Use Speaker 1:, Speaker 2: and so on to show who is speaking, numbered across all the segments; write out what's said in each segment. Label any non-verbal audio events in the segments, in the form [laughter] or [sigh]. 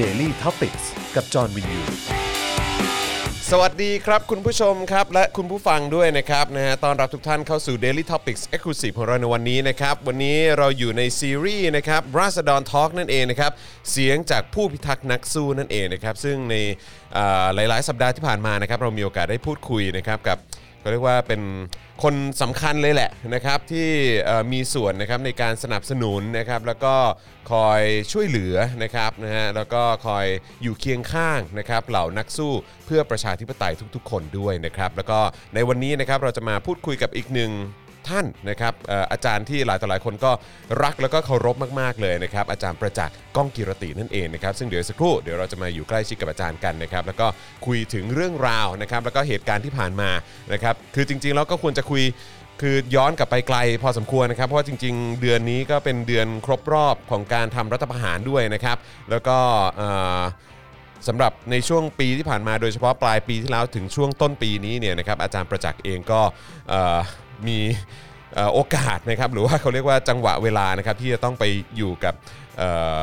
Speaker 1: Daily t o p i c กกับจอห์นวินยู
Speaker 2: สวัสดีครับคุณผู้ชมครับ และคุณผู้ฟังด้วยนะครับนะฮะต้อนรับทุกท่านเข้าสู่ Daily Topics Exclusive ของเราในวันนี้นะครับ วันนี้เราอยู่ในซีรีส์นะครับราษฎรทอล์กนั่นเองนะครับ เสียงจากผู้พิทักษ์นักสู้นั่นเองนะครับ ซึ่งในเอ่อหลาย ๆ สัปดาห์ที่ผ่านมานะครับ เรามีโอกาสได้พูดคุยนะครับกับ ก็เรียกว่าเป็นคนสำคัญเลยแหละนะครับที่เอ่อมีส่วนนะครับในการสนับสนุนนะครับแล้วก็คอยช่วยเหลือนะครับนะฮะแล้วก็คอยอยู่เคียงข้างนะครับเหล่านักสู้เพื่อประชาธิปไตยทุกๆ คนด้วยนะครับแล้วก็ในวันนี้นะครับเราจะมาพูดคุยกับอีกหนึ่ง ท่านนะครับเอ่ออาจารย์ที่หลายต่อหลายคนก็รักแล้วก็เคารพมาก ๆ เลยนะครับ อาจารย์ประจักษ์ก้องกิรตินั่นเองนะครับ ซึ่งเดี๋ยวสักครู่เดี๋ยวเราจะมาอยู่ใกล้ชิดกับอาจารย์กันนะครับ แล้วก็คุยถึงเรื่องราวนะครับ แล้วก็เหตุการณ์ที่ผ่านมานะครับ คือจริง ๆ แล้วก็ควรจะคุย คือย้อนกลับไปไกลพอสมควรนะครับ เพราะว่าจริง ๆ เดือนนี้ก็เป็นเดือนครบรอบของการทำรัฐประหารด้วยนะครับ แล้วก็เอ่อ สำหรับในช่วงปีที่ผ่านมาโดยเฉพาะปลายปีที่แล้วถึงช่วงต้นปีนี้เนี่ยนะครับอาจารย์ประจักษ์เองก็เอ่อมีเอ่อโอกาสนะครับหรือว่าเขาเรียกว่าจังหวะเวลานะครับที่จะต้องไปอยู่กับเอ่อ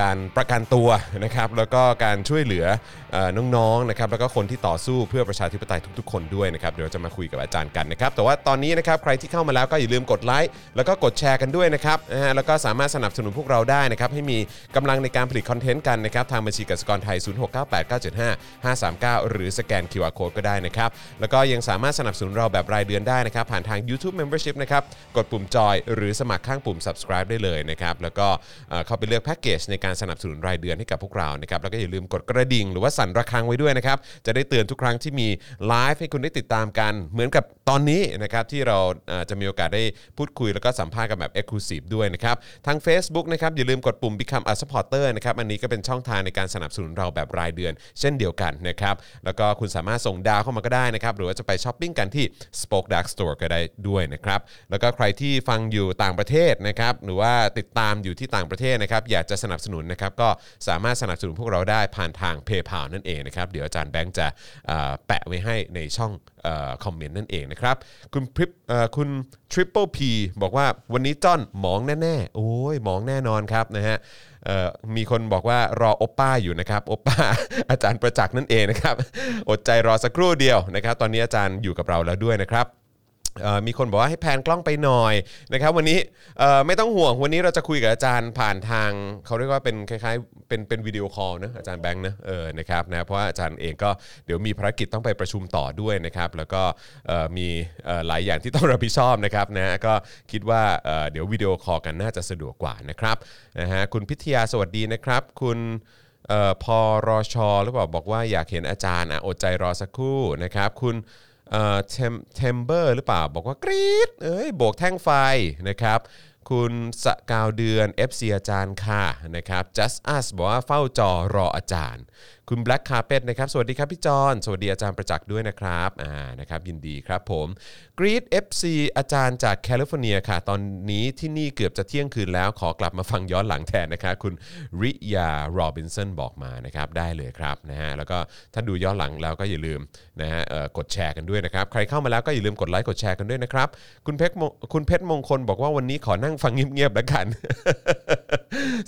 Speaker 2: การประกันตัวนะครับแล้วก็การช่วยเหลือเออน้องๆนะครับแล้วก็คนที่ต่อสู้เพื่อประชาธิปไตยทุกๆ คนด้วยนะครับเดี๋ยวจะมาคุยกับอาจารย์กันนะครับแต่ว่าตอนนี้นะครับใครที่เข้ามาแล้วก็อย่าลืมกดไลค์แล้วก็กดแชร์กันด้วยนะครับนะฮะแล้วก็สามารถสนับสนุนพวกเราได้นะครับให้มีกำลังในการผลิตคอนเทนต์กันนะครับทางบัญชีกสิกรไทย 0698975539 หรือสแกน QR Code ก็ได้นะครับ แล้วก็ยังสามารถสนับสนุนเราแบบรายเดือนได้นะครับ ผ่านทาง YouTube Membership นะครับ กดปุ่มจอยหรือสมัครข้างปุ่ม subscribe ได้เลยนะครับ แล้วก็เอ่อเข้าไปเลือกแพ็กเกจในการสนับสนุนรายเดือนให้กับพวกเรานะครับ แล้วก็อย่าลืมกดกระดิ่งหรือว่าสั่นระฆังไว้ด้วยนะครับ จะได้เตือนทุกครั้งที่มีไลฟ์ให้คุณได้ติดตามกัน เหมือนกับตอนนี้นะครับที่เราเอ่อจะมีโอกาสได้พูดคุยแล้วก็สัมภาษณ์กันแบบ Exclusive ด้วยนะครับทาง Facebook นะครับอย่าลืมกดปุ่ม Become a supporter นะครับอันนี้ก็เป็นช่องทางในการสนับสนุนเราแบบรายเดือน เช่นเดียวกันนะครับ แล้วก็คุณสามารถส่งดาวเข้ามาก็ได้นะครับ หรือว่าจะไปช้อปปิ้งกันที่ Spoke Dark Store ก็ได้ด้วยนะครับ แล้วก็ใครที่ฟังอยู่ต่างประเทศนะครับ หรือว่าติดตามอยู่ที่ต่างประเทศนะครับ อยากจะสนับสนุนนะครับ ก็สามารถสนับสนุนพวกเราได้ผ่านทาง PayPal นั่นเองนะครับ เดี๋ยวอาจารย์แบงค์จะเอ่อแปะไว้ให้ในช่องเอ่อคอมเมนต์นั่นเองนะครับ คุณพริบเอ่อคุณทริปเปิลพีบอกว่าวันนี้จ้อนหมองแน่ๆ โอ้ยหมองแน่นอนครับนะฮะ เอ่อมีคนบอกว่ารอโอปป้าอยู่นะครับโอปป้า [laughs] อาจารย์ประจักษ์นั่นเองนะครับ อดใจรอสักครู่เดียวนะครับ ตอนนี้อาจารย์อยู่กับเราแล้วด้วยนะครับเอ่อมีคนบอกว่าให้แพนกล้องไปหน่อยนะครับ วันนี้เอ่อไม่ต้องห่วงวันนี้เราจะคุยกับอาจารย์ผ่านทางเขาเรียกว่าเป็นคล้ายๆเป็นเป็นวิดีโอคอลนะอาจารย์แบงค์นะเออนะครับนะเพราะว่าอาจารย์เองก็เดี๋ยวมีภารกิจต้องไปประชุมต่อด้วยนะครับ แล้วก็เอ่อมีเอ่อหลายอย่างที่ต้องรับผิดชอบนะครับนะก็คิดว่าเอ่อเดี๋ยววิดีโอคอลกันน่าจะสะดวกกว่านะครับนะฮะคุณพิทยาสวัสดีนะครับ คุณ เอ่อพอรอชอหรือเปล่าบอกว่าอยากเห็นอาจารย์อ่ะอดใจรอสักครู่นะครับ คุณเอ่อเทมเทมเบอร์หรือเปล่าบอกว่ากรี๊ดเอ้ยโบกแท่งไฟนะครับ คุณสกาวเดือน FC อาจารย์ค่ะนะครับ just us บอกว่าเฝ้าจอรออาจารย์ คุณ Black Carpet นะครับ สวัสดีครับพี่จอนสวัสดีอาจารย์ประจักษ์ด้วยนะครับอ่านะครับยินดีครับผมกรีด FC อาจารย์จากแคลิฟอร์เนียค่ะ ตอนนี้ที่นี่เกือบจะเที่ยงคืนแล้วขอกลับมาฟังย้อนหลังแทนนะครับคุณริยาโรบินสันบอกมานะครับ ได้เลยครับนะฮะแล้วก็ถ้าดูย้อนหลังแล้วก็อย่าลืมนะฮะเอ่อกดแชร์กันด้วยนะครับ ใครเข้ามาแล้วก็อย่าลืมกดไลค์กดแชร์กันด้วยนะครับ คุณเพชรมงคุณเพชรมงคลบอกว่าวันนี้ขอนั่งฟังเงียบๆแล้วกัน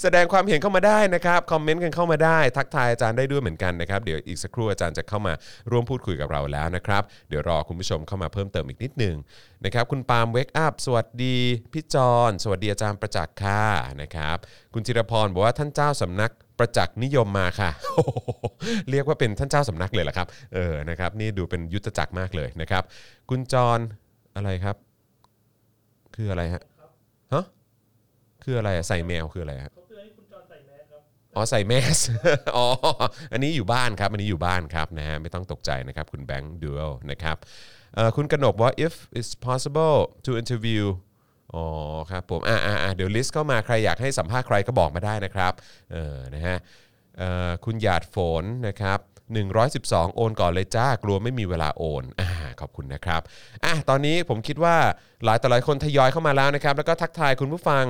Speaker 2: แสดงความเห็นเข้ามาได้นะครับ คอมเมนต์กันเข้ามาได้ ทักทายอาจารย์ได้ด้วยเหมือนกันนะครับ เดี๋ยวอีกสักครู่อาจารย์จะเข้ามาร่วมพูดคุยกับเราแล้วนะครับ เดี๋ยวรอคุณผู้ชมเข้ามาเพิ่มเติมอีกนิดหนึงนะครับ คุณปาล์มเวกอัพสวัสดีพี่จอนสวัสดีอาจารย์ประจักษ์ค่ะนะครับ คุณจิรพรบอกว่าท่านเจ้าสำนักประจักษ์นิยมมาค่ะ [laughs] โอ้โหเรียกว่าเป็นท่านเจ้าสำนักเลยเหรอครับเออนะครับนี่ดูเป็นยุทธจักรมากเลยนะครับ คุณจรอะไรครับ คืออะไรฮะฮะคืออะไรอะใส่แมวคืออะไรฮะ อ๋อใส่แมส [laughs] อ๋อ อันนี้อยู่บ้านครับ อันนี้อยู่บ้านครับนะฮะไม่ต้องตกใจนะครับ คุณแบงค์ดูเอลนะครับเอ่อคุณกนกบอกว่า if it's possible to interview อ๋อครับผมอ่าอ่าเดี๋ยวลิสต์เข้ามาใครอยากให้สัมภาษณ์ใครก็บอกมาได้นะครับเออนะฮะเอ่อคุณหยาดฝนนะครับ 112 โอนก่อนเลยจ้ากลัวไม่มีเวลาโอนอ่าขอบคุณนะครับอ่ะตอนนี้ผมคิดว่า หลายต่อหลายคนทยอยเข้ามาแล้วนะครับแล้วก็ทักทายคุณผู้ฟัง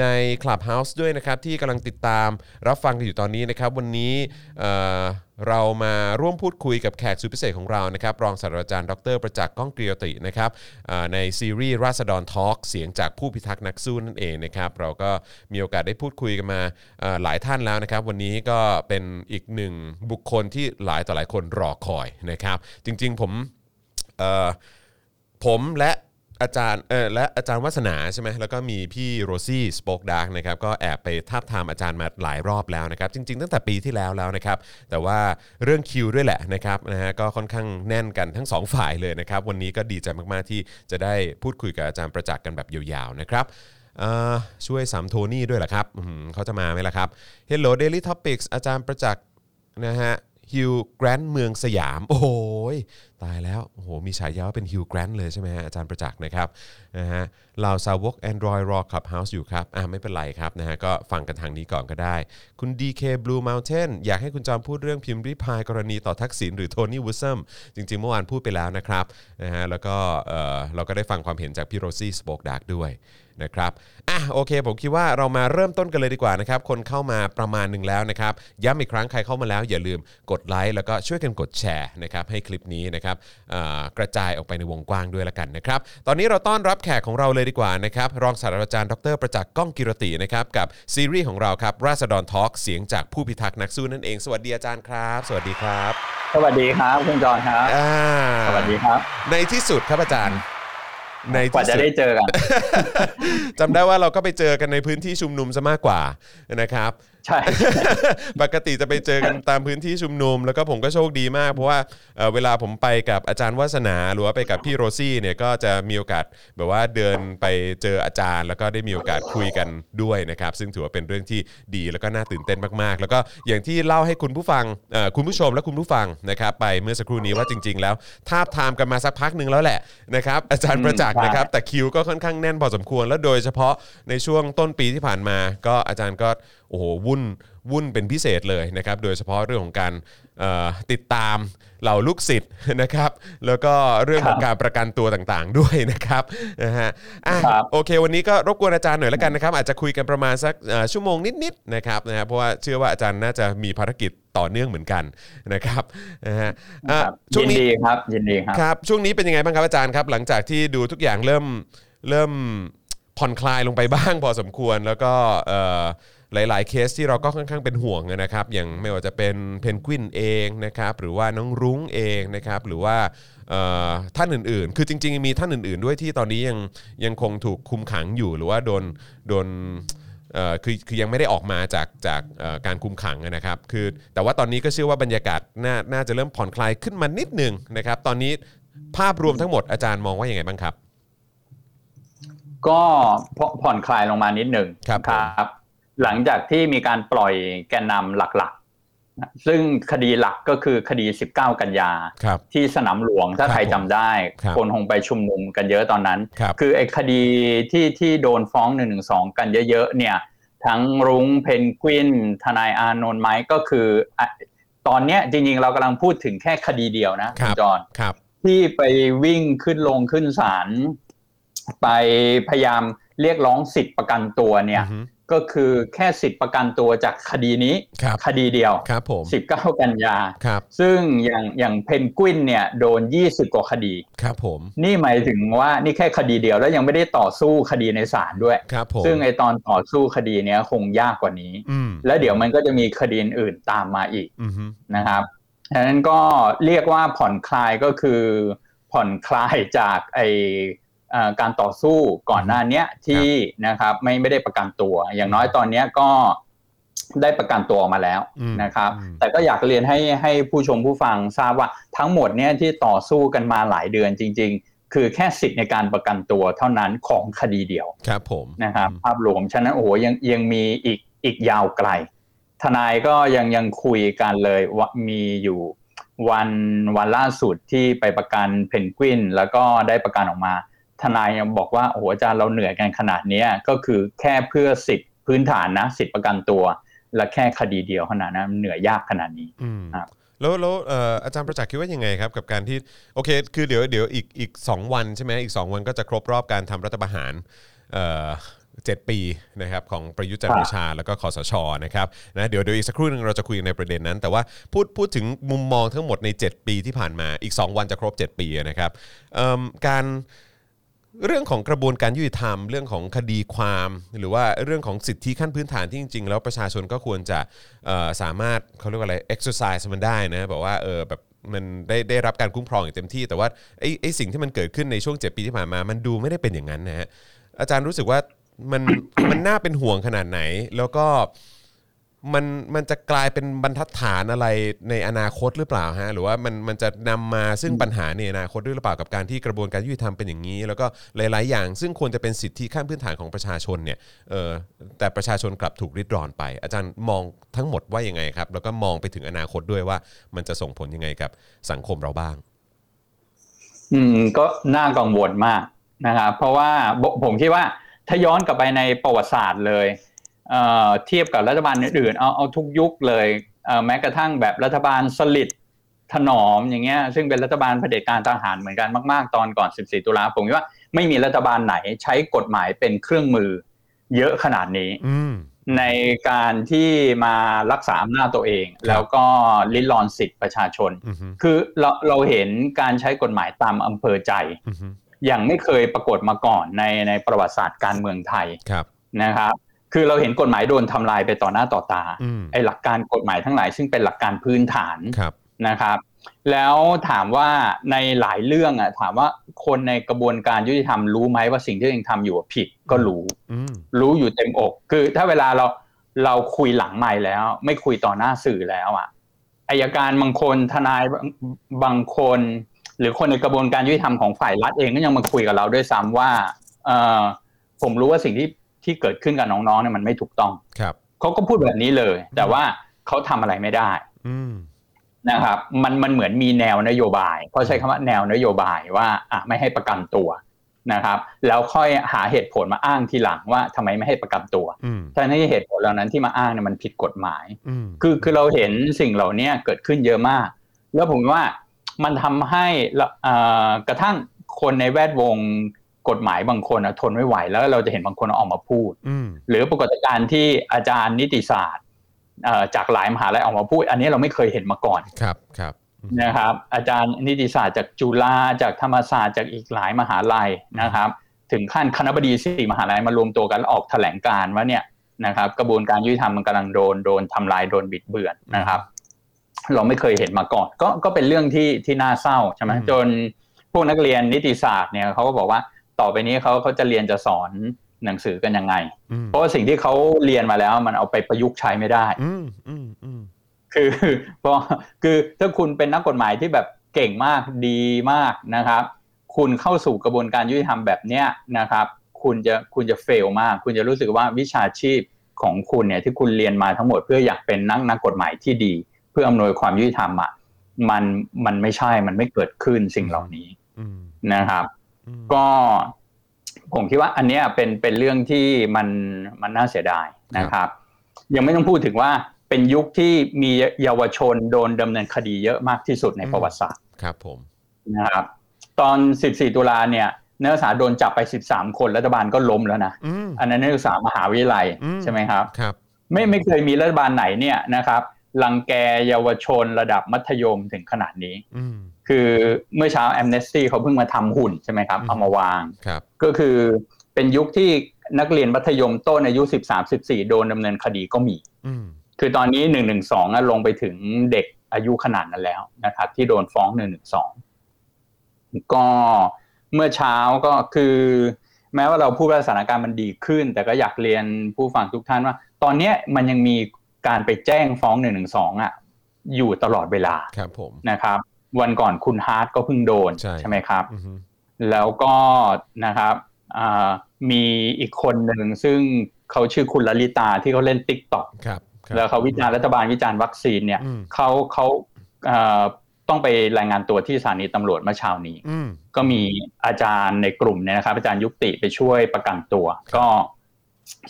Speaker 2: ใน Clubhouse ด้วยนะครับที่กำลังติดตามรับฟังกันอยู่ตอนนี้นะครับวันนี้เอ่อเรามาร่วมพูดคุยกับแขกสุดพิเศษของเรานะครับรองศาสตราจารย์ดรประจักษ์ก้องเกรียวตินะครับเอ่อในซีรีส์ราษฎรทอล์กเสียงจากผู้พิทักษ์นักสู้นั่นเองนะครับเราก็มีโอกาสได้พูดคุยกันมาเอ่อหลายท่านแล้วนะครับวันนี้ก็เป็นอีกหนึ่งบุคคลที่หลายต่อหลายคนรอคอยนะครับจริงๆผมเอ่อ ผมและอาจารย์เออและอาจารย์วัฒนาใช่ไหมแล้วก็มีพี่โรซี่สป็อกดาร์กนะครับก็แอบไปทาบทามอาจารย์มาหลายรอบแล้วนะครับจริง ๆ ตั้งแต่ปีที่แล้วแล้วนะครับแต่ว่าเรื่องคิวด้วยแหละนะครับนะฮะก็ค่อนข้างแน่นกันทั้งสองฝ่ายเลยนะครับวันนี้ก็ดีใจมากๆที่จะได้พูดคุยกับอาจารย์ประจักษ์กันแบบยาวๆนะครับ เอ่อช่วยสามโทนี่ด้วยเหรอครับอื้อหือเขาจะมาไหมล่ะครับ Hello Daily Topics อาจารย์ประจักษ์นะฮะฮิวแกรนเมืองสยาม โอ้โหยตายแล้วโอ้โหมีฉายาว่าเป็นฮิวแกรนเลยใช่ไหมฮะอาจารย์ประจักษ์นะครับนะฮะเราสาวก Android รอ Clubhouse อยู่ครับอ่ะไม่เป็นไรครับนะฮะก็ฟังกันทางนี้ก่อนก็ได้ คุณ DK Blue Mountain อยากให้คุณจอมพูดเรื่องพิมพ์ริพายกรณีต่อทักษิณหรือโทนี่วูซัมจริงๆเมื่อวานพูดไปแล้วนะครับนะฮะแล้วก็เอ่อเราก็ได้ฟังความเห็นจากพี่โรซี่สป็อกดาร์กด้วย นะครับอ่ะโอเค ผมคิดว่าเรามาเริ่มต้นกันเลยดีกว่านะครับ คนเข้ามาประมาณหนึ่งแล้วนะครับ ย้ำอีกครั้งใครเข้ามาแล้วอย่าลืมกดไลค์แล้วก็ช่วยกันกดแชร์นะครับให้คลิปนี้นะครับอ่ากระจายออกไปในวงกว้างด้วยละกันนะครับ ตอนนี้เราต้อนรับแขกของเราเลยดีกว่านะครับ รองศาสตราจารย์ดรประจักษ์ก้องกิรตินะครับกับซีรีส์ของเราครับ ราษฎรทอล์กเสียงจากผู้พิทักษ์นักสู้นั่นเอง สวัสดีอาจารย์ครับ สวัสดีครับ
Speaker 3: สวัสดีครับคุณจอนครับ
Speaker 2: อ่า
Speaker 3: สวัสดีครับ
Speaker 2: ในที่สุดครับอาจารย์ ใน
Speaker 3: กว่า
Speaker 2: ที่
Speaker 3: จะ
Speaker 2: สุด
Speaker 3: ได้เจอกัน
Speaker 2: จำได้ว่าเราก็ไปเจอกันในพื้นที่ชุมนุมซะมากกว่านะครับ [laughs]
Speaker 3: ใช่
Speaker 2: ปกติจะไปเจอกันตามพื้นที่ชุมนุม แล้วก็ผมก็โชคดีมากเพราะว่าเอ่อเวลาผมไปกับอาจารย์วัสนาหรือว่าไปกับพี่โรซี่เนี่ยก็จะมีโอกาสแบบว่าเดินไปเจออาจารย์ แล้วก็ได้มีโอกาสคุยกันด้วยนะครับ ซึ่งถือว่าเป็นเรื่องที่ดีแล้วก็น่าตื่นเต้นมากๆ แล้วก็อย่างที่เล่าให้คุณผู้ฟังเอ่อคุณผู้ชมและคุณผู้ฟังนะครับไปเมื่อสักครู่นี้ว่าจริง ๆ แล้วทาบทามกันมาสักพักหนึ่งแล้วแหละนะครับอาจารย์ประจักษ์นะครับ แต่คิวก็ค่อนข้างแน่นพอสมควร แล้วโดยเฉพาะในช่วงต้นปีที่ผ่านมา ก็อาจารย์ก็โอ้โหวุ่น วุ่นเป็นพิเศษเลยนะครับ โดยเฉพาะเรื่องของการเอ่อติดตามเหล่าลูกศิษย์นะครับ แล้วก็เรื่องของการประกันตัวต่างๆ ด้วยนะครับนะฮะอ่ะ
Speaker 3: ครับ
Speaker 2: โอเค วันนี้ก็รบกวนอาจารย์หน่อยละกันนะครับ อาจจะคุยกันประมาณสักเอ่อชั่วโมงนิดๆนะครับนะฮะเพราะว่าเชื่อว่าอาจารย์น่าจะมีภารกิจต่อเนื่องเหมือนกันนะครับนะฮะอ่ะ
Speaker 3: ครับ
Speaker 2: ช่ว
Speaker 3: ยิ
Speaker 2: ง
Speaker 3: น
Speaker 2: นี้
Speaker 3: ดีครับ ยินดีครับ
Speaker 2: ครับช่วงนี้เป็นยังไงบ้างครับอาจารย์ครับ หลังจากที่ดูทุกอย่างเริ่มเริ่มผ่อนคลายลงไปบ้าง [laughs] พอสมควรแล้วก็เอ่อหลายๆเคสที่เราก็ค่อนข้างเป็นห่วงนะครับ อย่างไม่ว่าจะเป็นเพนกวินเองนะครับหรือว่าน้องรุ้งเองนะครับหรือว่าเอ่อท่านอื่นๆ คือจริงๆ มีท่านอื่นๆ ด้วยที่ตอนนี้ยังยังคงถูกคุมขังอยู่หรือว่าโดนโดน เอ่อคือคือยังไม่ได้ออกมาจากจากเอ่อการคุมขังนะครับ คือแต่ว่าตอนนี้ก็เชื่อว่าบรรยากาศน่าน่าจะเริ่มผ่อนคลายขึ้นมานิดหนึ่งนะครับ ตอนนี้ภาพรวมทั้งหมดอาจารย์มองว่าอย่างไงบ้างครับ
Speaker 3: ก็ผ่อนผ่อนคลายลงมานิดหนึ่ง
Speaker 2: ครับ
Speaker 3: บหลังจากที่มีการปล่อยแกนนำหลักๆนะซึ่งคดีหลักก็คือคดี 19 กันยา
Speaker 2: ครับ
Speaker 3: ที่สนามหลวงถ้า
Speaker 2: ครับ
Speaker 3: ใครจำได้
Speaker 2: ครับ
Speaker 3: คนคงไปชุมนุมกันเยอะตอนนั้น
Speaker 2: ครับ
Speaker 3: คือไอ้คดีที่ที่โดนฟ้องหนึ่งหนึ่งสองกันเยอะๆเนี่ย ทั้งรุ้งเพนกวิน ทนายอานนท์ไหมก็คืออ่ะตอนเนี้ยจริงๆ เรากำลังพูดถึงแค่คดีเดียวนะ
Speaker 2: ค
Speaker 3: คุ
Speaker 2: รั
Speaker 3: ณ
Speaker 2: บ
Speaker 3: จอห์น
Speaker 2: ครับ
Speaker 3: ที่ไปวิ่งขึ้นลงขึ้นศาลไปพยายามเรียกร้องสิทธิ์ประกันตัวเนี่ย
Speaker 2: อือฮึ
Speaker 3: ก็คือแค่สิทธิ์ประกันตัวจากคดีนี้
Speaker 2: ครับ
Speaker 3: คดีเดียว
Speaker 2: ครับผม
Speaker 3: 19 กันยา
Speaker 2: ครับ
Speaker 3: ซึ่งอย่างอย่างเพนกวินเนี่ยโดน 20 กว่าคดี
Speaker 2: ครับผม
Speaker 3: นี่หมายถึงว่านี่แค่คดีเดียวแล้วยังไม่ได้ต่อสู้คดีในศาลด้วย
Speaker 2: ครับผม
Speaker 3: ซึ่งไอตอนต่อสู้คดีเนี้ยคงยากกว่านี้
Speaker 2: อืม
Speaker 3: แล้วเดี๋ยวมันก็จะมีคดีอื่นๆตามมาอีก
Speaker 2: อืมฮึ
Speaker 3: นะครับฉะนั้นก็เรียกว่าผ่อนคลายก็คือผ่อนคลายจากไอเอ่อการต่อสู้ก่อนหน้าเนี้ยที่นะครับไม่ไม่ได้ประกันตัว อย่างน้อยตอนเนี้ยก็ได้ประกันตัวออกมาแล้ว
Speaker 2: อืม
Speaker 3: นะครับ
Speaker 2: อืม
Speaker 3: แต่ก็อยากเรียนให้ให้ผู้ชมผู้ฟังทราบว่าทั้งหมดเนี่ยที่ต่อสู้กันมาหลายเดือนจริง ๆ คือแค่สิทธิ์ในการประกันตัวเท่านั้นของคดีเดียว
Speaker 2: ครับผม
Speaker 3: นะครับภาพรวมฉะนั้นโอ้โหยังยังมีอีกอีกยาวไกล ทนายก็ยังยังคุยกันเลยว่ามีอยู่วันวันล่าสุดที่ไปประกันเพนกวิน แล้วก็ได้ประกันออกมา ทนายยังบอกว่าโอ้โหอาจารย์เราเหนื่อยกันขนาดเนี้ยก็คือแค่เพื่อสิทธิพื้นฐานนะสิทธิประกันตัว และแค่คดีเดียวขนาดนั้นมันเหนื่อยยากขนาดนี้
Speaker 2: อืม
Speaker 3: ครับ
Speaker 2: แล้วแล้วเอ่ออาจารย์ประจักษ์คิดว่ายังไงครับ กับการที่โอเค คือเดี๋ยวเดี๋ยวอีกอีกสองวันใช่ไหมอีก 2 วันก็จะครบรอบการทำรัฐประหารเอ่อเจ็ดปีนะครับของประยุทธ์จันทร์โอชา แล้วก็คอสชนะครับนะเดี๋ยวเดี๋ยวอีกสักครู่หนึงเราจะคุยกันในประเด็นนั้น แต่ว่าพูดพูดถึงมุมมองทั้งหมดใน 7 ปีที่ผ่านมาอีก 2 วันจะครบ 7 ปีนะครับเอิ่มการ เรื่องของกระบวนการยุติธรรมเรื่องของคดีความ หรือว่าเรื่องของสิทธิขั้นพื้นฐานที่จริง ๆ แล้วประชาชนก็ควรจะเอ่อสามารถเขาเรียกว่าอะไร exercise มันได้นะแบบว่าเออแบบมันได้ได้รับการคุ้มครองอย่างเต็มที่ แต่ว่าไอ้ไอ้สิ่งที่มันเกิดขึ้นในช่วง 7 ปีที่ผ่านมา มันดูไม่ได้เป็นอย่างนั้นนะฮะอาจารย์รู้สึกว่ามัน [coughs] มันน่าเป็นห่วงขนาดไหน แล้วก็มันมันจะกลายเป็นบรรทัดฐานอะไรในอนาคตหรือเปล่าฮะหรือว่ามันมันจะนำมาซึ่งปัญหาในอนาคตด้วยหรือเปล่ากับการที่กระบวนการยุติธรรมเป็นอย่างนี้ แล้วก็หลาย ๆ อย่าง ซึ่งควรจะเป็นสิทธิขั้นพื้นฐานของประชาชนเนี่ยเออแต่ประชาชนกลับถูกริดรอนไป อาจารย์มองทั้งหมดว่ายังไงครับ แล้วก็มองไปถึงอนาคตด้วยว่ามันจะส่งผลยังไงกับสังคมเราบ้าง
Speaker 3: อืมก็น่ากังวลมากนะครับเพราะว่าผมผมคิดว่าถ้าย้อนกลับไปในประวัติศาสตร์เลยเอ่อเทียบกับรัฐบาลอื่นๆเอาเอาทุกยุคเลยเอ่อแม้กระทั่งแบบรัฐบาลสลิดถนอมอย่างเงี้ยซึ่งเป็นรัฐบาลเผด็จการทหารเหมือนกันมาก ๆ ตอนก่อน 14 ตุลาผมคิดว่าไม่มีรัฐบาลไหนใช้กฎหมายเป็นเครื่องมือเยอะขนาดนี้
Speaker 2: อืม
Speaker 3: ในการที่มารักษาอำนาจตัวเอง
Speaker 2: ครับ
Speaker 3: แล้วก็ลิดรอนสิทธิประชาชน
Speaker 2: อือฮึ
Speaker 3: คือเราเราเห็นการใช้กฎหมายตามอำเภอใจ
Speaker 2: อือฮึ
Speaker 3: อย่างไม่เคยปรากฏมาก่อนในในประวัติศาสตร์การเมืองไทย
Speaker 2: ครับ
Speaker 3: นะครับ คือเราเห็นกฎหมายโดนทำลายไปต่อหน้าต่อตา
Speaker 2: อืม
Speaker 3: ไอ้หลักการกฎหมายทั้งหลายซึ่งเป็นหลักการพื้นฐาน
Speaker 2: ครับ
Speaker 3: นะครับ แล้วถามว่าในหลายเรื่องอ่ะถามว่าคนในกระบวนการยุติธรรมรู้ไหมว่าสิ่งที่ตัวเองทำอยู่อะผิดก็รู้
Speaker 2: อืม
Speaker 3: รู้อยู่เต็มอก คือถ้าเวลาเราเราคุยหลังไมค์แล้ว ไม่คุยต่อหน้าสื่อแล้วอ่ะอายการบางคนทนายบางบางคน หรือคนในกระบวนการยุติธรรมของฝ่ายรัฐเองก็ยังมาคุยกับเราด้วยซ้ำว่าเออผมรู้ว่าสิ่งที่ที่เกิดขึ้นกับน้องๆเนี่ยมันไม่ถูกต้อง
Speaker 2: ครับ
Speaker 3: เขาก็พูดแบบนี้เลย แต่ว่าเขาทำอะไรไม่ได้
Speaker 2: อืม
Speaker 3: นะครับ มันมันเหมือนมีแนวนโยบายเขาใช้คำว่าแนวนโยบายว่าอ่ะไม่ให้ประกันตัวนะครับ แล้วค่อยหาเหตุผลมาอ้างทีหลังว่าทำไมไม่ให้ประกันตัว
Speaker 2: อืม
Speaker 3: ทั้งที่เหตุผลเหล่านั้นที่มาอ้างเนี่ยมันผิดกฎหมาย
Speaker 2: อืม
Speaker 3: คือคือเราเห็นสิ่งเหล่านี้เกิดขึ้นเยอะมาก แล้วผมว่ามันทำให้ละเอ่อกระทั่งคนในแวดวงกฎหมายบางคนอะทนไม่ไหว แล้วเราจะเห็นบางคนออกมาพูด
Speaker 2: อืม
Speaker 3: หรือปรากฏการณ์ที่อาจารย์นิติศาสตร์เอ่อจากหลายมหาลัยออกมาพูด อันนี้เราไม่เคยเห็นมาก่อน
Speaker 2: ครับครับอืม
Speaker 3: นะครับ อาจารย์นิติศาสตร์จากจุฬาจากธรรมศาสตร์จากอีกหลายมหาลัยนะครับ ถึงขั้นคณะบดีสี่มหาลัยมารวมตัวกันแล้วออกแถลงการณ์ว่าเนี่ย นะครับกระบวนการยุติธรรมมันกำลังโดนโดนทำลายโดนบิดเบือนนะครับ เราไม่เคยเห็นมาก่อน ก็ก็เป็นเรื่องที่ที่น่าเศร้าใช่ไหมจนพวกนักเรียนนิติศาสตร์เนี่ยเขาก็บอกว่าต่อไปนี้เขาเขาจะเรียนจะสอนหนังสือกันยังไง
Speaker 2: อืม
Speaker 3: เพราะว่าสิ่งที่เขาเรียนมาแล้วมันเอาไปประยุกต์ใช้ไม่ได้
Speaker 2: อืมอืมอืม
Speaker 3: คือ [laughs] เพราะคือถ้าคุณเป็นนักกฎหมายที่แบบเก่งมากดีมากนะครับ คุณเข้าสู่กระบวนการยุติธรรมแบบเนี้ยนะครับ คุณจะคุณจะเฟลมาก คุณจะรู้สึกว่าวิชาชีพของคุณเนี่ยที่คุณเรียนมาทั้งหมดเพื่ออยากเป็นนักนักกฎหมายที่ดี เพื่ออำนวยความยุติธรรมอ่ะมันมันไม่ใช่มันไม่เกิดขึ้นสิ่งเหล่านี้
Speaker 2: อืม
Speaker 3: นะครับ
Speaker 2: อืม
Speaker 3: ก็ผมคิดว่าอันเนี้ยเป็นเป็นเรื่องที่มันมันน่าเสียดายนะครับ ยังไม่ต้องพูดถึงว่าเป็นยุคที่มีเยาวชนโดนดำเนินคดีเยอะมากที่สุดใน
Speaker 2: อืม
Speaker 3: ประวัติศาสตร์
Speaker 2: ครับผม
Speaker 3: นะครับ ตอน 14 ตุลาเนี่ยนักศึกษาโดนจับไป 13 คนรัฐบาลก็ล้มแล้วนะ
Speaker 2: อืม
Speaker 3: อันนั้นนักศึกษามหาวิทยาลัย
Speaker 2: อืม
Speaker 3: ใช่ไหมครับ
Speaker 2: ครับ
Speaker 3: ไม่ไม่เคยมีรัฐบาลไหนเนี่ยนะครับรังแกเยาวชนระดับมัธยมถึงขนาดนี้
Speaker 2: อืม
Speaker 3: คือเมื่อเช้าแอมเนสตี้เขาเพิ่งมาทำหุ่นใช่ไหมครับ
Speaker 2: อืม
Speaker 3: เอามาวาง
Speaker 2: ครับ
Speaker 3: ก็คือเป็นยุคที่นักเรียนมัธยมต้นอายุ 13 14 โดนดำเนินคดีก็มี
Speaker 2: อืม
Speaker 3: คือตอนนี้ 1 1 2อะลงไปถึงเด็กอายุขนาดนั้นแล้วนะครับ ที่โดนฟ้อง 1 1 2 ก็เมื่อเช้าก็คือ แม้ว่าเราพูดว่าสถานการณ์มันดีขึ้น แต่ก็อยากเรียนผู้ฟังทุกท่านว่า ตอนเนี้ยมันยังมีการไปแจ้งฟ้อง 1 1 2 อ่ะ อยู่ตลอดเวลา
Speaker 2: ครับผม
Speaker 3: นะครับ วันก่อนคุณฮาร์ดก็เพิ่งโดน
Speaker 2: ใช่
Speaker 3: ไหมครับ
Speaker 2: อือฮึ
Speaker 3: แล้วก็นะครับอ่ามีอีกคนหนึ่งซึ่งเขาชื่อคุณลลิตาที่เขาเล่นติ๊กต็อก
Speaker 2: ครับครับ
Speaker 3: แล้วเขาวิจารณ์รัฐบาลวิจารณ์วัคซีนเนี่ย
Speaker 2: อืม
Speaker 3: เขาเขาเอ่อต้องไปรายงานตัวที่สถานีตำรวจเมื่อเช้านี้
Speaker 2: อืม
Speaker 3: ก็มีอาจารย์ในกลุ่มเนี่ยนะครับ อาจารย์ยุติไปช่วยประกันตัว ก็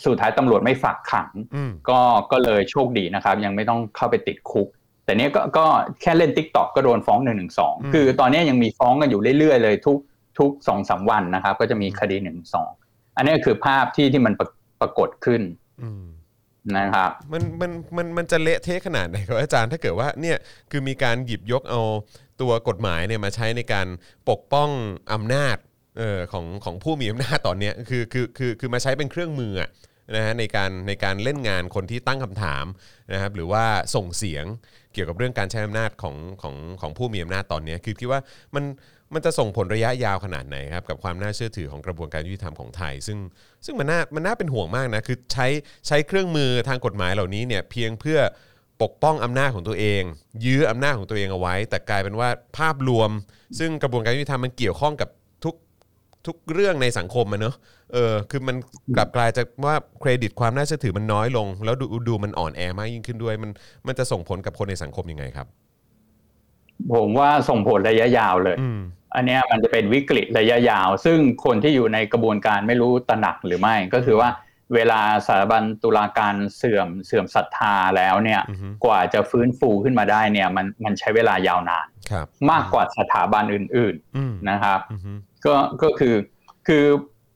Speaker 3: สุดท้ายตำรวจไม่ฝากขัง
Speaker 2: อืม
Speaker 3: ก็ก็เลยโชคดีนะครับ ยังไม่ต้องเข้าไปติดคุก แต่ แต่เนี้ยก็ก็แค่เล่น t ิ k t o k ก็โดนฟ้องหนึ่งหนึ่งสองคือตอนเนี้ยยังมีฟ้องกันอยู่เรื่อยๆเลยทุกทุกสองสามวันนะครับ ก็จะมีคดีหนึ่งสองอันเนี้ยคือภาพที่ที่มันปรปรากฏขึ้น
Speaker 2: อืม
Speaker 3: นะครับ
Speaker 2: มันมันมันมันจะเละเทะขนาดไหนครับอาจารย์ถ้าเกิดว่าเนี่ยคือมีการหยิบยกเอาตัวกฎหมายเนี่ยมาใช้ในการปกป้องอำนาจเออของของผู้มีอำนาจตอนเนี้ยคือคือคือคือมาใช้เป็นเครื่องมืออะนะฮะในการในการเล่นงานคนที่ตั้งคำถามนะครับหรือว่าส่งเสียงเกี่ยวกับเรื่องการใช้อำนาจของของของผู้มีอำนาจตอนเนี้ยคือคิดว่ามันมันจะส่งผลระยะยาวขนาดไหนครับกับความน่าเชื่อถือของกระบวนการยุติธรรมของไทย ซึ่ง ซึ่งมันน่ามันน่าเป็นห่วงมากนะ คือใช้ใช้เครื่องมือทางกฎหมายเหล่านี้เนี่ยเพียงเพื่อปกป้องอำนาจของตัวเอง ยื้ออำนาจของตัวเองเอาไว้ แต่กลายเป็นว่าภาพรวม ซึ่งกระบวนการยุติธรรมมันเกี่ยวข้องกับทุกทุกเรื่องในสังคมมันเนอะเออคือมันกลับกลายจากว่าเครดิตความน่าเชื่อถือมันน้อยลง แล้วดูดูมันอ่อนแอมากยิ่งขึ้นด้วย มันมันจะส่งผลกับคนในสังคมยังไงครับ
Speaker 3: ผมว่าส่งผลระยะยาวเลย
Speaker 2: อืม
Speaker 3: อันเนี้ยมันจะเป็นวิกฤตระยะยาว ซึ่งคนที่อยู่ในกระบวนการไม่รู้ตระหนักหรือไม่ ก็คือว่าเวลาสถาบันตุลาการเสื่อมเสื่อมศรัทธาแล้วเนี่ย
Speaker 2: อือฮึ
Speaker 3: กว่าจะฟื้นฟูขึ้นมาได้เนี่ยมันมันใช้เวลายาวนาน
Speaker 2: ครับ
Speaker 3: มากกว่าสถาบันอื่น
Speaker 2: อืม
Speaker 3: ๆนะครับ
Speaker 2: อือฮึ
Speaker 3: ก็ก็คือคือ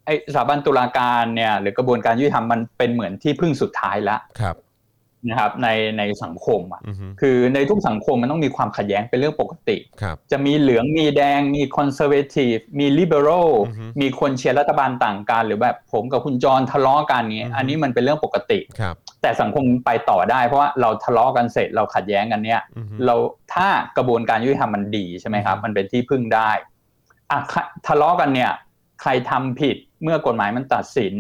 Speaker 3: ไอสถาบันตุลาการเนี่ยหรือกระบวนการยุติธรรมมันเป็นเหมือนที่พึ่งสุดท้ายแล้ว
Speaker 2: ครับ
Speaker 3: นะครับในในสังคมอะ
Speaker 2: อือฮึ
Speaker 3: คือในทุกสังคมมันต้องมีความขัดแย้งเป็นเรื่องปกติ
Speaker 2: ครับ
Speaker 3: จะมีเหลืองมีแดงมีคอนเซอร์เวทีฟมีลิเบอรัลมีคนเชียร์รัฐบาลต่างกัน หรือแบบผมกับคุณจรทะเลาะกันเงี้ยอันนี้มันเป็นเรื่องปกติ
Speaker 2: ครับ
Speaker 3: แต่สังคมไปต่อได้เพราะว่าเราทะเลาะกันเสร็จเราขัดแย้งกันเนี่ย
Speaker 2: อือฮึ
Speaker 3: เราถ้ากระบวนการยุติธรรมมันดีใช่ไหมครับ มันเป็นที่พึ่งได้อะค่ะทะเลาะกันเนี่ย ใครทำผิดเมื่อกฎหมายมันตัดสิน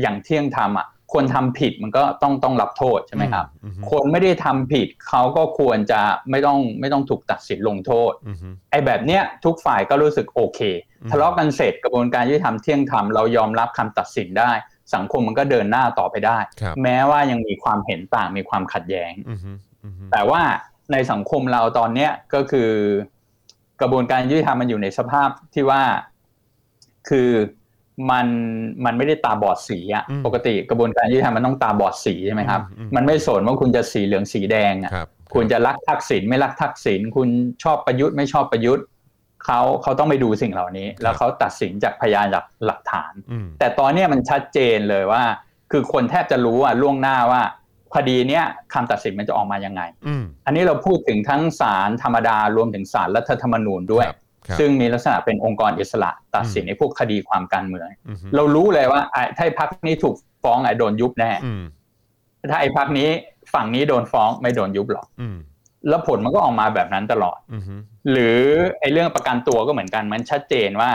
Speaker 3: อย่างเที่ยงธรรมอ่ะคนทำผิดมันก็ต้องต้องรับโทษใช่ไหมครับ
Speaker 2: อือฮึ
Speaker 3: คนไม่ได้ทำผิดเขาก็ควรจะไม่ต้องไม่ต้องถูกตัดสินลงโทษ
Speaker 2: อือฮึ
Speaker 3: ไอ้แบบเนี้ยทุกฝ่ายก็รู้สึกโอเค
Speaker 2: อืม
Speaker 3: ทะเลาะกันเสร็จกระบวนการยุติธรรมเที่ยงธรรมเรายอมรับคำตัดสินได้ สังคมมันก็เดินหน้าต่อไปได้
Speaker 2: ครับ
Speaker 3: แม้ว่ายังมีความเห็นต่างมีความขัดแย้ง
Speaker 2: อือฮึอือฮึ
Speaker 3: แต่ว่าในสังคมเราตอนเนี้ยก็คือกระบวนการยุติธรรมมันอยู่ในสภาพที่ว่า คือมันมันไม่ได้ตาบอดสีอะ
Speaker 2: อืม
Speaker 3: ปกติกระบวนการยุติธรรมมันต้องตาบอดสีใช่ไหมครับ
Speaker 2: อืมอืม
Speaker 3: มันไม่สนว่าคุณจะสีเหลืองสีแดงอะ
Speaker 2: ครับ
Speaker 3: คุณจะรักทักษิณไม่รักทักษิณคุณชอบประยุทธ์ไม่ชอบประยุทธ์เขาเขาต้องไปดูสิ่งเหล่านี้ แล้วเขาตัดสินจากพยานหลักหลักฐาน
Speaker 2: อืม
Speaker 3: แต่ตอนเนี้ยมันชัดเจนเลยว่า คือคนแทบจะรู้อ่ะล่วงหน้าว่าคดีเนี้ยคำตัดสินมันจะออกมายังไง
Speaker 2: อืม
Speaker 3: อันนี้เราพูดถึงทั้งศาลธรรมดารวมถึงศาลรัฐธรรมนูญด้วย
Speaker 2: ครับครับ
Speaker 3: ซึ่งมีลักษณะเป็นองค์กรอิสระตัดสินในพวกคดีความการเมือง
Speaker 2: อือฮึ
Speaker 3: เรารู้เลยว่าไอ้ถ้าไอ้พักนี้ถูกฟ้องไอ้โดนยุบแน่
Speaker 2: อืม
Speaker 3: ถ้าไอ้พักนี้ฝั่งนี้โดนฟ้องไม่โดนยุบหรอก
Speaker 2: อืม
Speaker 3: แล้วผลมันก็ออกมาแบบนั้นตลอด
Speaker 2: อือฮึ
Speaker 3: หรือไอ้เรื่องประกันตัวก็เหมือนกันมันชัดเจนว่า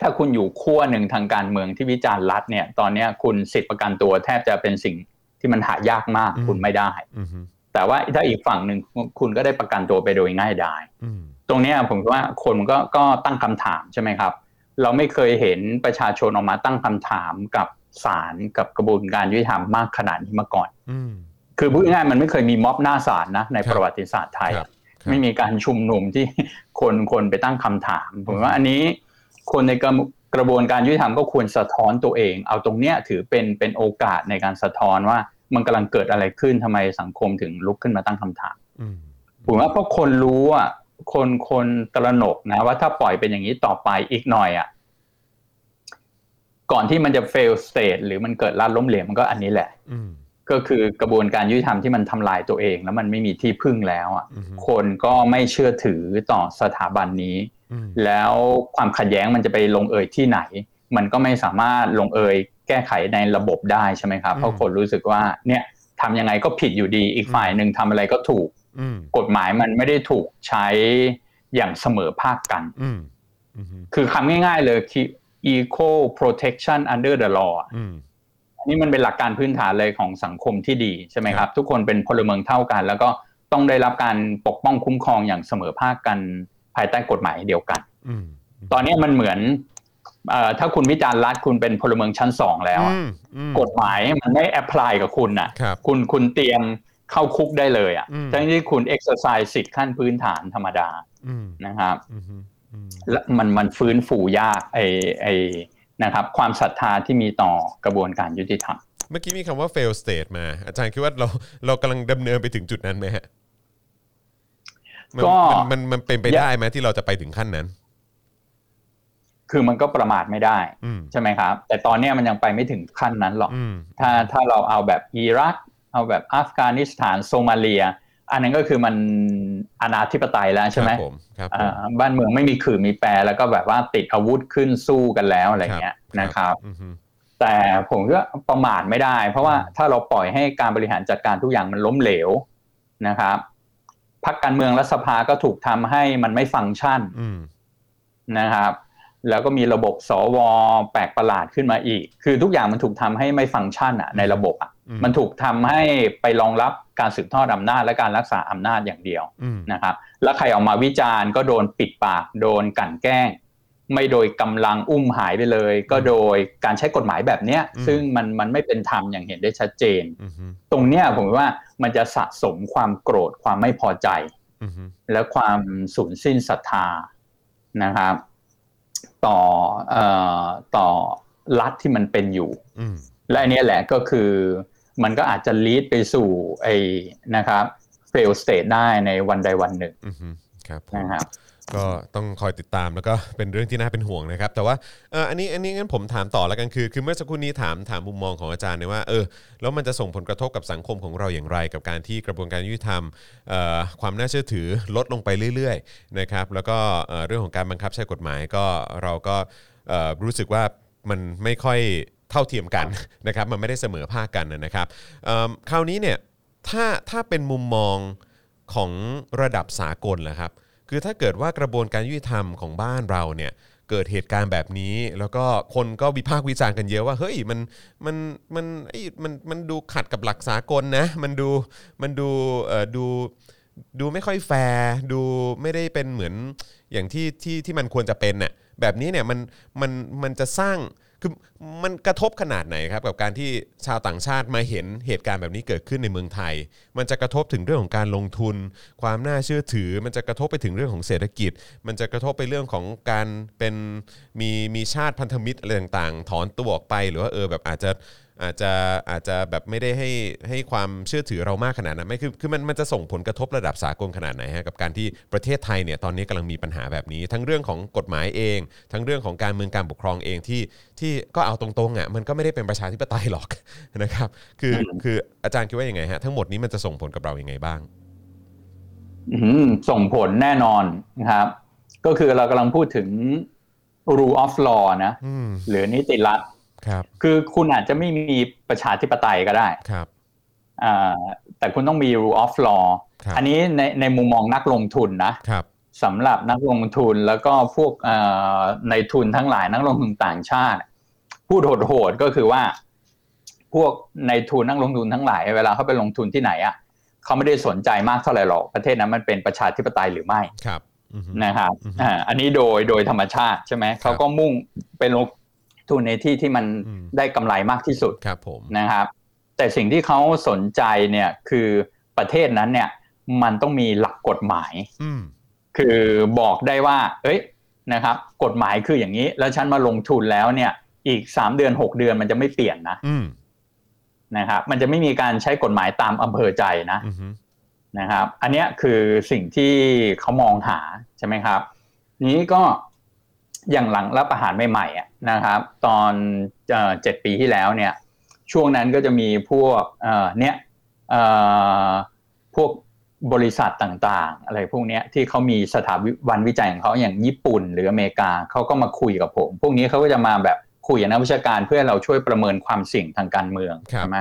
Speaker 3: ถ้าคุณอยู่ขั้วหนึ่งทางการเมืองที่วิจารณ์รัฐเนี่ย ตอนเนี้ยคุณสิทธิประกันตัวแทบจะเป็นสิ่งที่มันหายากมาก
Speaker 2: อืม
Speaker 3: คุณไม่ได้
Speaker 2: อือฮึ
Speaker 3: แต่ว่าถ้าอีกฝั่งหนึ่งคุณก็ได้ประกันตัวไปโดยง่ายดาย
Speaker 2: อืม
Speaker 3: ตรงเนี้ยผมคิดว่าคนก็ก็ตั้งคำถามใช่ไหมครับ เราไม่เคยเห็นประชาชนออกมาตั้งคำถามกับศาลกับกระบวนการยุติธรรมมากขนาดนี้มาก่อน
Speaker 2: อืม
Speaker 3: คือพูดง่ายๆมันไม่เคยมีม็อบหน้าศาลนะใน
Speaker 2: ครับ
Speaker 3: ประวัติศาสตร์ไทย
Speaker 2: ครับครับ
Speaker 3: ไม่มีการชุมนุมที่ [laughs] คนคนไปตั้งคำถามผมว่าอันนี้คนในกระกระบวนการยุติธรรมก็ควรสะท้อนตัวเอง เอาตรงเนี้ยถือเป็นเป็นโอกาสในการสะท้อนว่ามันกำลังเกิดอะไรขึ้นทำไมสังคมถึงลุกขึ้นมาตั้งคำถาม
Speaker 2: อืม
Speaker 3: ผมว่าเพราะคนรู้อ่ะคนคนตระหนกนะว่าถ้าปล่อยเป็นอย่างนี้ต่อไปอีกหน่อยอ่ะก่อนที่มันจะ fail state หรือมันเกิดลาดล้มเหลวมันก็อันนี้แหละ
Speaker 2: อืม
Speaker 3: ก็คือกระบวนการยุติธรรมที่มันทำลายตัวเอง แล้วมันไม่มีที่พึ่งแล้วอ่ะ
Speaker 2: อืม
Speaker 3: คนก็ไม่เชื่อถือต่อสถาบันนี้
Speaker 2: อืม
Speaker 3: แล้วความขัดแย้งมันจะไปลงเอยที่ไหน มันก็ไม่สามารถลงเอยแก้ไขในระบบได้ใช่ไหมครับเพราะคนรู้สึกว่าเนี่ยทำยังไงก็ผิดอยู่ดีอีกฝ่ายหนึ่งทำอะไรก็ถูก
Speaker 2: อืม
Speaker 3: กฎหมายมันไม่ได้ถูกใช้อย่างเสมอภาคกัน
Speaker 2: อืมอืม
Speaker 3: คือคำง่ายๆเลยคือ equal protection under the law อะ
Speaker 2: อืม
Speaker 3: อันนี้มันเป็นหลักการพื้นฐานเลยของสังคมที่ดีใช่ไหมครับ ทุกคนเป็นพลเมืองเท่ากัน แล้วก็ต้องได้รับการปกป้องคุ้มครองอย่างเสมอภาคกันภายใต้กฎหมายเดียวกัน
Speaker 2: อืม
Speaker 3: ตอนนี้มันเหมือนเออถ้าคุณวิจารณ์รัฐคุณเป็นพลเมืองชั้นสองแล้วอะ
Speaker 2: มอืม
Speaker 3: กฎหมายมันไม่แอพพลายกับคุณนะครับ คุณคุณเตรียมเข้าคุกได้เลยอะ
Speaker 2: อืม
Speaker 3: ทั้งที่คุณเอ็กซ์ไซส์สิทธิ์ขั้นพื้นฐานธรรมดา
Speaker 2: อืม
Speaker 3: นะครับ
Speaker 2: อืมอืม
Speaker 3: และมันมันฟื้นฟูยากไอไอนะครับ ความศรัทธาที่มีต่อกระบวนการยุติธรรม
Speaker 2: เมื่อกี้มีคำว่า fail state มา อาจารย์คิดว่าเราเรากำลังดำเนินไปถึงจุดนั้นไหมฮะ มัน
Speaker 3: ก็
Speaker 2: มันมันเป็นไปได้ไหมที่เราจะไปถึงขั้นนั้น
Speaker 3: คือมันก็ประมาทไม่ได้
Speaker 2: อืม
Speaker 3: ใช่ไหมครับ แต่ตอนเนี้ยมันยังไปไม่ถึงขั้นนั้นหรอก
Speaker 2: อืม
Speaker 3: ถ้าถ้าเราเอาแบบอิรัก เอาแบบอัฟกานิสถานโซมาเลีย อันนั้นก็คือมันอนาธิปไตยแล้วใช่ไหม
Speaker 2: ครับผมครับผม
Speaker 3: อ่าบ้านเมืองไม่มีขื่อมีแปรแล้วก็แบบว่าติดอาวุธขึ้นสู้กันแล้วอะไรเงี้ยนะครับ
Speaker 2: อือฮึ
Speaker 3: แต่ผมก็ประมาทไม่ได้ เพราะว่าถ้าเราปล่อยให้การบริหารจัดการทุกอย่างมันล้มเหลวนะครับพักการเมืองและสภาก็ถูกทำให้มันไม่ฟังก์ชัน
Speaker 2: อืม
Speaker 3: นะครับแล้วก็มีระบบสวแปลกประหลาดขึ้นมาอีก คือทุกอย่างมันถูกทำให้ไม่ฟังก์ชันอะในระบบอะ
Speaker 2: อื
Speaker 3: มันถูกทำให้ไปรองรับการสืบทอดอำนาจและการรักษาอำนาจอย่างเดียว
Speaker 2: อืม
Speaker 3: นะครับแล้วใครออกมาวิจารณ์ก็โดนปิดปากโดนกลั่นแกล้ง ไม่โดยกำลังอุ้มหายไปเลย ก็โดยการใช้กฎหมายแบบเนี้ยซึ่งมันมันไม่เป็นธรรมอย่างเห็นได้ชัดเจน
Speaker 2: อืมอืม
Speaker 3: ตรงเนี้ยผมว่ามันจะสะสมความโกรธความไม่พอใจ
Speaker 2: อืมอืม
Speaker 3: และความสูญสิ้นศรัทธานะครับ ต่อเอ่อต่อรัฐที่มันเป็นอยู่
Speaker 2: อืม
Speaker 3: และอันเนี้ยแหละก็คือมันก็อาจจะลีดไปสู่ไอ้นะครับ fail state ได้ในวันใดวันหนึ่ง
Speaker 2: อืมครับผม
Speaker 3: นะครับ
Speaker 2: ก็ต้องคอยติดตามแล้วก็เป็นเรื่องที่น่าเป็นห่วงนะครับ แต่ว่าเอ่ออันนี้อันนี้งั้นผมถามต่อแล้วกันคือ คือเมื่อสักครู่นี้ถามถามมุมมองของอาจารย์เนี่ยว่าเออแล้วมันจะส่งผลกระทบกับสังคมของเราอย่างไร กับการที่กระบวนการยุติธรรมเอ่อความน่าเชื่อถือลดลงไปเรื่อยๆนะครับแล้วก็เอ่อเรื่องของการบังคับใช้กฎหมายก็เราก็เอ่อรู้สึกว่ามันไม่ค่อยเท่าเทียมกัน นะครับมันไม่ได้เสมอภาคกันนะครับเอิ่มคราวนี้เนี่ยถ้าถ้าเป็นมุมมองของระดับสากลนะครับ คือถ้าเกิดว่ากระบวนการยุติธรรมของบ้านเราเนี่ยเกิดเหตุการณ์แบบนี้ แล้วก็คนก็วิพากษ์วิจารณ์กันเยอะว่าเฮ้ยมันมันมันไอ้ยมันมันดูขัดกับหลักสากลนะมันดูมันดูเอ่อดูดูไม่ค่อยแฟร์ดูไม่ได้เป็นเหมือนอย่างที่ที่ที่มันควรจะเป็นน่ะแบบนี้เนี่ยมันมันมันจะสร้างคือมันกระทบขนาดไหนครับกับการที่ชาวต่างชาติมาเห็นเหตุการณ์แบบนี้เกิดขึ้นในเมืองไทย มันจะกระทบถึงเรื่องของการลงทุน ความน่าเชื่อถือ มันจะกระทบไปถึงเรื่องของเศรษฐกิจ มันจะกระทบไปเรื่องของการเป็นมีมีชาติพันธมิตรอะไรต่างๆ ถอนตัวออกไปหรือว่าเออแบบอาจจะอาจจะอาจจะแบบไม่ได้ให้ให้ความเชื่อถือเรามากขนาดนั้นไหม่คือคือมันมันจะส่งผลกระทบระดับสากลขนาดไหนฮะกับการที่ประเทศไทยเนี่ยตอนนี้กำลังมีปัญหาแบบนี้ ทั้งเรื่องของกฎหมายเอง ทั้งเรื่องของการเมืองการปกครองเองที่ที่ก็เอาตรงๆอ่ะมันก็ไม่ได้เป็นประชาธิปไตยหรอก [laughs] นะครับคือคืออาจารย์คิดว่ายังไงฮะทั้งหมดนี้มันจะส่งผลกับเรายังไงบ้าง
Speaker 3: อืมส่งผลแน่นอนนะครับ ก็คือเรากำลังพูดถึง rule of law นะ
Speaker 2: อืม
Speaker 3: หรือนิติรัฐ
Speaker 2: ครับ
Speaker 3: คือคุณอาจจะไม่มีประชาธิปไตยก็ได้
Speaker 2: ครับ
Speaker 3: อ่าแต่คุณต้องมี rule of law
Speaker 2: ครับ
Speaker 3: อันนี้ในในมุมมองนักลงทุนนะครับ สำหรับนักลงทุนแล้วก็พวกเอ่อในทุนทั้งหลายนักลงทุนต่างชาติ พูดโหดๆก็คือว่า พวกในทุนนักลงทุนทั้งหลาย เวลาเขาไปลงทุนที่ไหนอ่ะเขาไม่ได้สนใจมากเท่าไหร่หรอกประเทศนั้นมันเป็นประชาธิปไตยหรือไม่
Speaker 2: ครับอือฮึ
Speaker 3: นะครับ
Speaker 2: อืม
Speaker 3: อ่าอันนี้โดยโดยธรรมชาติใช่ไหมเขาก็มุ่งไปลงทุนในที่ที่มัน
Speaker 2: อืม
Speaker 3: ได้กำไรมากที่สุด
Speaker 2: ครับผม
Speaker 3: นะครับแต่สิ่งที่เขาสนใจเนี่ยคือประเทศนั้นเนี่ยมันต้องมีหลักกฎหมาย
Speaker 2: อืม
Speaker 3: คือบอกได้ว่าเอ้ยนะครับกฎหมายคืออย่างนี้ แล้วฉันมาลงทุนแล้วเนี่ยอีก 3 เดือน 6 เดือนมันจะไม่เปลี่ยนนะ
Speaker 2: อืม
Speaker 3: นะครับมันจะไม่มีการใช้กฎหมายตามอำเภอใจนะ
Speaker 2: อือฮึ
Speaker 3: นะครับอันเนี้ยคือสิ่งที่เขามองหาใช่ไหมครับ นี้ก็อย่างหลังรับประหารใหม่ๆอะนะครับ ตอนเอ่อเจ็ดปีที่แล้วเนี่ย ช่วงนั้นก็จะมีพวกเอ่อเนี่ยเอ่อพวกบริษัทต่างๆ อะไรพวกเนี้ยที่เขามีสถาบันวิจัยของเขาอย่างญี่ปุ่นหรืออเมริกาเขาก็มาคุยกับผม พวกนี้เขาก็จะมาแบบคุยกับนักวิชาการเพื่อให้เราช่วยประเมินความเสี่ยงทางการเมืองใช่ไหม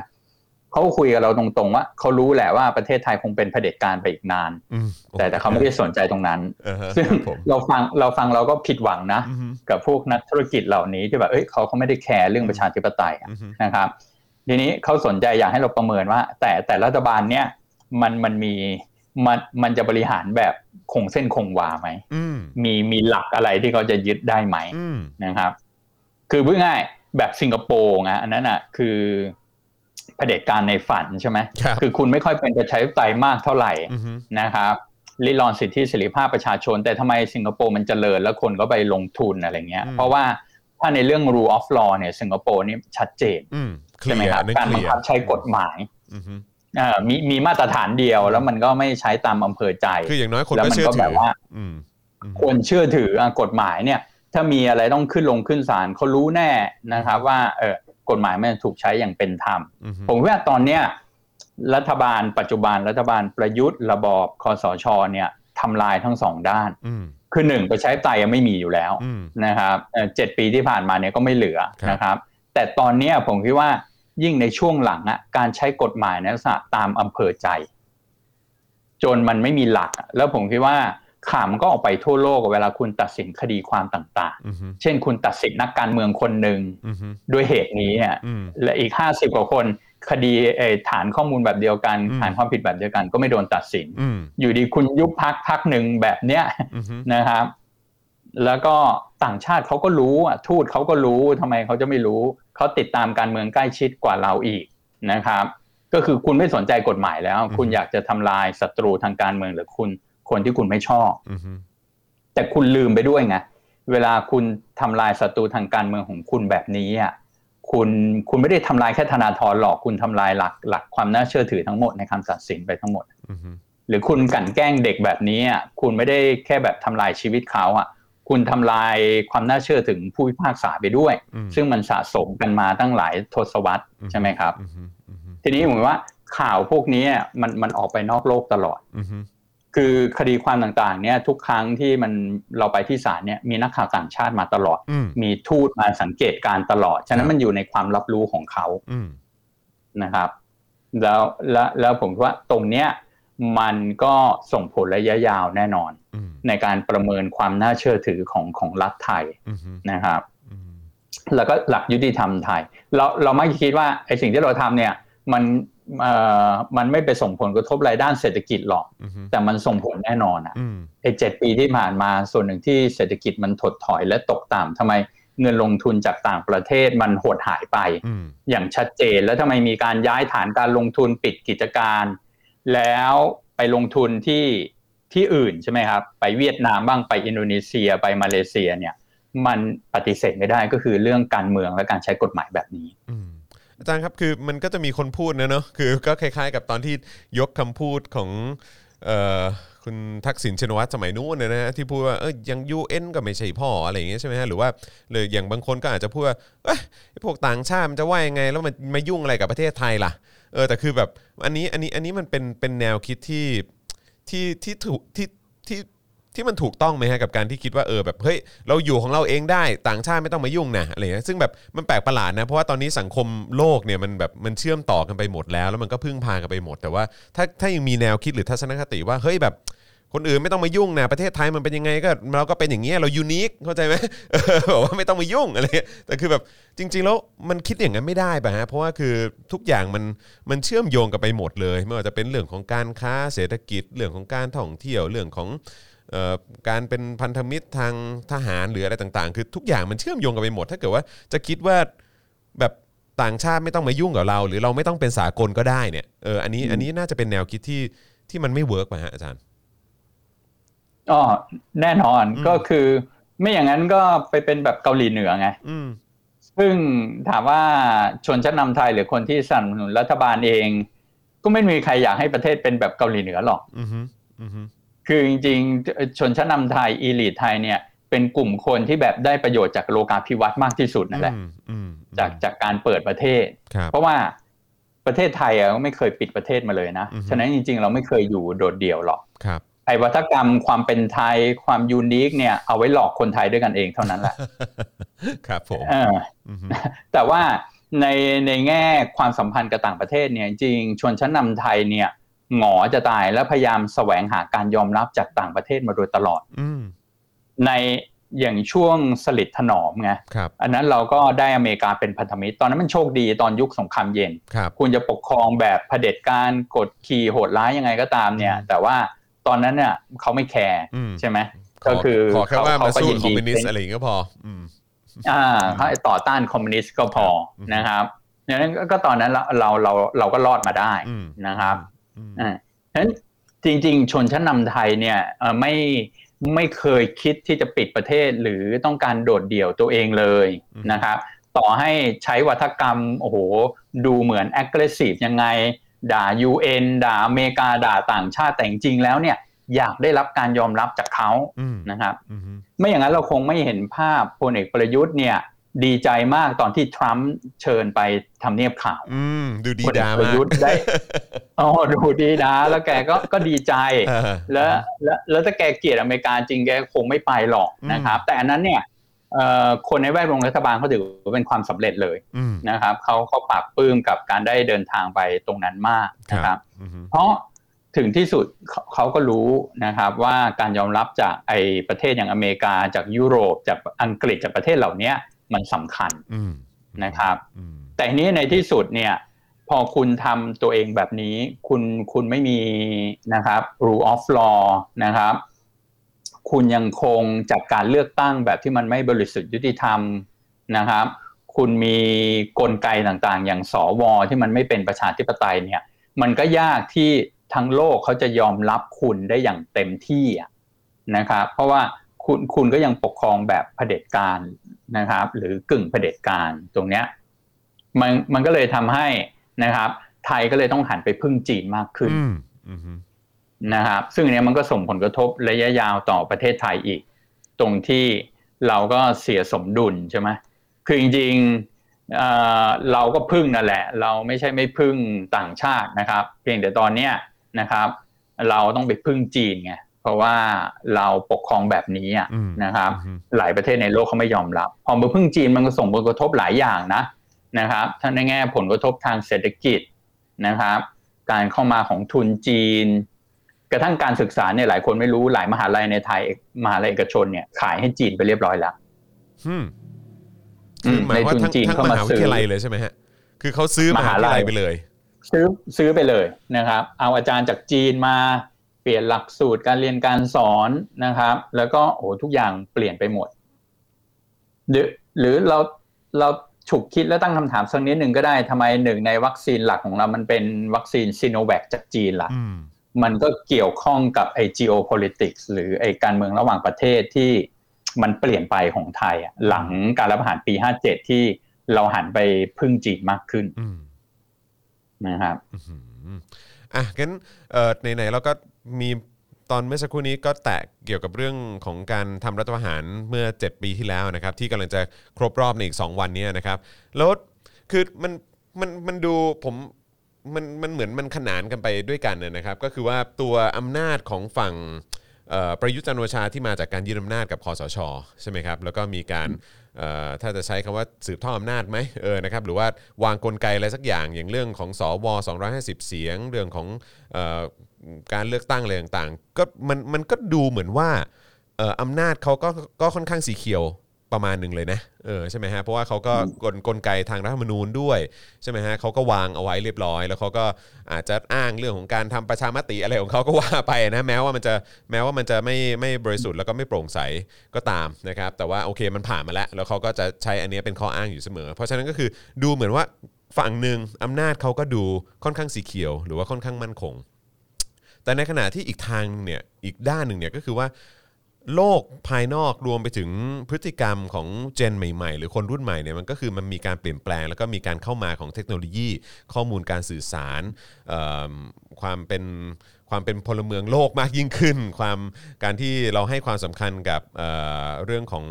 Speaker 3: เขาก็คุยกับเราตรงๆว่าเขารู้แหละว่าประเทศไทยคงเป็นเผด็จการไปอีกนาน
Speaker 2: อืม
Speaker 3: แต่แต่เขาไม่ได้สนใจตรงนั้น
Speaker 2: เออฮะ
Speaker 3: ซึ่ง
Speaker 2: ครับผม
Speaker 3: เราฟังเราฟังเราก็ผิดหวังนะ
Speaker 2: อือฮึ
Speaker 3: กับพวกนักธุรกิจเหล่านี้ที่แบบเอ้ยเขาเขาไม่ได้แคร์เรื่องประชาธิปไตยอะ
Speaker 2: อือฮึ
Speaker 3: นะครับ ทีนี้เขาสนใจอยากให้เราประเมินว่า แต่แต่รัฐบาลเนี่ยมันมันมีมันมันจะบริหารแบบคงเส้นคงวาไหม
Speaker 2: อืม
Speaker 3: มีมีหลักอะไรที่เขาจะยึดได้ไหม
Speaker 2: อืม
Speaker 3: นะครับ คือพูดง่ายๆแบบสิงคโปร์ไงอันนั้นอ่ะคือเผด็จการในฝันใช่ไหม
Speaker 2: ครับ
Speaker 3: คือคุณไม่ค่อยเป็นประชาธิปไตยมากเท่าไหร่
Speaker 2: อือฮึ
Speaker 3: นะครับริดรอนสิทธิเสรีภาพประชาชน แต่ทำไมสิงคโปร์มันเจริญแล้วคนก็ไปลงทุนอะไรเงี้ย เพราะว่าถ้าในเรื่อง rule of law เนี่ยสิงคโปร์นี่ชัดเจน
Speaker 2: อืมเคลี
Speaker 3: ใช่ไหม
Speaker 2: ยร์
Speaker 3: ครับ
Speaker 2: อันนั้น
Speaker 3: การ
Speaker 2: เค
Speaker 3: บั
Speaker 2: ลี
Speaker 3: ง
Speaker 2: ยร์
Speaker 3: คับใช้กฎหมาย
Speaker 2: อือฮึ
Speaker 3: เอ่อมีมีมาตรฐานเดียวแล้วมันก็ไม่ใช้ตามอำเภอใจ
Speaker 2: คืออย่างน้อยคน
Speaker 3: แล้ว
Speaker 2: ก็
Speaker 3: มัน
Speaker 2: เชื่อ
Speaker 3: ก็
Speaker 2: ถื
Speaker 3: แบบ
Speaker 2: อ
Speaker 3: ว่า
Speaker 2: อืมอืม
Speaker 3: คนเชื่อถืออ่ะกฎหมายเนี่ย ถ้ามีอะไรต้องขึ้นลงขึ้นศาลเขารู้แน่นะครับ ว่าเออกฎหมายมันถูกใช้อย่างเป็นธรรม
Speaker 2: อืม
Speaker 3: ผมว่าตอนเนี้ยรัฐบาลปัจจุบันรัฐบาลประยุทธ์ระบอบคอสชเนี่ยทำลายทั้งสองด้าน
Speaker 2: อืม
Speaker 3: คือหนึ่งประชาธิปไตยยังไม่มีอยู่แล้ว
Speaker 2: อืม
Speaker 3: นะครับเอ่อเจ็ดปีที่ผ่านมาเนี่ยก็ไม่เหลือ
Speaker 2: ครับ
Speaker 3: นะครับ แต่ตอนเนี้ยผมคิดว่ายิ่งในช่วงหลังอะการใช้กฎหมายในลักษณะตามอำเภอใจ จนมันไม่มีหลักอะแล้วผมคิดว่าข่าวมันก็ออกไปทั่วโลกเวลาคุณตัดสินคดีความต่าง
Speaker 2: อืม
Speaker 3: ๆ เช่นคุณตัดสินนักการเมืองคนหนึ่ง
Speaker 2: อืมอืม
Speaker 3: ด้วยเหตุนี้เนี่ย
Speaker 2: อืม
Speaker 3: และอีกห้าสิบกว่าคนคดีเอ่อฐานข้อมูลแบบเดียวกัน
Speaker 2: อืม
Speaker 3: ฐานความผิดแบบเดียวกันก็ไม่โดนตัดสิน
Speaker 2: อืม
Speaker 3: อยู่ดีคุณยุบพักพักหนึ่งแบบเนี้ย
Speaker 2: อืม
Speaker 3: นะครับ แล้วก็ต่างชาติเขาก็รู้อ่ะทูตเขาก็รู้ทำไมเขาจะไม่รู้ เขาติดตามการเมืองใกล้ชิดกว่าเราอีกนะครับ ก็คือคุณไม่สนใจกฎหมายแล้ว
Speaker 2: อืม
Speaker 3: คุณอยากจะทำลายศัตรูทางการเมืองหรือคุณคนที่คุณไม่ชอบ
Speaker 2: อืมอืม
Speaker 3: แต่คุณลืมไปด้วยไง เวลาคุณทำลายศัตรูทางการเมืองของคุณแบบนี้อ่ะ คุณ คุณไม่ได้ทำลายแค่ธนาธรหรอก คุณทำลายหลัก หลักความน่าเชื่อถือทั้งหมดในคำตัดสินไปทั้งหมด
Speaker 2: อืม
Speaker 3: หรือคุณกลั่นแกล้งเด็กแบบนี้อ่ะ คุณไม่ได้แค่แบบทำลายชีวิตเขาอ่ะ คุณทำลายความน่าเชื่อถึงผู้พิพากษาไปด้วย
Speaker 2: อืม
Speaker 3: ซึ่งมันสะสมกันมาตั้งหลายทศวรรษใช่ไหมครับ
Speaker 2: อืมอืม
Speaker 3: ทีนี้ผมว่าข่าวพวกนี้อ่ะมันมันออกไปนอกโลกตลอด
Speaker 2: อืมอืม
Speaker 3: คือคดีความต่างๆเนี่ยทุกครั้งที่มันเราไปที่ศาลเนี่ยมีนักข่าวต่างชาติมาตลอด
Speaker 2: อืม
Speaker 3: มีทูตมาสังเกตการณ์ตลอด ฉะนั้
Speaker 2: ครั
Speaker 3: น
Speaker 2: บ
Speaker 3: มันอยู่ในความรับรู้ของเขา
Speaker 2: อืม
Speaker 3: นะครับ แล้วแล้วแล้วผมว่าตรงเนี้ยมันก็ส่งผลระยะยาวแน่นอน
Speaker 2: อืม
Speaker 3: ในการประเมินความน่าเชื่อถือของของรัฐไทย
Speaker 2: อืม
Speaker 3: นะครับ
Speaker 2: อืม
Speaker 3: แล้วก็หลักยุติธรรมไทย เราเราไม่คิดว่าไอสิ่งที่เราทำเนี่ยมันเอ่อมันไม่ไปส่งผลกระทบรายด้านเศรษฐกิจหรอก
Speaker 2: อืม
Speaker 3: แต่มันส่งผลแน่นอนอะ
Speaker 2: อืม
Speaker 3: ไอ้เจ็ดปีที่ผ่านมาส่วนหนึ่งที่เศรษฐกิจมันถดถอยและตกต่ำทำไมเงินลงทุนจากต่างประเทศมันหดหายไป
Speaker 2: อืม
Speaker 3: อย่างชัดเจนแล้วทำไมมีการย้ายฐานการลงทุนปิดกิจการ แล้วไปลงทุนที่ที่อื่นใช่ไหมครับ ไปเวียดนามบ้างไปอินโดนีเซียไปมาเลเซียเนี่ยมันปฏิเสธไม่ได้ก็คือเรื่องการเมืองและการใช้กฎหมายแบบนี้
Speaker 2: อืมอาจารย์ครับคือมันก็จะมีคนพูดนะเนอะคือก็คล้ายๆ กับตอนที่ยกคำพูดของเอ่อคุณทักษิณชินวัตรสมัยนู้นเนยนะฮะที่พูดว่าเอ้ยยัง UN ก็ไม่ใช่พ่ออะไรอย่างเงี้ยใช่ไหมฮะหรือว่าหรืออย่างบางคนก็อาจจะพูดว่าเอ้ยไอ้พวกต่างชาติมันจะว่ายังไง แล้วมันมายุ่งอะไรกับประเทศไทยล่ะเออแต่คือแบบอันนี้อันนี้อันนี้มันเป็นเป็นแนวคิดที่ที่ที่ถูกที่ที่ที่มันถูกต้องไหมฮะกับการที่คิดว่าเออแบบเฮ้ยเราอยู่ของเราเองได้ต่างชาติไม่ต้องมายุ่งนะอะไรเงี้ยซึ่งแบบมันแปลกประหลาดนะเพราะว่าตอนนี้สังคมโลกเนี่ยมันแบบมันเชื่อมต่อกันไปหมดแล้ว แล้วมันก็พึ่งพากันไปหมด แต่ว่าถ้าถ้ายังมีแนวคิดหรือทัศนคติว่าเฮ้ยแบบ คนอื่นไม่ต้องมายุ่งนะประเทศไทยมันเป็นยังไงก็เราก็เป็นอย่างเงี้ยเรายูนิคเข้าใจไหม [laughs] บอกว่าไม่ต้องมายุ่งอะไรเงี้ยแต่คือแบบจริง ๆ แล้วมันคิดอย่างนั้นไม่ได้ป่ะฮะเพราะว่าคือทุกอย่างมันมันเชื่อมโยงกันไปหมดเลยไม่ว่าจะเป็นเรื่องของการค้าเศรษฐกิจเรื่องของการท่องเที่ยวเรื่องของเอ่อการเป็นพันธมิตรทางทหารหรืออะไรต่างๆ คือทุกอย่างมันเชื่อมโยงกันไปหมด ถ้าเกิดว่าจะคิดว่าแบบต่างชาติไม่ต้องมายุ่งกับเรา หรือเราไม่ต้องเป็นสากลก็ได้เนี่ยเอออันนี้อันนี้น่าจะเป็นแนวคิดที่ที่มันไม่เวิร์กป่ะฮะอาจารย์
Speaker 3: ก็แน่นอน
Speaker 2: อืม
Speaker 3: ก็คือ ไม่อย่างนั้นก็ไปเป็นแบบเกาหลีเหนือไง
Speaker 2: อืม
Speaker 3: ซึ่งถามว่าชนชั้นนำไทยหรือคนที่สนับสนุนรัฐบาลเอง ก็ไม่มีใครอยากให้ประเทศเป็นแบบเกาหลีเหนือหรอก
Speaker 2: อืมฮึอืมฮึ
Speaker 3: คือจริงๆ ชนชั้นนำไทยอีลีทไทยเนี่ยเป็นกลุ่มคนที่แบบได้ประโยชน์จากโลกาภิวัตน์มากที่สุดนั่นแหละ
Speaker 2: อืมอืม
Speaker 3: จากจากการเปิดประเทศ
Speaker 2: ครับ
Speaker 3: เพราะว่าประเทศไทยอ่ะไม่เคยปิดประเทศมาเลยนะฉะนั้นจริง ๆ เราไม่เคยอยู่โดดเดี่ยวหรอก
Speaker 2: ครับ
Speaker 3: ไอ้วัฒกรรมความเป็นไทยความยูนิคเนี่ยเอาไว้หลอกคนไทยด้วยกันเองเท่านั้นแหละ
Speaker 2: ครับผม
Speaker 3: เออ
Speaker 2: อืมฮึ
Speaker 3: แต่ว่าในในแง่ความสัมพันธ์กับต่างประเทศเนี่ยจริงชนชั้นนำไทยเนี่ยหงอจะตายและพยายามแสวงหาการยอมรับจากต่างประเทศมาโดยตลอด
Speaker 2: อืม
Speaker 3: ในอย่างช่วงสลิดถนอมไง
Speaker 2: ครับ
Speaker 3: อันนั้นเราก็ได้อเมริกาเป็นพันธมิตร ตอนนั้นมันโชคดีตอนยุคสงครามเย็น
Speaker 2: ครับ
Speaker 3: คุณจะปกครองแบบเผด็จการกดขี่โหดร้ายยังไงก็ตามเนี่ย
Speaker 2: อืม
Speaker 3: แต่ว่าตอนนั้นเนี่ยเขาไม่แคร์
Speaker 2: อืม
Speaker 3: ใช่ไหม ก็คือ
Speaker 2: ขอแค่ว่า
Speaker 3: เขา
Speaker 2: มาสู้ค
Speaker 3: เขาก็ยินดี
Speaker 2: อมมิวนิสต์อะไรอย่างเงี้ยก็พอ อืม
Speaker 3: อ่าเขาต่อต้านคอมมิวนิสต์ก็พอ
Speaker 2: อืม
Speaker 3: นะครับดังนั้นก็ก็ตอนนั้นเราเราเราเราก็รอดมาได้
Speaker 2: อืม
Speaker 3: นะครับ
Speaker 2: อืม
Speaker 3: อ่าฉะนั้นจริง ๆ ชนชั้นนำไทยเนี่ยเอ่อไม่ไม่เคยคิดที่จะปิดประเทศหรือต้องการโดดเดี่ยวตัวเองเลยนะครับ ต่อให้ใช้วัฒกรรมโอ้โหดูเหมือน aggressive ยังไง ด่า UN ด่าอเมริกาด่าต่างชาติแต่จริงๆแล้วเนี่ยอยากได้รับการยอมรับจากเขา
Speaker 2: อืม
Speaker 3: นะครับ
Speaker 2: อืม
Speaker 3: ไม่อย่างนั้นเราคงไม่เห็นภาพพลเอกประยุทธ์เนี่ยดีใจมากตอนที่ทรัมป์เชิญไปทำเนียบขาว
Speaker 2: อืมดูดี
Speaker 3: พลเอ
Speaker 2: ดาก
Speaker 3: ประ
Speaker 2: มาก
Speaker 3: ยุทธ์ได้ [laughs] อ๋อดูดีนะ แล้วแกก็ก็ดี [laughs] ใจ
Speaker 2: เออ
Speaker 3: แล้วแล้วแล้วถ้าแกเกลียดอเมริกาจริงแกคงไม่ไปหรอก
Speaker 2: อืม
Speaker 3: นะครับ แต่อันนั้นเนี่ยเอ่อคนในแวดวงรัฐบาลเขาถือว่าเป็นความสำเร็จเลย
Speaker 2: อืม
Speaker 3: นะครับเขาเขาปากปลื้มกับการได้เดินทางไปตรงนั้นมากนะครับ
Speaker 2: อืม
Speaker 3: เพราะถึงที่สุดเขาเขาก็รู้นะครับว่าการยอมรับจากไอประเทศอย่างอเมริกาจากยุโรปจากอังกฤษจากประเทศเหล่าเนี้ยมันสำคัญ
Speaker 2: อืม
Speaker 3: นะครับ
Speaker 2: อืม
Speaker 3: แต่ทีนี้ในที่สุดเนี่ยพอคุณทำตัวเองแบบนี้ คุณคุณไม่มีนะครับ rule of law นะครับ คุณยังคงจัดการเลือกตั้งแบบที่มันไม่บริสุทธิ์ยุติธรรมนะครับ คุณมีกลไกต่างๆ อย่างสวที่มันไม่เป็นประชาธิปไตยเนี่ย มันก็ยากที่ทั้งโลกเขาจะยอมรับคุณได้อย่างเต็มที่อะนะครับ เพราะว่าคุณคุณก็ยังปกครองแบบเผด็จการนะครับ หรือกึ่งเผด็จการตรงเนี้ยมันมันก็เลยทำให้นะครับ ไทยก็เลยต้องหันไปพึ่งจีนมากขึ้น
Speaker 2: อืมอืม
Speaker 3: นะครับซึ่งอันเนี้ยมันก็ส่งผลกระทบระยะยาวต่อประเทศไทยอีก ตรงที่เราก็เสียสมดุลใช่ไหมคือจริงๆเอ่อเราก็พึ่งนั่นแหละ เราไม่ใช่ไม่พึ่งต่างชาตินะครับ เพียงแต่ตอนเนี้ยนะครับ เราต้องไปพึ่งจีนไงเพราะว่าเราปกครองแบบนี้อะ
Speaker 2: อืม
Speaker 3: นะครับ
Speaker 2: อืม
Speaker 3: หลายประเทศในโลกเขาไม่ยอมรับ พอมาพึ่งจีนมันก็ส่งผลกระทบหลายอย่างนะนะครับทั้งในแง่ผลกระทบทางเศรษฐกิจนะครับ การเข้ามาของทุนจีน กระทั่งการศึกษาเนี่ยหลายคนไม่รู้หลายมหาลัยในไทยมหาลัยเอกชนเนี่ยขายให้จีนไปเรียบร้อยแล้ว
Speaker 2: อืม
Speaker 3: อื
Speaker 2: คือ
Speaker 3: ม
Speaker 2: หมาย
Speaker 3: ใน
Speaker 2: ว่า
Speaker 3: ทุน
Speaker 2: ทั้ง
Speaker 3: จีน
Speaker 2: ทั้ง
Speaker 3: เข้าม มา
Speaker 2: หาวิ
Speaker 3: ซื้
Speaker 2: ท
Speaker 3: อ
Speaker 2: ยาลัยเลยใช่ไหมฮะ คือเขาซื้อมหาวิทยาลัยไปเลย
Speaker 3: ซื้อซื้อไปเลยนะครับ เอาอาจารย์จากจีนมาเปลี่ยนหลักสูตรการเรียนการสอนนะครับ แล้วก็โอ้โหทุกอย่างเปลี่ยนไปหมด หรือหรือเราเราฉุกคิดและตั้งคำถามสักนิดหนึ่งก็ได้ทำไมหนึ่งในวัคซีนหลักของเรามันเป็นวัคซีนซีโนแวคจากจีนล่ะ
Speaker 2: อืม
Speaker 3: มันก็เกี่ยวข้องกับไอ้ geopolitics หรือไอ้การเมืองระหว่างประเทศที่มันเปลี่ยนไปของไทยอะหลังการรัฐประหารปี57ที่เราหันไปพึ่งจีนมากขึ้น
Speaker 2: อืม
Speaker 3: นะครับ
Speaker 2: อื้อหืออ่ะงั้นเอ่อไหนๆเราก็มีตอนเมื่อสักครู่นี้ก็แตะเกี่ยวกับเรื่องของการทำรัฐประหารเมื่อ 7 ปีที่แล้วนะครับ ที่กำลังจะครบรอบในอีก 2 วันเนี้นะครับ แล้วคือมันมันมันดูผมมันมันเหมือนมันขนานกันไปด้วยกันเนี่ยนะครับ ก็คือว่าตัวอำนาจของฝั่ง เอ่อประยุทธ์จันทร์โอชาที่มาจากการยึดอำนาจกับคอสชใช่ไหมครับแล้วก็มีการเอ่อถ้าจะใช้คำว่าสืบทอดอำนาจไหมเออนะครับหรือว่าวางกลไกอะไรสักอย่างอย่างเรื่องของสว250 เสียง เรื่องของเอ่อการเลือกตั้งอะไรต่างๆก็มันมันก็ดูเหมือนว่าเอ่ออำนาจเขาก็ก็ค่อนข้างสีเขียวประมาณหนึ่งเลยนะเออใช่ไหมฮะเพราะว่าเขาก็กลกลไกทางรัฐธรรมนูญด้วยใช่ไหมฮะเขาก็วางเอาไว้เรียบร้อย แล้วเขาก็อาจจะอ้างเรื่องของการทำประชามติอะไรของเขาก็ว่าไปนะแม้ว่ามันจะ แม้ว่ามันจะไม่ไม่บริสุทธิ์แล้วก็ไม่โปร่งใสก็ตามนะครับแต่ว่าโอเคมันผ่านมาแล้ว แล้วเขาก็จะใช้อันเนี้ยเป็นข้ออ้างอยู่เสมอ เพราะฉะนั้นก็คือดูเหมือนว่าฝั่งหนึ่งอำนาจเขาก็ดูค่อนข้างสีเขียว หรือว่าค่อนข้างมั่นคง แต่ในขณะที่อีกทางหนึ่งเนี่ยอีกด้านหนึ่งเนี่ยก็คือว่า โลกภายนอกรวมไปถึงพฤติกรรมของเจนใหม่ๆ หรือคนรุ่นใหม่เนี่ยมันก็คือมันมีการเปลี่ยนแปลง แล้วก็มีการเข้ามาของเทคโนโลยี ข้อมูลการสื่อสารเอิ่มความเป็นความเป็นพลเมืองโลกมากยิ่งขึ้น ความการที่เราให้ความสำคัญกับเอ่อเรื่องของ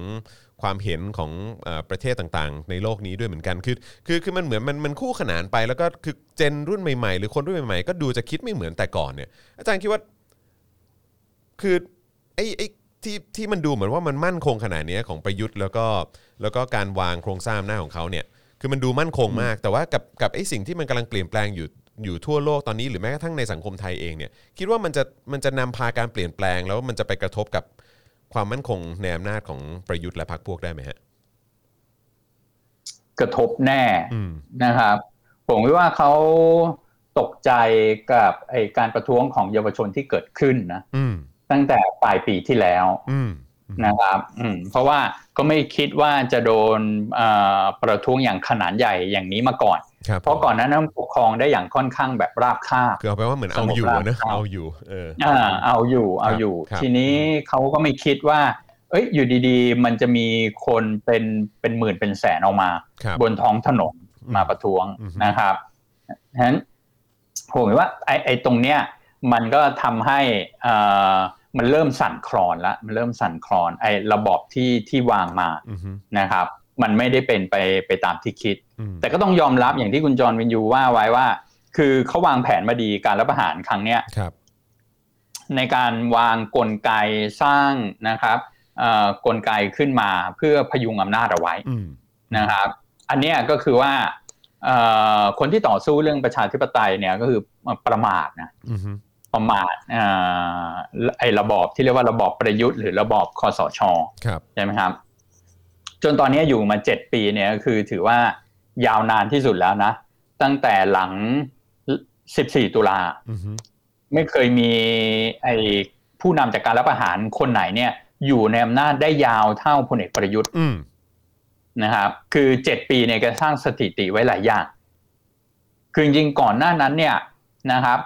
Speaker 2: ความเห็นของเออประเทศต่างๆ ในโลกนี้ด้วยเหมือนกันคือคือคือมันเหมือนมันมันคู่ขนานไปแล้วก็คือเจนรุ่นใหม่ๆ หรือคนรุ่นใหม่ๆ ก็ดูจะคิดไม่เหมือนแต่ก่อนเนี่ยอาจารย์คิดว่า คือไอ้ไอ้ที่ที่มันดูเหมือนว่ามันมั่นคงขนาดเนี้ยของประยุทธ์แล้วก็แล้วก็การวางโครงสร้างหน้าจของเขาเนี่ยคือมันดูมั่นคงมาก แต่ว่ากับกับไอ้สิ่งที่มันกำลังเปลี่ยนแปลงอยู่อยู่ทั่วโลกตอนนี้หรือแม้กระทั่งในสังคมไทยเองเนี่ยคิดว่ามันจะมันจะนำพาการเปลี่ยนแปลงแล้วมันจะไปกระทบกับความมั่นคงในอำนาจของประยุทธ์และพรรคพวกได้ไหมฮะ
Speaker 3: กระทบแน่
Speaker 2: อืม
Speaker 3: นะครับ ผมคิดว่าเขาตกใจกับไอการประท้วงของเยาวชนที่เกิดขึ้นนะ
Speaker 2: อืม
Speaker 3: ตั้งแต่ปลายปีที่แล้ว
Speaker 2: อืม
Speaker 3: นะครับอืมเพราะว่าก็ไม่คิดว่าจะโดนเอ่อประท้วงอย่างขนาดใหญ่อย่างนี้มาก่อน
Speaker 2: ครับ
Speaker 3: เพราะก่อนหนั้านนปกครองได้อย่างค่อนข้างแบบราบคาบ
Speaker 2: คือเอาไปนว่าเหมือนเอาอยู่อะนะเอาอยู่เออ
Speaker 3: อ่าเอาอยู่เอาอยู่
Speaker 2: ครับ
Speaker 3: ทีนี้เขาก็ไม่คิดว่า เอ้ยอยู่ดีๆ มันจะมีคนเป็นเป็นหมื่นเป็นแสนออกมา
Speaker 2: ครับ
Speaker 3: บนท้องถนน
Speaker 2: อืม
Speaker 3: มาประท้วง
Speaker 2: อืม
Speaker 3: นะครับฉะนั้น ผมเห็นว่าไอ้ไอ้ตรงเนี้ยมันก็ทำให้เอ่อมันเริ่มสั่นคลอนละมันเริ่มสั่นคลอนไอ้ระบอบที่ที่วางมา
Speaker 2: อืมฮึ
Speaker 3: นะครับ มันไม่ได้เป็นไปไปตามที่คิด
Speaker 2: อืม
Speaker 3: แต่ก็ต้องยอมรับอย่างที่คุณจอห์นวินยูว่าไว้ว่า คือเขาวางแผนมาดีการรับประหารครั้งเนี้ย
Speaker 2: ครับ
Speaker 3: ในการวางกลไกสร้างนะครับเอ่อกลไกขึ้นมาเพื่อพยุงอำนาจเอาไว้
Speaker 2: อืม
Speaker 3: นะครับ อันเนี้ยก็คือว่าเอ่อคนที่ต่อสู้เรื่องประชาธิปไตยเนี่ยก็คือประมาทนะ
Speaker 2: อืมฮึ
Speaker 3: ประมาทเอ่อไอ้ระบอบที่เรียกว่าระบอบประยุทธ์หรือระบอบคอสช
Speaker 2: ครับ
Speaker 3: ใช่ไหมครับ จนตอนเนี้ยอยู่มาเจ็ดปีเนี่ยก็คือถือว่ายาวนานที่สุดแล้วนะ ตั้งแต่หลัง 14 ตุลา
Speaker 2: อืมฮึ
Speaker 3: ไม่เคยมีไอ้ผู้นำจากการรับประหารคนไหนเนี่ย อยู่ในอำนาจได้ยาวเท่าพลเอกประยุทธ์
Speaker 2: อืม
Speaker 3: นะครับ คือเจ็ดปีเนี่ยแกสร้างสถิติไว้หลายอย่าง คือจริงๆก่อนหน้านั้นเนี่ยนะครับ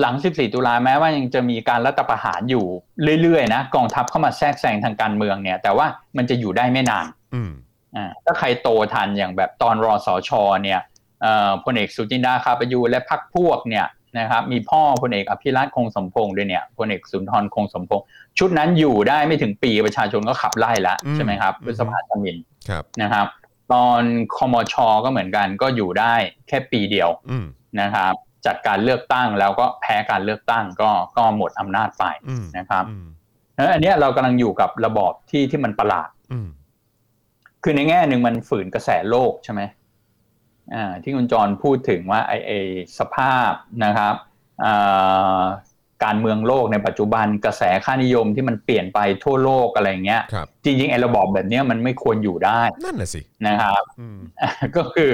Speaker 3: หลัง 14 ตุลาแม้ว่ายังจะมีการรัฐประหารอยู่เรื่อยๆนะกองทัพเข้ามาแทรกแซงทางการเมืองเนี่ย แต่ว่ามันจะอยู่ได้ไม่นาน
Speaker 2: อืม
Speaker 3: อ่าถ้าใครโตทันอย่างแบบตอนรอสอชอเนี่ยเอ่อพลเอกสุจินดาคาประยูรและพักพวกเนี่ยนะครับมีพ่อพลเอกอภิรัตคงสมพงษ์ด้วยเนี่ยพลเอกสุนทรคงสมพงษ์ชุดนั้นอยู่ได้ไม่ถึงปีประชาชนก็ขับไล่แล้วใช่ไหมครับพฤษภาธมิน
Speaker 2: ครับ
Speaker 3: นะครับ ตอนคมชก็เหมือนกันก็อยู่ได้แค่ปีเดียว
Speaker 2: อืม
Speaker 3: นะครับ จัดการเลือกตั้งแล้วก็แพ้การเลือกตั้งก็ก็หมดอำนาจไป
Speaker 2: อืม
Speaker 3: นะครับ
Speaker 2: อืม
Speaker 3: เพราะฉะนั้นอันเนี้ยเรากำลังอยู่กับระบอบที่ที่มันประหลาด
Speaker 2: อืม
Speaker 3: คือในแง่หนึ่งมันฝืนกระแสโลกใช่ไหมอ่าที่คุณจรพูดถึงว่าไอไอสภาพนะครับอ่าการเมืองโลกในปัจจุบันกระแสค่านิยมที่มันเปลี่ยนไปทั่วโลกอะไรอย่างเงี้ย
Speaker 2: ครับ
Speaker 3: จริงๆไอระบอบแบบเนี้ยมันไม่ควรอยู่ได้
Speaker 2: นั่นน่ะสิ
Speaker 3: นะครับ
Speaker 2: อืม
Speaker 3: [laughs] ก็คือ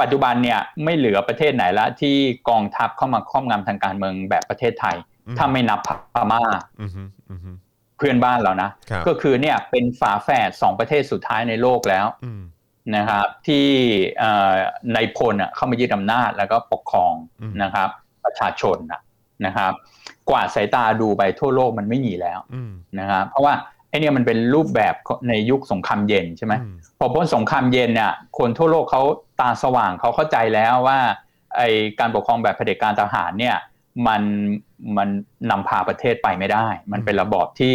Speaker 3: ปัจจุบันเนี่ยไม่เหลือประเทศไหนละที่กองทัพเข้ามาครอบงำทางการเมืองแบบประเทศไทย
Speaker 2: อืม
Speaker 3: ถ้าไม่นับพม่า
Speaker 2: อืมฮึอืมฮึ
Speaker 3: เพื่อนบ้านเรานะ
Speaker 2: ครับ
Speaker 3: ก็คือเนี่ยเป็นฝาแฝดสองประเทศสุดท้ายในโลกแล้ว
Speaker 2: อืม
Speaker 3: นะครับที่เอ่อในายพลน่ะเข้ามายึดอำนาจแล้วก็ปกครอง
Speaker 2: อืม
Speaker 3: นะครับ ประชาชนน่ะนะครับ กว่าดสายตาดูไปทั่วโลกมันไม่มีแล้ว
Speaker 2: อืม
Speaker 3: นะครับเพราะว่าไอเนี่ยมันเป็นรูปแบบในยุคสงครามเย็นใช่ไหม
Speaker 2: อืม
Speaker 3: พอพ้นสงครามเย็นเนี่ยคนทั่วโลกเขาตาสว่างเขาเข้าใจแล้วว่าไอการปกครองแบบเผด็จการทหารเนี่ยมันมันนำพาประเทศไปไม่ได้ มันเป็นระบอบที่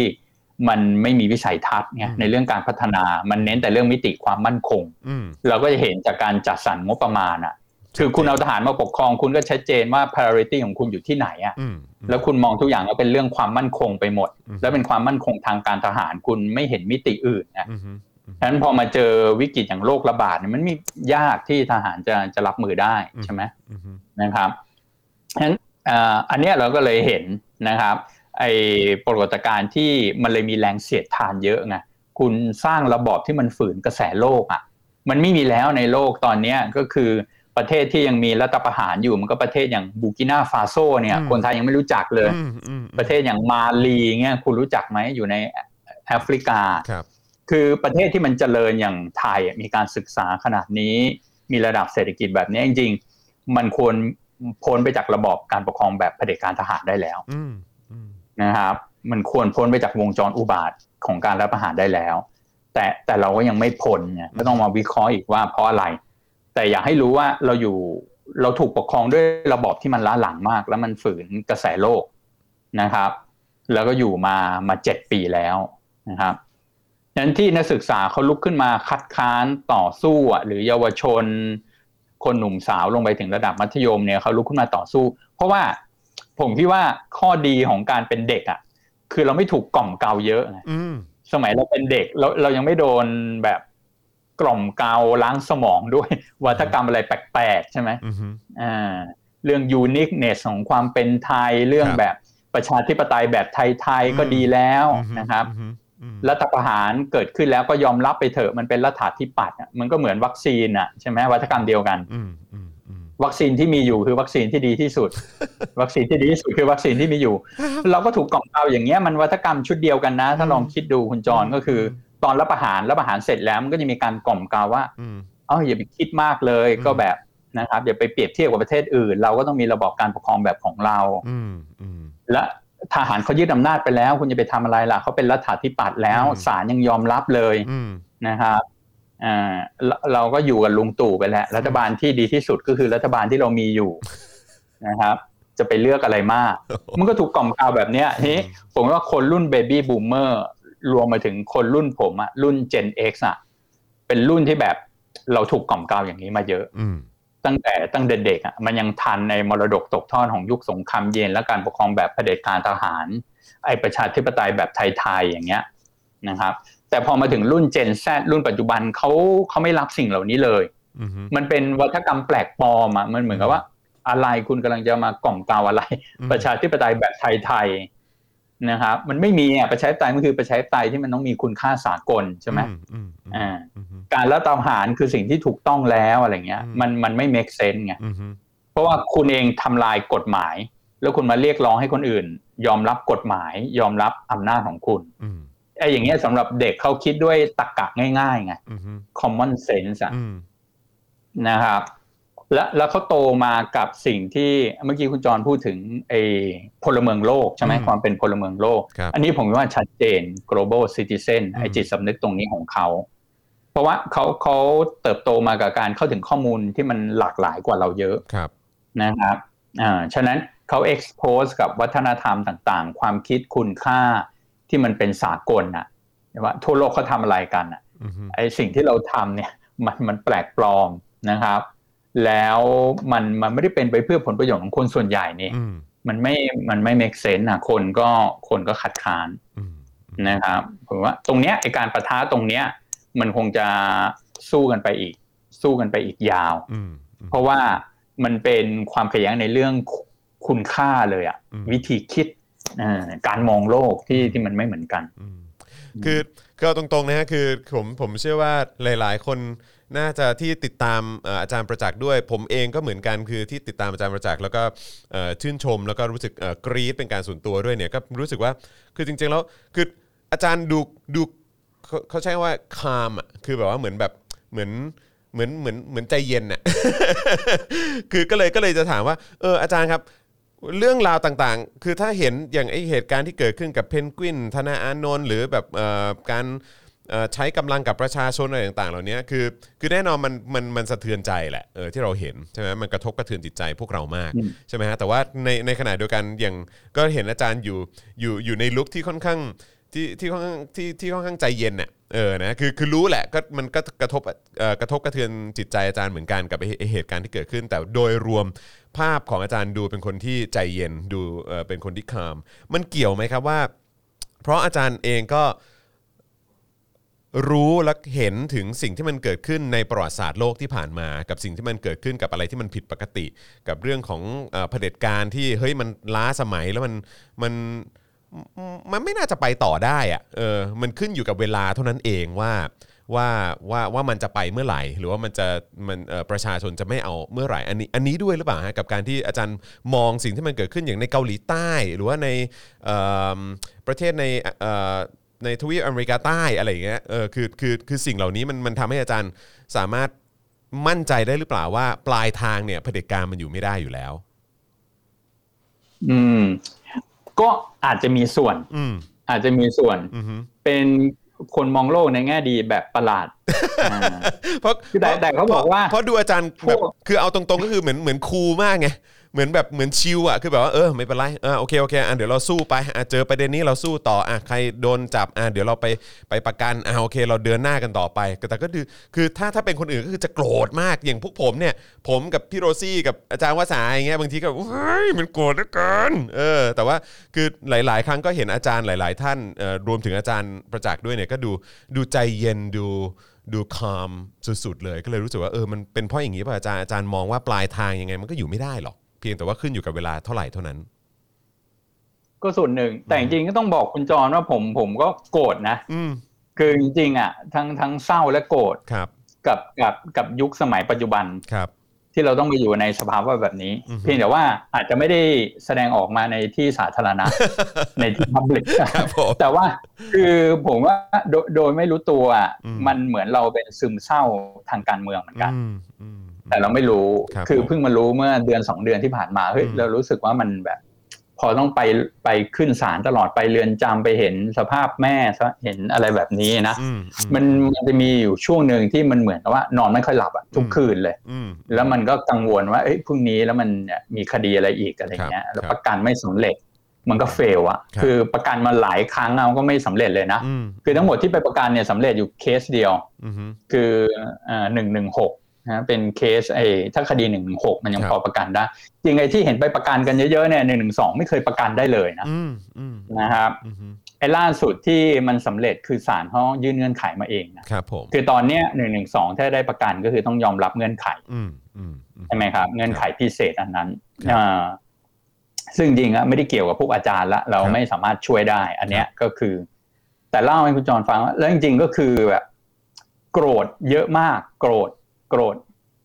Speaker 3: มันไม่มีวิสัยทัศน์ไงในเรื่องการพัฒนามันเน้นแต่เรื่องมิติความมั่นคง
Speaker 2: อืม
Speaker 3: เราก็จะเห็นจากการจัดสรรงบประมาณอะคือคุณเอาทหารมาปกครองคุณก็ชัดเจนว่า priority ของคุณอยู่ที่ไหนอะ
Speaker 2: อืมอืม
Speaker 3: แล้วคุณมองทุกอย่างก็เป็นเรื่องความมั่นคงไปหมด แล้วเป็นความมั่นคงทางการทหารคุณไม่เห็นมิติอื่นนะ
Speaker 2: อืมฮึ
Speaker 3: ฉะนั้นพอมาเจอวิกฤตอย่างโรคระบาดเนี่ยมันมียากที่ทหารจะจะรับมือได้ใช่ไหม
Speaker 2: อืมฮึ
Speaker 3: นะครับฉะนั้นเอ่ออันเนี้ยเราก็เลยเห็นนะครับไอ้ปรากฏการณ์ที่มันเลยมีแรงเสียดทานเยอะไงคุณสร้างระบอบที่มันฝืนกระแสโลกอ่ะมันไม่มีแล้วในโลกตอนเนี้ยก็คือประเทศที่ยังมีรัฐประหารอยู่มันก็ประเทศอย่างบูกินาฟาโซเนี่ยคนไทยยังไม่รู้จักเลย
Speaker 2: อืมอืม
Speaker 3: ประเทศอย่างมาลีเงี้ยคุณรู้จักไหมอยู่ในแอฟริกา
Speaker 2: ครับ
Speaker 3: คือประเทศที่มันเจริญอย่างไทยอ่ะมีการศึกษาขนาดนี้ มีระดับเศรษฐกิจแบบนี้จริงๆ มันควรพ้นไปจากระบอบการปกครองแบบเผด็จการทหารได้แล้ว
Speaker 2: อืมอืม
Speaker 3: นะครับ มันควรพ้นไปจากวงจรอุบาทของการรัฐประหารได้แล้ว แต่แต่เราก็ยังไม่พ้นไงก็ต้องมาวิเคราะห์อีกว่าเพราะอะไร แต่อยากให้รู้ว่าเราอยู่เราถูกปกครองด้วยระบอบที่มันล้าหลังมาก แล้วมันฝืนกระแสโลกนะครับ แล้วก็อยู่มามาเจ็ดปีแล้วนะครับฉะนั้นที่นักศึกษาเขาลุกขึ้นมาคัดค้านต่อสู้อะหรือเยาวชน คนหนุ่มสาวลงไปถึงระดับมัธยมเนี่ยเขาลุกขึ้นมาต่อสู้ เพราะว่าผมคิดว่าข้อดีของการเป็นเด็กอ่ะ คือเราไม่ถูกกล่อมเกลาเยอะไง
Speaker 2: อืม
Speaker 3: สมัยเราเป็นเด็กเราเรายังไม่โดนแบบกล่อมเกลาล้างสมองด้วย วัฒกรรมอะไรแปลกๆ ใช่ไหม
Speaker 2: อืมฮึ
Speaker 3: อ่าเรื่องยูนิคเนสของความเป็นไทยเรื่องแบบประชาธิปไตยแบบไทยๆก็ดีแล้วนะครับ
Speaker 2: อืมฮึอืม
Speaker 3: รัฐประหารเกิดขึ้นแล้วก็ยอมรับไปเถอะมันเป็นรัฐาธิปัตย์อะมันก็เหมือนวัคซีนอ่ะใช่ไหมวัฒกรรมเดียวกัน
Speaker 2: อืมอืมอืม
Speaker 3: วัคซีนที่มีอยู่คือวัคซีนที่ดีที่
Speaker 2: [laughs]
Speaker 3: สุด วัคซีนที่ดีที่สุดคือวัคซีนที่มีอยู่ เราก็ถูกกล่อมเกลาอย่างเงี้ยมันวัฒกรรมชุดเดียวกันนะ ถ้าลองคิดดูคุณจรก็คือ ตอนรับประหารรับประหารเสร็จแล้วมันก็จะมีการกล่อมเกลาว่า
Speaker 2: อืม
Speaker 3: เอ้าอย่าไปคิดมากเลย
Speaker 2: อืม
Speaker 3: ก็แบบนะครับอย่าไปเปรียบเทียบกับประเทศอื่น เราก็ต้องมีระบอบการปกครองแบบของเรา
Speaker 2: อืมอืม
Speaker 3: และทหารเขายึดอำนาจไปแล้ว คุณจะไปทำอะไรล่ะเขาเป็นรัฐาธิปัตย์แล้ว
Speaker 2: อืม
Speaker 3: ศาลยังยอมรับเลย
Speaker 2: อืม
Speaker 3: นะครับอ่าเราเราก็อยู่กับลุงตู่ไปแล้ว รัฐบาลที่ดีที่สุดก็คือรัฐบาลที่เรามีอยู่ นะครับ จะไปเลือกอะไรมาก มันก็ถูกกล่อมกล่าวแบบเนี้ยทีนี้ผมว่าคนรุ่นเบบี้บูมเมอร์รวมมาถึงคนรุ่นผมอะรุ่น Gen X อะเป็นรุ่นที่แบบเราถูกกล่อมกล่าวอย่างนี้มาเยอะ
Speaker 2: อืม
Speaker 3: ตั้งแต่ตั้งแต่เด็กอ่ะมันยังทันในมรดกตกทอดของยุคสงครามเย็นและการปกครองแบบเผด็จการทหาร ไอประชาธิปไตยแบบไทยๆอย่างเงี้ยนะครับ แต่พอมาถึงรุ่น Gen Z รุ่นปัจจุบันเขาเขาไม่รับสิ่งเหล่านี้เลย
Speaker 2: อืมฮึ
Speaker 3: มันเป็นวัฒกรรมแปลกปลอมอ่ะมันเหมือนกับว่า อะไรคุณกำลังจะมากล่อมกล่าวอะไร
Speaker 2: อืม
Speaker 3: ประชาธิปไตยแบบไทยๆนะครับมันไม่มีอ่ะประชาธิปไตยมันคือประชาธิปไตยที่มันต้องมีคุณค่าสากลใช่ไหม
Speaker 2: อืมอืม
Speaker 3: อ่า
Speaker 2: อืมฮึ
Speaker 3: การรัฐประหารคือสิ่งที่ถูกต้องแล้วอะไรเงี้ย
Speaker 2: อืม
Speaker 3: มันมันไม่ make sense ไง
Speaker 2: อืมฮึ
Speaker 3: เพราะว่าคุณเองทำลายกฎหมาย แล้วคุณมาเรียกร้องให้คนอื่น ยอมรับกฎหมาย ยอมรับอำนาจของคุณ
Speaker 2: อืม
Speaker 3: ไอ้อย่างเงี้ยสำหรับเด็กเขาคิดด้วยตรรกะง่ายๆไง
Speaker 2: อืมฮึ
Speaker 3: common sense อะ
Speaker 2: อืม
Speaker 3: นะครับ และแล้วเขาโตมากับสิ่งที่เมื่อกี้คุณจรพูดถึงไอ้พลเมืองโลกใช่ไหม
Speaker 2: อืม
Speaker 3: ความเป็นพลเมืองโลก
Speaker 2: ครับ
Speaker 3: อันนี้ผมว่าชัดเจน global citizen ไอ
Speaker 2: อืม
Speaker 3: จิตสำนึกตรงนี้ของเขา เพราะว่าเขาเขาเติบโตมากับการเข้าถึงข้อมูลที่มันหลากหลายกว่าเราเยอะ
Speaker 2: ครับ
Speaker 3: นะครับอ่าฉะนั้นเขา expose กับวัฒนธรรมต่างๆ ความคิดคุณค่าที่มันเป็นสากลนะว่าทั่วโลกเขาทำอะไรกันน่ะ
Speaker 2: อืมฮึ
Speaker 3: ไอสิ่งที่เราทำเนี่ย [laughs] มันมันแปลกปลอมนะครับ แล้วมันมันไม่ได้เป็นไปเพื่อผลประโยชน์ของคนส่วนใหญ่นี่
Speaker 2: อืม
Speaker 3: มันไม่มันไม่ make sense นะคนก็คนก็ขัดขาน
Speaker 2: อืม
Speaker 3: นะครับผมว่าตรงเนี้ยไอการประท้าตรงเนี้ยมันคงจะสู้กันไปอีก สู้กันไปอีกยาว
Speaker 2: อืมอืม
Speaker 3: เพราะว่ามันเป็นความขัดแย้งในเรื่องคุณค่าเลยอะ
Speaker 2: อืม
Speaker 3: วิธีคิดเอ่อการมองโลกที่ที่มันไม่เหมือนกัน
Speaker 2: อืมคือคือเอาตรงๆนะฮะคือผมผมเชื่อว่าหลายๆ คนน่าจะที่ติดตามเอ่ออาจารย์ประจักษ์ด้วย ผมเองก็เหมือนกันคือที่ติดตามอาจารย์ประจักษ์แล้วก็เอ่อชื่นชม แล้วก็รู้สึกเอ่อกรี๊ดเป็นการส่วนตัวด้วยเนี่ยก็รู้สึกว่าคือจริงๆแล้วคืออาจารย์ดูดูเขาเขาใช้คำว่าคามอ่ะคือแบบว่าเหมือนแบบเหมือนเหมือนเหมือนเหมือนใจเย็นอ่ะ [laughs] คือก็เลยก็เลยจะถามว่าเอออาจารย์ครับ เรื่องราวต่างๆ คือถ้าเห็นอย่างไอเหตุการณ์ที่เกิดขึ้นกับเพนกวิน ธนาอานนท์หรือแบบเอ่อการเอ่อใช้กำลังกับประชาชนอะไรต่างๆ เหล่านี้คือ คือแน่นอนมันมันมันสะเทือนใจแหละเออที่เราเห็นใช่ไหมมันกระทบกระเทือนจิตใจพวกเรามาก
Speaker 3: อืม
Speaker 2: ใช่ไหมฮะแต่ว่าในในขณะเดียวกันอย่างก็เห็นอาจารย์อยู่อยู่อยู่ในลุคที่ค่อนข้างที่ที่ค่อนข้างที่ที่ค่อนข้างใจเย็นน่ะเออนะคือคือรู้แหละก็มันก็กระทบเอ่อกระทบกระเทือนจิตใจอาจารย์เหมือนกันกับไอ้ไอ้เหตุการณ์ที่เกิดขึ้น แต่โดยรวม ภาพของอาจารย์ดูเป็นคนที่ใจเย็นดูเอ่อเป็นคนที่คาม มันเกี่ยวไหมครับว่า เพราะอาจารย์เองก็รู้และเห็นถึงสิ่งที่มันเกิดขึ้นในประวัติศาสตร์โลกที่ผ่านมา กับสิ่งที่มันเกิดขึ้นกับอะไรที่มันผิดปกติ กับเรื่องของเอ่อเผด็จการที่เฮ้ยมันล้าสมัยแล้วมันมันมันไม่น่าจะไปต่อได้อะเออมันขึ้นอยู่กับเวลาเท่านั้นเองว่าว่าว่าว่ามันจะไปเมื่อไหร่ หรือว่ามันจะมันเอ่อประชาชนจะไม่เอาเมื่อไหร่อันนี้อันนี้ด้วยหรือเปล่าฮะกับการที่อาจารย์มองสิ่งที่มันเกิดขึ้นอย่างในเกาหลีใต้ หรือว่าในเอิ่มประเทศในเอ่อในทวีปอเมริกาใต้อะไรอย่างเงี้ยเออคือคือคือสิ่งเหล่านี้มันมันทำให้อาจารย์สามารถมั่นใจได้หรือเปล่าว่าปลายทางเนี่ยเผด็จการมันอยู่ไม่ได้อยู่แล้ว
Speaker 3: อืม ก็อาจจะมีส่วน
Speaker 2: อืม
Speaker 3: อาจจะมีส่วน
Speaker 2: อือฮึ
Speaker 3: เป็นคนมองโลกในแง่ดีแบบประห
Speaker 2: [laughs]
Speaker 3: ลาดอ่า
Speaker 2: เพราะ
Speaker 3: คือแต่แต่เขาบอกว่า
Speaker 2: เพราะดูอาจารย์แบบ
Speaker 3: พวก
Speaker 2: คือเอาตรงๆก็คือเหมือนเหมือนครูมากไงเหมือนแบบเหมือนชิวอ่ะคือแบบว่าเออไม่เป็นไรเออโอเคโอเคอ่ะเดี๋ยวเราสู้ไปอ่ะเจอประเด็นนี้เราสู้ต่ออ่ะใครโดนจับอ่ะเดี๋ยวเราไปไปประกันอ่ะโอเค เราเดินหน้ากันต่อไปแต่ก็คือคือถ้าถ้าเป็นคนอื่นก็คือจะโกรธมากอย่างพวกผมเนี่ย ผมกับพี่โรซี่กับอาจารย์วาสาอย่างเงี้ยบางทีก็เฮ้ยมันโกรธเหลือเกินเออ แต่ว่าคือหลาย ๆ ครั้งก็เห็นอาจารย์หลาย ๆ ท่านเอ่อรวมถึงอาจารย์ประจักษ์ด้วยเนี่ยก็ดูดูใจเย็นดู ดูคอมสุดๆเลยก็เลยรู้สึกว่าเออมันเป็นเพราะอย่างนี้ป่ะอาจารย์อาจารย์มองว่าปลายทางยังไงมันก็อยู่ไม่ได้หรอกเพียงแต่ว่าขึ้นอยู่กับเวลาเท่าไหร่เท่านั้น
Speaker 3: ก็ส่วนหนึ่ง แต่จริงๆก็ต้องบอกคุณจรว่าผมผมก็โกรธนะ
Speaker 2: อืม
Speaker 3: คือจริงๆอ่ะทั้งทั้งเศร้าและโกรธ
Speaker 2: ครับ
Speaker 3: กับกับกับยุคสมัยปัจจุบัน
Speaker 2: ครับ
Speaker 3: ที่เราต้องไปอยู่ในสภาวะแบบนี้
Speaker 2: อือฮึ
Speaker 3: เพียงแต่ว่าอาจจะไม่ได้แสดงออกมาในที่สาธาร
Speaker 2: [laughs]
Speaker 3: ณะ ในที่พับลิก
Speaker 2: ครับผม
Speaker 3: แต่ว่าคือผมว่าโดยโดยไม่รู้ตัวอะ
Speaker 2: อืม
Speaker 3: มันเหมือนเราเป็นซึมเศร้าทางการเมืองเหมือนกัน
Speaker 2: อืมอืม
Speaker 3: แต่เราไม่รู้
Speaker 2: ครับ
Speaker 3: คือ
Speaker 2: ผม
Speaker 3: เพิ่งมารู้เมื่อเดือนสองเดือนที่ผ่านมาเฮ้ย
Speaker 2: อืม
Speaker 3: เรารู้สึกว่ามันแบบ พอ อต้องไปไปขึ้นศาลตลอดไปเรือนจำไปเห็นสภาพแม่ซะเห็นอะไรแบบนี้นะ
Speaker 2: อืม
Speaker 3: มันมันจะมีอยู่ช่วงหนึ่งที่มันเหมือนกับว่านอนไม่ค่อยหลับอะทุกคืนเลย
Speaker 2: อืม
Speaker 3: แล้วมันก็กังวลว่าเอ้ยพรุ่งนี้แล้วมันเนี่ยมีคดีอะไรอีกอะไรเงี้ย
Speaker 2: ครับ
Speaker 3: แล้วประกันไม่สำเร็จ มันก็เฟลอะ
Speaker 2: ครับ
Speaker 3: คือประกันมาหลายครั้งเอาก็ไม่สำเร็จเลยนะ
Speaker 2: อืม
Speaker 3: คือทั้งหมดที่ไปประกันเนี่ยสำเร็จอยู่เคสเดียว
Speaker 2: อืม
Speaker 3: คือหนึ่งหนึ่งหกนะเป็นเคสไอ้ถ้าคดีหนึ่งหนึ่งหกมันยัง
Speaker 2: ครับ
Speaker 3: พอประกันได้จริงไอ้ที่เห็นไปประกันกันเยอะๆเนี่ยหนึ่งหนึ่งสองไม่เคยประกันได้เลยนะ
Speaker 2: อืมอืม
Speaker 3: นะครับ
Speaker 2: อืม
Speaker 3: ไอ้ล่าสุดที่มันสำเร็จคือศาลเขายื่นเงื่อนไขมาเองนะครับ
Speaker 2: ผม
Speaker 3: คือตอนเนี้ยหนึ่งหนึ่งสองถ้าได้ประกันก็คือต้องยอมรับเงื่อนไข
Speaker 2: อืมอืมอืม
Speaker 3: ใช่ไหมครับเงื่อนไขพิเศษอันนั้น
Speaker 2: ครับ
Speaker 3: อ่าซึ่งจริงอะไม่ได้เกี่ยวกับพวกอาจารย์ละเรา
Speaker 2: ครับ
Speaker 3: ไม่สามารถช่วยได้ อันเนี้ยก็คือ แต่เล่าให้คุณจรฟังว่าแล้วจริงๆก็คือแบบโกรธเยอะมาก โกรธโกรธ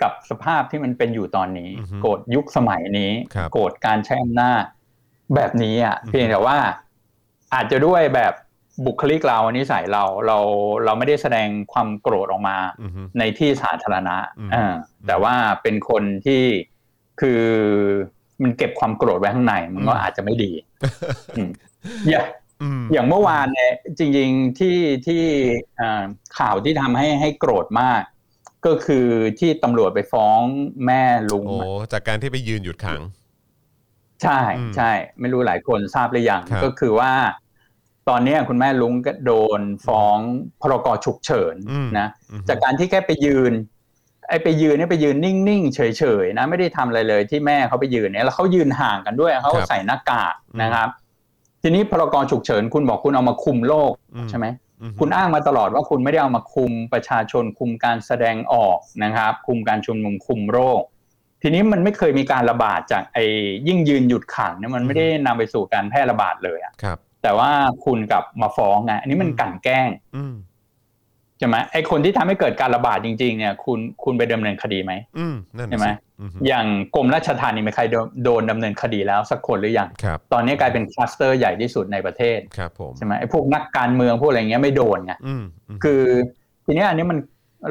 Speaker 3: กับสภาพที่มันเป็นอยู่ตอนนี้
Speaker 2: อือฮึ
Speaker 3: โกรธยุคสมัยนี้
Speaker 2: ครับ
Speaker 3: โกรธการใช้อำนาจแบบนี้อ่ะ
Speaker 2: อือฮึ
Speaker 3: เพียงแต่ว่า อาจจะด้วยแบบบุคลิกเรานิสัยเราเราเราไม่ได้แสดงความโกรธออกมา
Speaker 2: อืม
Speaker 3: ในที่สาธารณะ
Speaker 2: อืม
Speaker 3: อ่าแต่ว่าเป็นคนที่คือมันเก็บความโกรธไว้ข้างใน มันก็
Speaker 2: อืม
Speaker 3: อาจจะไม่ดีอืมอย่าง
Speaker 2: อืม
Speaker 3: อย่างเมื่อวานเนี่ยจริงๆที่ที่อ่าข่าวที่ทำให้ให้โกรธมาก ก็คือที่ตำรวจไปฟ้องแม่ลุง
Speaker 2: โอ้
Speaker 3: อะ
Speaker 2: จากการที่ไปยืนหยุดขัง
Speaker 3: ใช่
Speaker 2: อืม
Speaker 3: ใช่ไม่รู้หลายคนทราบหรือยัง
Speaker 2: ครับ
Speaker 3: ก็คือว่า ตอนเนี้ยคุณแม่ลุงก็โดนฟ้องพรกฉุกเฉิน
Speaker 2: อืม
Speaker 3: นะ
Speaker 2: อืม
Speaker 3: จากการที่แค่ไปยืน ไอ้ไปยืนเนี่ยไปยืนนิ่งๆเฉยๆนะไม่ได้ทำอะไรเลยที่แม่เขาไปยืนเนี่ยแล้วเขายืนห่างกันด้วยเขา
Speaker 2: ครับ
Speaker 3: ใส่หน้ากาก
Speaker 2: อืม
Speaker 3: นะครับ ทีนี้พรกฉุกเฉินคุณบอกคุณเอามาคุมโรค
Speaker 2: อื
Speaker 3: ใช่ไหม
Speaker 2: อืม
Speaker 3: คุณอ้างมาตลอดว่าคุณไม่ได้เอามาคุมประชาชนคุมการแสดงออกนะครับ คุมการชุมนุมคุมโรค ทีนี้มันไม่เคยมีการระบาดจากไอ้ยิ่งยืนหยุดขังเนี่ยมันไม่ได้นำไปสู่การแพร่ระบาดเลยอะ
Speaker 2: ครับ
Speaker 3: แต่ว่าคุณกลับมาฟ้องไงอันนี้มัน
Speaker 2: อืม
Speaker 3: กลั่นแกล้ง
Speaker 2: อืม
Speaker 3: ใช่ไหมไอคนที่ทำให้เกิดการระบาดจริงๆเนี่ยคุณคุณไปดำเนินคดีไหม
Speaker 2: อืมนั่นน่ะ
Speaker 3: ใช่ไหม
Speaker 2: สิอืม
Speaker 3: อย่างกรมราชธานีมีใครโดนโดนดำเนินคดีแล้วสักคนหรือยัง
Speaker 2: ครับ
Speaker 3: ตอนนี้กลายเป็นคลัสเตอร์ใหญ่ที่สุดในประเทศ
Speaker 2: ครับผม
Speaker 3: ใช่ไหมไอพวกนักการเมืองพวกอะไรเงี้ยไม่โดนไง
Speaker 2: อืมอืม
Speaker 3: คือทีเนี้ยอันนี้มัน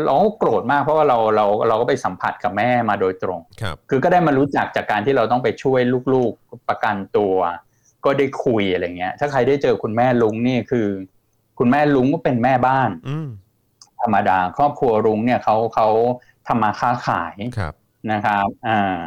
Speaker 3: เราก็โกรธมากเพราะว่าเราเราเราก็ไปสัมผัสกับแม่มาโดยตรง
Speaker 2: ครับ
Speaker 3: คือก็ได้มารู้จักจากการที่เราต้องไปช่วยลูกๆประกันตัว ก็ได้คุยอะไรเงี้ย ถ้าใครได้เจอคุณแม่ลุงนี่คือ คุณแม่ลุงก็เป็นแม่บ้าน
Speaker 2: อืม
Speaker 3: ธรรมดาครอบครัวรุ้งเนี่ยเขาเขาทำมาค้าขาย
Speaker 2: ครับ
Speaker 3: นะครับอ่า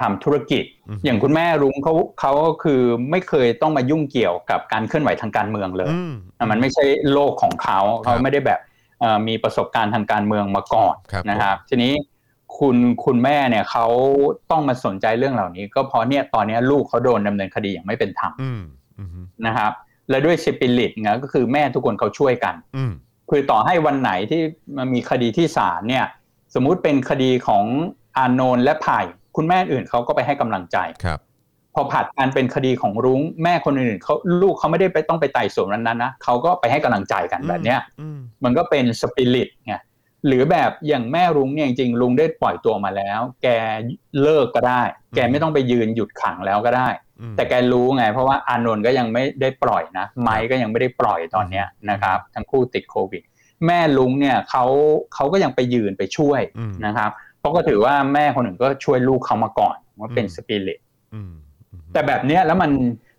Speaker 3: ทำธุรกิจ
Speaker 2: ม
Speaker 3: อย่างคุณแม่รุ้งเขาเขาก็คือไม่เคยต้องมายุ่งเกี่ยวกับการเคลื่อนไหวทางการเมืองเลย
Speaker 2: อืม
Speaker 3: อ่ะมันไม่ใช่โลกของเขา
Speaker 2: ครับ
Speaker 3: เขาไม่ได้แบบเอ่อมีประสบการณ์ทางการเมืองมาก่อน
Speaker 2: ครับ
Speaker 3: นะครับ ทีนี้คุณคุณแม่เนี่ยเขาต้องมาสนใจเรื่องเหล่านี้ ก็เพราะเนี่ยตอนเนี้ยลูกเขาโดนดำเนินคดีอย่างไม่เป็นธรรม
Speaker 2: อืมอืม
Speaker 3: นะครับ และด้วยสปิริตนะก็คือแม่ทุกคนเขาช่วยกัน
Speaker 2: อืม
Speaker 3: คือต่อให้วันไหนที่มันมีคดีที่ศาลเนี่ย สมมุติเป็นคดีของอานนท์และไผ่คุณแม่อื่นเขาก็ไปให้กำลังใจ
Speaker 2: ครับ
Speaker 3: พอผัดกันเป็นคดีของรุ้งแม่คนอื่นเขาลูกเขาไม่ได้ไปต้องไปไต่สวนนั้นๆนะเขาก็ไปให้กำลังใจกันแบบเนี้ย
Speaker 2: อืม
Speaker 3: มันก็เป็นสปิริตไงหรือแบบอย่างแม่รุ้งเนี่ยจริงๆลุงได้ปล่อยตัวมาแล้ว แกเลิกก็ได้ แกไม่ต้องไปยืนหยุดขังแล้วก็ได้
Speaker 2: อืม
Speaker 3: แต่แกรู้ไง เพราะว่าอานนท์ก็ยังไม่ได้ปล่อยนะ ไม้ก็ยังไม่ได้ปล่อยตอนเนี้ยนะครับ ทั้งคู่ติดโควิด แม่ลุงเนี่ยเขาเขาก็ยังไปยืนไปช่วย
Speaker 2: อืม
Speaker 3: นะครับเพราะก็ถือว่าแม่คนหนึ่งก็ช่วยลูกเขามาก่อนว่าเป็น
Speaker 2: อืม
Speaker 3: สปิริต
Speaker 2: อืมอืม
Speaker 3: แต่แบบเนี้ยแล้วมัน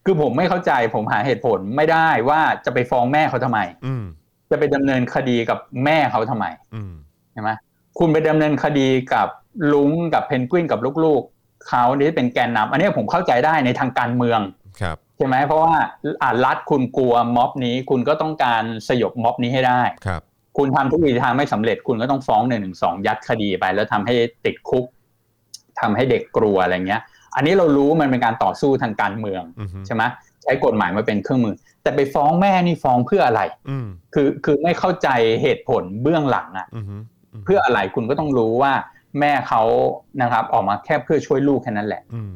Speaker 3: คือผมไม่เข้าใจผมหาเหตุผลไม่ได้ว่าจะไปฟ้องแม่เขาทำไม
Speaker 2: อืม
Speaker 3: จะไปดำเนินคดีกับแม่เขาทำไม
Speaker 2: อืม
Speaker 3: ใช่ไหมคุณไปดำเนินคดีกับลุงกับเพนกวินกับลูกๆเขาที่เป็นแกนนำอันเนี้ยผมเข้าใจได้ในทางการเมือง
Speaker 2: ครับ
Speaker 3: ใช่ไหมเพราะว่าอ่ารัฐคุณกลัวม็อบนี้ คุณก็ต้องการสยบม็อบนี้ให้ได้
Speaker 2: ครับ
Speaker 3: คุณทำทุกวิธีทางไม่สำเร็จ คุณก็ต้องฟ้องหนึ่งหนึ่งสองยัดคดีไป แล้วทำให้ติดคุกทำให้เด็กกลัวอะไรเงี้ย อันนี้เรารู้มันเป็นการต่อสู้ทางการเมือง
Speaker 2: อืม
Speaker 3: ใช่ไหมใช้กฎหมายมาเป็นเครื่องมือ แต่ไปฟ้องแม่นี่ฟ้องเพื่ออะไร
Speaker 2: อืม
Speaker 3: คือคือไม่เข้าใจเหตุผลเบื้องหลังอะ
Speaker 2: อืมม
Speaker 3: เพื่ออะไรคุณก็ต้องรู้ว่าแม่เขานะครับ ออกมาแค่เพื่อช่วยลูกแค่นั้นแหละ
Speaker 2: อืม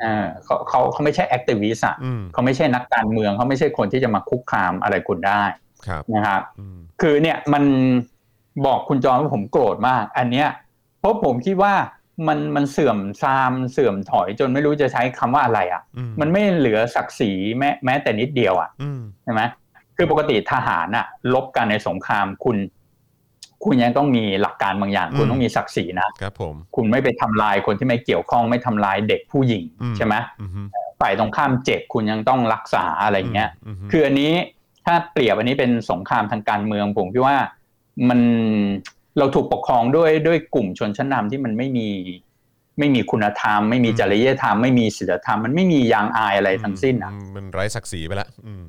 Speaker 3: เออเขาเขาเขาไม่ใช่แอคทีวิสต์อะ
Speaker 2: อืม
Speaker 3: เขาไม่ใช่นักการเมืองเขาไม่ใช่คนที่จะมาคุกคามอะไรคุณได้
Speaker 2: ครับ
Speaker 3: นะครับ
Speaker 2: อืม
Speaker 3: คือเนี่ยมันบอกคุณจอห์นว่าผมโกรธมาก อันเนี้ยเพราะผมคิดว่ามันมันเสื่อมซามเสื่อมถอยจนไม่รู้จะใช้คำว่าอะไรอะ่ะ
Speaker 2: อืม
Speaker 3: มันไม่เหลือศักดิ์ศรีแม้แม้แต่นิดเดียวอะ่ะ
Speaker 2: อืม
Speaker 3: ใช่ไหมคือปกติทหารอ่ะลบกันในสงครามคุณ คุณยังต้องมีหลักการบางอย่าง คุณต้องมีศักดิ์ศรีนะครับ
Speaker 2: ผม
Speaker 3: คุณไม่ไปทำลายคนที่ไม่เกี่ยวข้องไม่ทำลายเด็กผู้หญิง
Speaker 2: อืม
Speaker 3: ใช่ไหม
Speaker 2: อืม
Speaker 3: ไป ฝ่ายตรงข้ามเจ็บคุณยังต้องรักษาอะไรอย่างเงี้ย
Speaker 2: มม
Speaker 3: คืออันนี้ถ้าเปรียบอันนี้เป็นสงครามทางการเมืองผมพี่ว่ามันเราถูกปกครองด้วยด้วยกลุ่มชนชั้นนำที่มันไม่มีไม่มีคุณธรรม ไม่มีจริยธรรม ไม่มีศีลธรรม มันไม่มียางอายอะไรทั้งสิ้นนะ
Speaker 2: อืมมันไร้ศักดิ์ศรีไปละอืม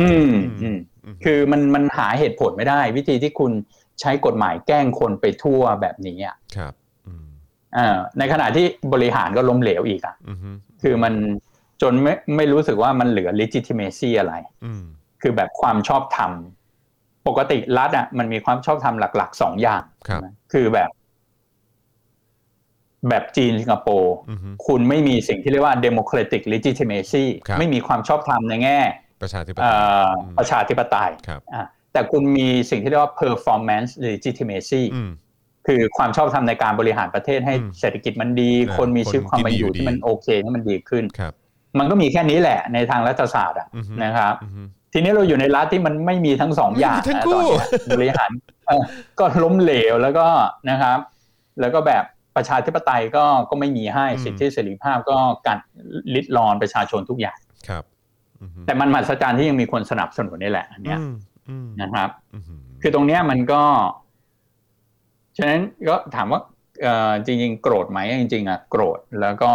Speaker 3: อืมอืม
Speaker 2: อืม
Speaker 3: คือมันมันหาเหตุผลไม่ได้ วิธีที่คุณใช้กฎหมายแกล้งคนไปทั่วแบบนี้อ่ะ
Speaker 2: ครับอืม
Speaker 3: เอ่อในขณะที่บริหารก็ล้มเหลวอีกอ่ะ
Speaker 2: อืม
Speaker 3: คือมันจนไม่ไม่รู้สึกว่ามันเหลือ legitimacy อะไร
Speaker 2: อืม
Speaker 3: คือแบบความชอบธรรม ปกติรัฐอ่ะมันมีความชอบธรรมหลักๆสองอย่าง
Speaker 2: ครับ
Speaker 3: คือแบบ แบบจีนสิงคโปร์
Speaker 2: อืม
Speaker 3: คุณไม่มีสิ่งที่เรียกว่า democratic legitimacy
Speaker 2: ครับ
Speaker 3: ไม่มีความชอบธรรมในแง่
Speaker 2: ประชาธิปไต
Speaker 3: เอ่
Speaker 2: ย
Speaker 3: อประชาธิปไตย
Speaker 2: ครับ
Speaker 3: อ่ะแต่คุณมีสิ่งที่เรียกว่า performance legitimacy
Speaker 2: อืม
Speaker 3: คือความชอบธรรมในการบริหารประเทศให้
Speaker 2: อืม
Speaker 3: เศรษฐกิจมันดี
Speaker 2: อ่า
Speaker 3: คนมีชีวิตความเป็นอยู่
Speaker 2: คนกินดีอยู่ดี
Speaker 3: ที่มันโอเคที่มันดีขึ้น
Speaker 2: ครับ
Speaker 3: มันก็มีแค่นี้แหละในทางรัฐศาสตร์อ่ะ
Speaker 2: อือฮึ
Speaker 3: นะครับ
Speaker 2: อืม
Speaker 3: ทีนี้เราอยู่ในรัฐที่มันไม่มีทั้งสอง
Speaker 2: ไม่มี
Speaker 3: อย่าง
Speaker 2: ทั้ง
Speaker 3: นะ
Speaker 2: คู่
Speaker 3: ตอนเนี้ยบริหารเอ่อก็ล้มเหลวแล้วก็นะครับ แล้วก็แบบประชาธิปไตยก็ก็ไม่มีให้สิทธิเสรีภาพก็การลิดรอนประชาชนทุกอย่าง
Speaker 2: ครับอืม
Speaker 3: แต่มันมหัศจรรย์ที่ยังมีคนสนับสนุนนี่แหละอันเนี้ย
Speaker 2: อืมอืม
Speaker 3: นะครับ
Speaker 2: อืม
Speaker 3: คือตรงเนี้ยมันก็ ฉะนั้นก็ถามว่าเอ่อจริง ๆ โกรธไหมจริงๆอ่ะโกรธแล้วก็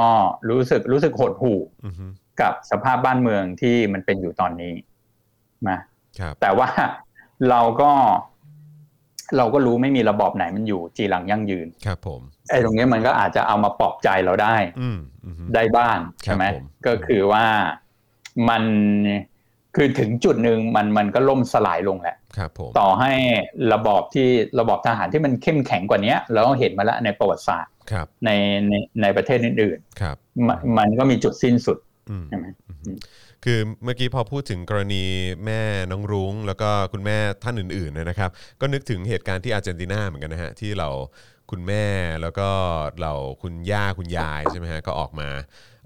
Speaker 3: รู้สึกรู้สึกหดหู่
Speaker 2: ม
Speaker 3: กับสภาพบ้านเมืองที่มันเป็นอยู่ตอนนี้นะครับ แต่ว่า [laughs] เราก็ เราก็รู้ไม่มีระบอบไหนมันอยู่จีรังยั่งยืน
Speaker 2: ครับผม
Speaker 3: ไอ้ตรงเนี้ยมันก็อาจจะเอามาปลอบใจเราได้
Speaker 2: อืมอืม
Speaker 3: ได้บ้างใช่ไหม
Speaker 2: ครับผม
Speaker 3: ก็คือว่ามันคือถึงจุดหนึ่งมันมันก็ล่มสลายลงแหละ
Speaker 2: ครับผม
Speaker 3: ต่อให้ระบอบที่ระบอบทหารที่มันเข้มแข็งกว่าเนี้ยเราก็เห็นมาแล้วในประวัติศาสตร์
Speaker 2: ครับ
Speaker 3: ในในในประเทศอื่น
Speaker 2: ครับ
Speaker 3: ๆมนมันก็มีจุดสิ้นสุด
Speaker 2: อืม
Speaker 3: ใช่ไหม
Speaker 2: อืมคือเมื่อกี้พอพูดถึงกรณีแม่น้องรุ้ง แล้วก็คุณแม่ท่านอื่นๆเนยนะครับ ก็นึกถึงเหตุการณ์ที่อาร์เจนตินาเหมือนกันนะฮะที่เราคุณแม่แล้วก็เราคุณย่าคุณยายใช่ไหมฮะก็ออกมา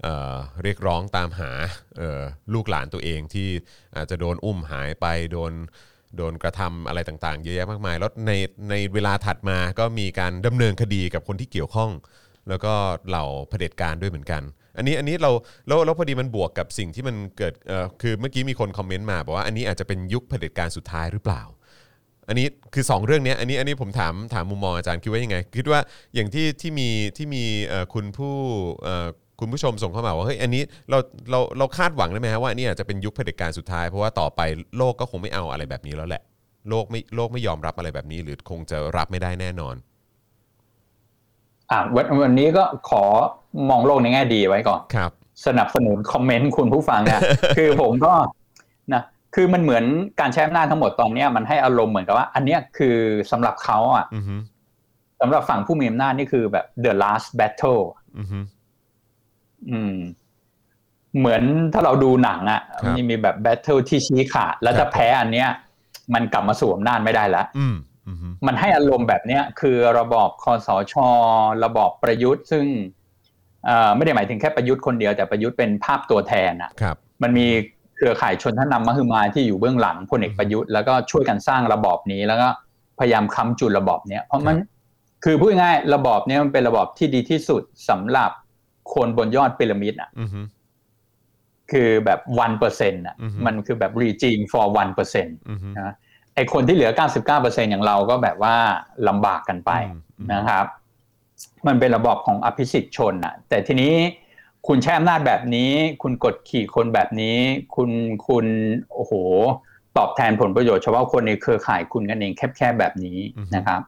Speaker 2: เอ่อเรียกร้องตามหาเอ่อลูกหลานตัวเองที่อาจจะโดนอุ้มหายไปโดนโดนกระทำอะไรต่างๆ เยอะแยะมากมายแล้วในในเวลาถัดมาก็มีการดำเนินคดีกับคนที่เกี่ยวข้อง แล้วก็เหล่าเผด็จการด้วยเหมือนกัน อันนี้อันนี้เราแล้วแล้วพอดีมันบวกกับสิ่งที่มันเกิดเอ่อคือเมื่อกี้มีคนคอมเมนต์มาบอกว่าอันนี้อาจจะเป็นยุคเผด็จการสุดท้ายหรือเปล่า อันนี้คือ 2 เรื่องเนี้ยอันนี้อันนี้ผมถามถามมุมมองอาจารย์คิดว่ายังไง คิดว่าอย่างที่ที่มีที่มีเอ่อคุณผู้เอ่อคุณผู้ชมส่งเข้ามาว่าเฮ้ยอันนี้เราเราเราคาดหวังได้ไหมฮะว่าอันนี้อาจจะเป็นยุคเผด็จการสุดท้ายเพราะว่าต่อไปโลกก็คงไม่เอาอะไรแบบนี้แล้วแหละ โลกไม่โลกไม่ยอมรับอะไรแบบนี้ หรือคงจะรับไม่ได้แน่นอน
Speaker 3: อ่ะวันวันนี้ก็ขอมองโลกในแง่ดีไว้ก่อน
Speaker 2: ครับ
Speaker 3: สนับสนุนคอมเมนต์คุณผู้ฟังนะ
Speaker 2: [laughs]
Speaker 3: คือผมก็นะคือมันเหมือนการใช้อำนาจทั้งหมดตอนเนี้ยมันให้อารมณ์เหมือนกับว่า อันเนี้ยคือสำหรับเขาอ่ะ
Speaker 2: อือฮึ
Speaker 3: สำหรับฝั่งผู้มีอำนาจนี่คือแบบ the last battle
Speaker 2: อือฮึ
Speaker 3: อืม เหมือนถ้าเราดูหนังอะ
Speaker 2: ครับ
Speaker 3: มันมีแบบแบทเทิลที่ชี้ขาด แล้
Speaker 2: ค
Speaker 3: ว
Speaker 2: รั
Speaker 3: ถ้า
Speaker 2: บ
Speaker 3: แพ้อันเนี้ย มันกลับมาสวมหน้าจไม่ได้แล้ว
Speaker 2: อืมอือฮึ
Speaker 3: มันให้อารมณ์แบบเนี้ยคือระบอบคอสช ระบอบประยุทธ์ ซึ่งเอ่อไม่ได้หมายถึงแค่ประยุทธ์คนเดียวแต่ประยุทธ์เป็นภาพตัวแทนอะ
Speaker 2: ครับ
Speaker 3: มันมีเครือข่ายชนชั้นนำมหึมาที่อยู่เบื้องหลังพลเอกประยุทธ์แล้วก็ช่วยกันสร้างระบอบนี้ แล้วก็พยายามค้ำจุนระบอบเนี้ยเพราะมัน คือพูดง่ายๆระบอบเนี้ยมันเป็นระบอบที่ดีที่สุดสำหรับคนบนยอดพีระมิดอะ
Speaker 2: อือฮึ
Speaker 3: คือแบบ 1%น่ะ
Speaker 2: อือฮึ
Speaker 3: มันคือแบบ regime for 1%
Speaker 2: อือฮึ
Speaker 3: นะไอคนที่เหลือ 99%อย่างเราก็แบบว่าลำบากกันไป
Speaker 2: อืม
Speaker 3: นะครับ มันเป็นระบอบของอภิสิทธิ์ชนน่ะ แต่ทีนี้คุณใช้อำนาจแบบนี้ คุณกดขี่คนแบบนี้ คุณคุณโอ้โห ตอบแทนผลประโยชน์เฉพาะคนในเครือข่ายคุณกันเองแคบๆแบบนี้นะครับ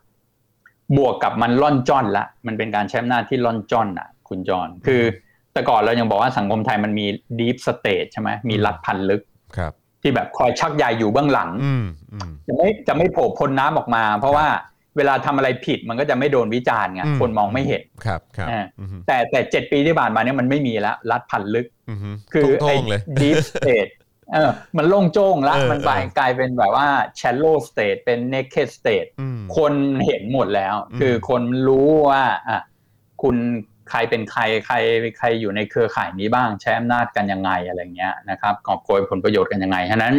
Speaker 3: บวกกับมันล่อนจ้อนละ มันเป็นการใช้อำนาจที่ล่อนจ้อนน่ะ คุณจอนคือ แต่ก่อนเรายังบอกว่าสังคมไทยมันมีดีฟสเต e ใช่ไหมมีรัฐพันลึก
Speaker 2: ครับ
Speaker 3: ที่แบบคอยชักใยอยู่เบื้องหลัง
Speaker 2: อืมอืม
Speaker 3: จะไม่จะไม่โผล่พ้นน้ำออกมา เพราะว่าเวลาทำอะไรผิดมันก็จะไม่โดนวิจารณ์ไง
Speaker 2: อืม
Speaker 3: คนมองไม่เห็น
Speaker 2: ครับครับ
Speaker 3: อ่า
Speaker 2: อือฮึ
Speaker 3: แต่แต่เจ็ดปีที่ผ่านมาเนี่ยมันไม่มีแล้วรัฐพันลึก
Speaker 2: อือฮึ
Speaker 3: คือ
Speaker 2: โต้งๆเลย
Speaker 3: ดีฟสเตทเออมันโล่งโจ้งละ
Speaker 2: เออ
Speaker 3: มันไป
Speaker 2: เออ
Speaker 3: กลายเป็นแบบว่าแชโลสเตทเป็นเน k เ d ดสเตท
Speaker 2: อืม
Speaker 3: คนเห็นหมดแล้ว
Speaker 2: อืม
Speaker 3: คือคนรู้ว่าอ่ะคุณใครเป็นใครใครใครอยู่ในเครือข่ายนี้บ้างใช้อำนาจกันยังไงอะไรเงี้ยนะครับกอบโกยผลประโยชน์กันยังไงฉะนั้น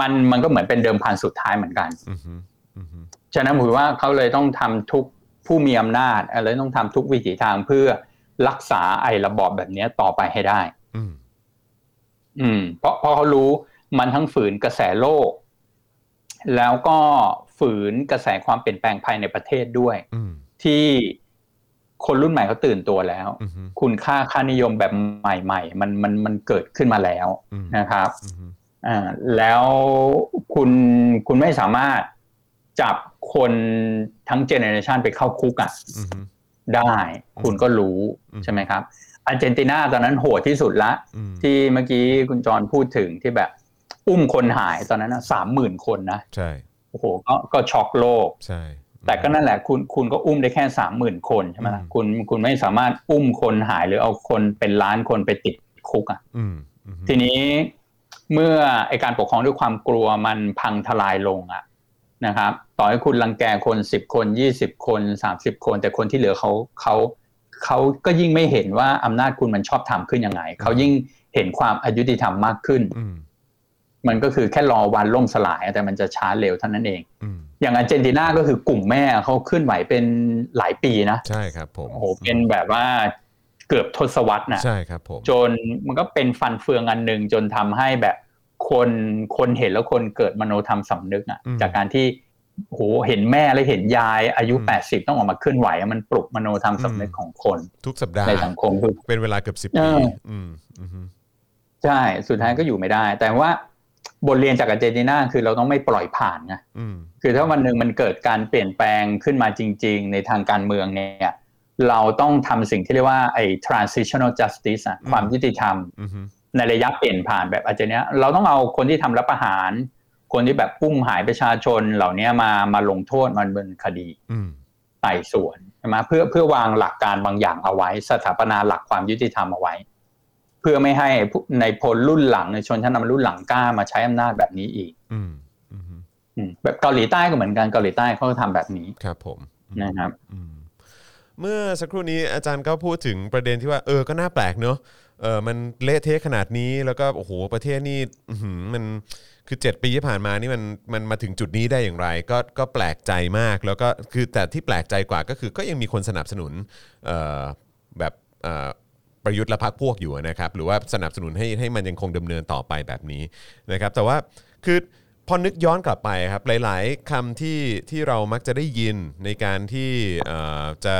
Speaker 3: มันมันก็เหมือนเป็นเดิมพันสุดท้ายเหมือนกัน
Speaker 2: อือฮึอือฮึ
Speaker 3: ฉะนั้นผมว่าเขาเลยต้องทำทุกผู้มีอำนาจเลยต้องทำทุกวิถีทางเพื่อรักษาไอ้ระบอบแบบเนี้ยต่อไปให้ได้
Speaker 2: อืม
Speaker 3: อืมเพราะเพราะเขารู้มันทั้งฝืนกระแสโลก แล้วก็ฝืนกระแสความเปลี่ยนแปลงภายในประเทศด้วย
Speaker 2: อืม
Speaker 3: ที่คนรุ่นใหม่เขาตื่นตัวแล้ว
Speaker 2: อืมอืม
Speaker 3: คุณค่าค่านิยมแบบใหม่ๆ มันมันมันเกิดขึ้นมาแล้ว
Speaker 2: อืม
Speaker 3: นะครับ
Speaker 2: อืม
Speaker 3: อ่าแล้วคุณคุณไม่สามารถจับคนทั้งเจเนอเรชันไปเข้าคุกอ่ะ
Speaker 2: อืม
Speaker 3: ได้ คุณก็รู้
Speaker 2: อืม
Speaker 3: ใช่ไหมครับอาร์เจนตินาตอนนั้นโหดที่สุดละ
Speaker 2: อืม
Speaker 3: ที่เมื่อกี้คุณจรพูดถึงที่แบบ อุ้มคนหายตอนนั้นสามหมื่นคนนะ
Speaker 2: ใช่
Speaker 3: โอ้โหก็ก็ช็อกโลก
Speaker 2: ใช่อืม
Speaker 3: แต่ก็นั่นแหละคุณคุณก็อุ้มได้แค่สามหมื่นคนใช่ไหมล่ะ
Speaker 2: อืม
Speaker 3: คุณคุณไม่สามารถอุ้มคนหายหรือเอาคนเป็นล้านคนไปติดคุกอ่ะ
Speaker 2: อืมอืม
Speaker 3: ทีนี้เมื่อไอการปกครองด้วยความกลัวมันพังทลายลงอะนะครับ ต่อให้คุณรังแกคนสิบคนยี่สิบคนสามสิบคน แต่คนที่เหลือเขาเขาเขาก็ยิ่งไม่เห็นว่าอำนาจคุณมันชอบทำขึ้นยังไง เขายิ่งเห็นความอายุติธรรมมากขึ้น
Speaker 2: อืม
Speaker 3: มันก็คือแค่รอวันล่มสลายแต่มันจะช้าเร็วเท่านั้นเอง
Speaker 2: อืม
Speaker 3: อย่างอาร์เจนตินาก็คือกลุ่มแม่เขาขึ้นไหวเป็นหลายปีนะ
Speaker 2: ใช่ครับผม
Speaker 3: โอ้โหเป็นแบบว่าเกือบทศวรรษนะ
Speaker 2: ใช่ครับผม
Speaker 3: จนมันก็เป็นฟันเฟืองอันหนึ่งจนทำให้แบบ คนคนเห็นแล้วคนเกิดมโนธรรมสำนึกอะจากการที่โหเห็นแม่และเห็นยายอายุ 80 ต้องออกมาเคลื่อนไหวอะมันปลุกมโนธรรมสำนึกของคน
Speaker 2: ทุกสัปดาห์
Speaker 3: ในสังคมคือ
Speaker 2: เป็นเวลาเกือบสิบ
Speaker 3: เอ
Speaker 2: ปี
Speaker 3: อ
Speaker 2: อืมอืม
Speaker 3: ใช่สุดท้ายก็อยู่ไม่ได้ แต่ว่าบทเรียนจากอาร์เจนตินาคือเราต้องไม่ปล่อยผ่านไง
Speaker 2: อืม
Speaker 3: คือถ้าวันหนึ่งมันเกิดการเปลี่ยนแปลงขึ้นมาจริง ๆ ในทางการเมืองเนี่ยเราต้องทำสิ่งที่เรียกว่าไอ้ transitional justice อะความยุติธรรม
Speaker 2: อืม
Speaker 3: ในระยะเปลี่ยนผ่านแบบอาจจะเนี้ยเราต้องเอาคนที่ทำรับประหาร คนที่แบบอุ้มหายประชาชนเหล่าเนี้ยมามาลงโทษมันเป็นคดี
Speaker 2: อืม
Speaker 3: ไต่สวนใช่ไหมเพื่อเพื่อวางหลักการบางอย่างเอาไว้ สถาปนาหลักความยุติธรรมเอาไว้ เพื่อไม่ให้ผู้ในพลรุ่นหลังในชนชั้นนำรุ่นหลังกล้ามาใช้อำนาจแบบนี้อีก
Speaker 2: อืมอืม
Speaker 3: อืมแบบเกาหลีใต้ก็เหมือนกันเกาหลีใต้เขาก็ทำแบบนี้
Speaker 2: ครับผมอืม
Speaker 3: นะครับ
Speaker 2: อืมเมื่อสักครู่นี้อาจารย์ก็พูดถึงประเด็นที่ว่าเออก็น่าแปลกเนอะเออมันเละเทะขนาดนี้แล้วก็โอ้โหประเทศนี่อื้อหือมันคือ 7 ปีที่ผ่านมานี่มันมันมาถึงจุดนี้ได้อย่างไร ก็ก็แปลกใจมากแล้วก็คือแต่ที่แปลกใจกว่าก็คือก็ยังมีคนสนับสนุนเอ่อแบบเอ่อประยุทธ์และพรรคพวกอยู่นะครับหรือว่าสนับสนุนให้ให้มันยังคงดำเนินต่อไปแบบนี้นะครับแต่ว่าคือ พอนึกย้อนกลับไปครับหลาย ๆคำที่ที่เรามักจะได้ยินในการที่เอ่อจะ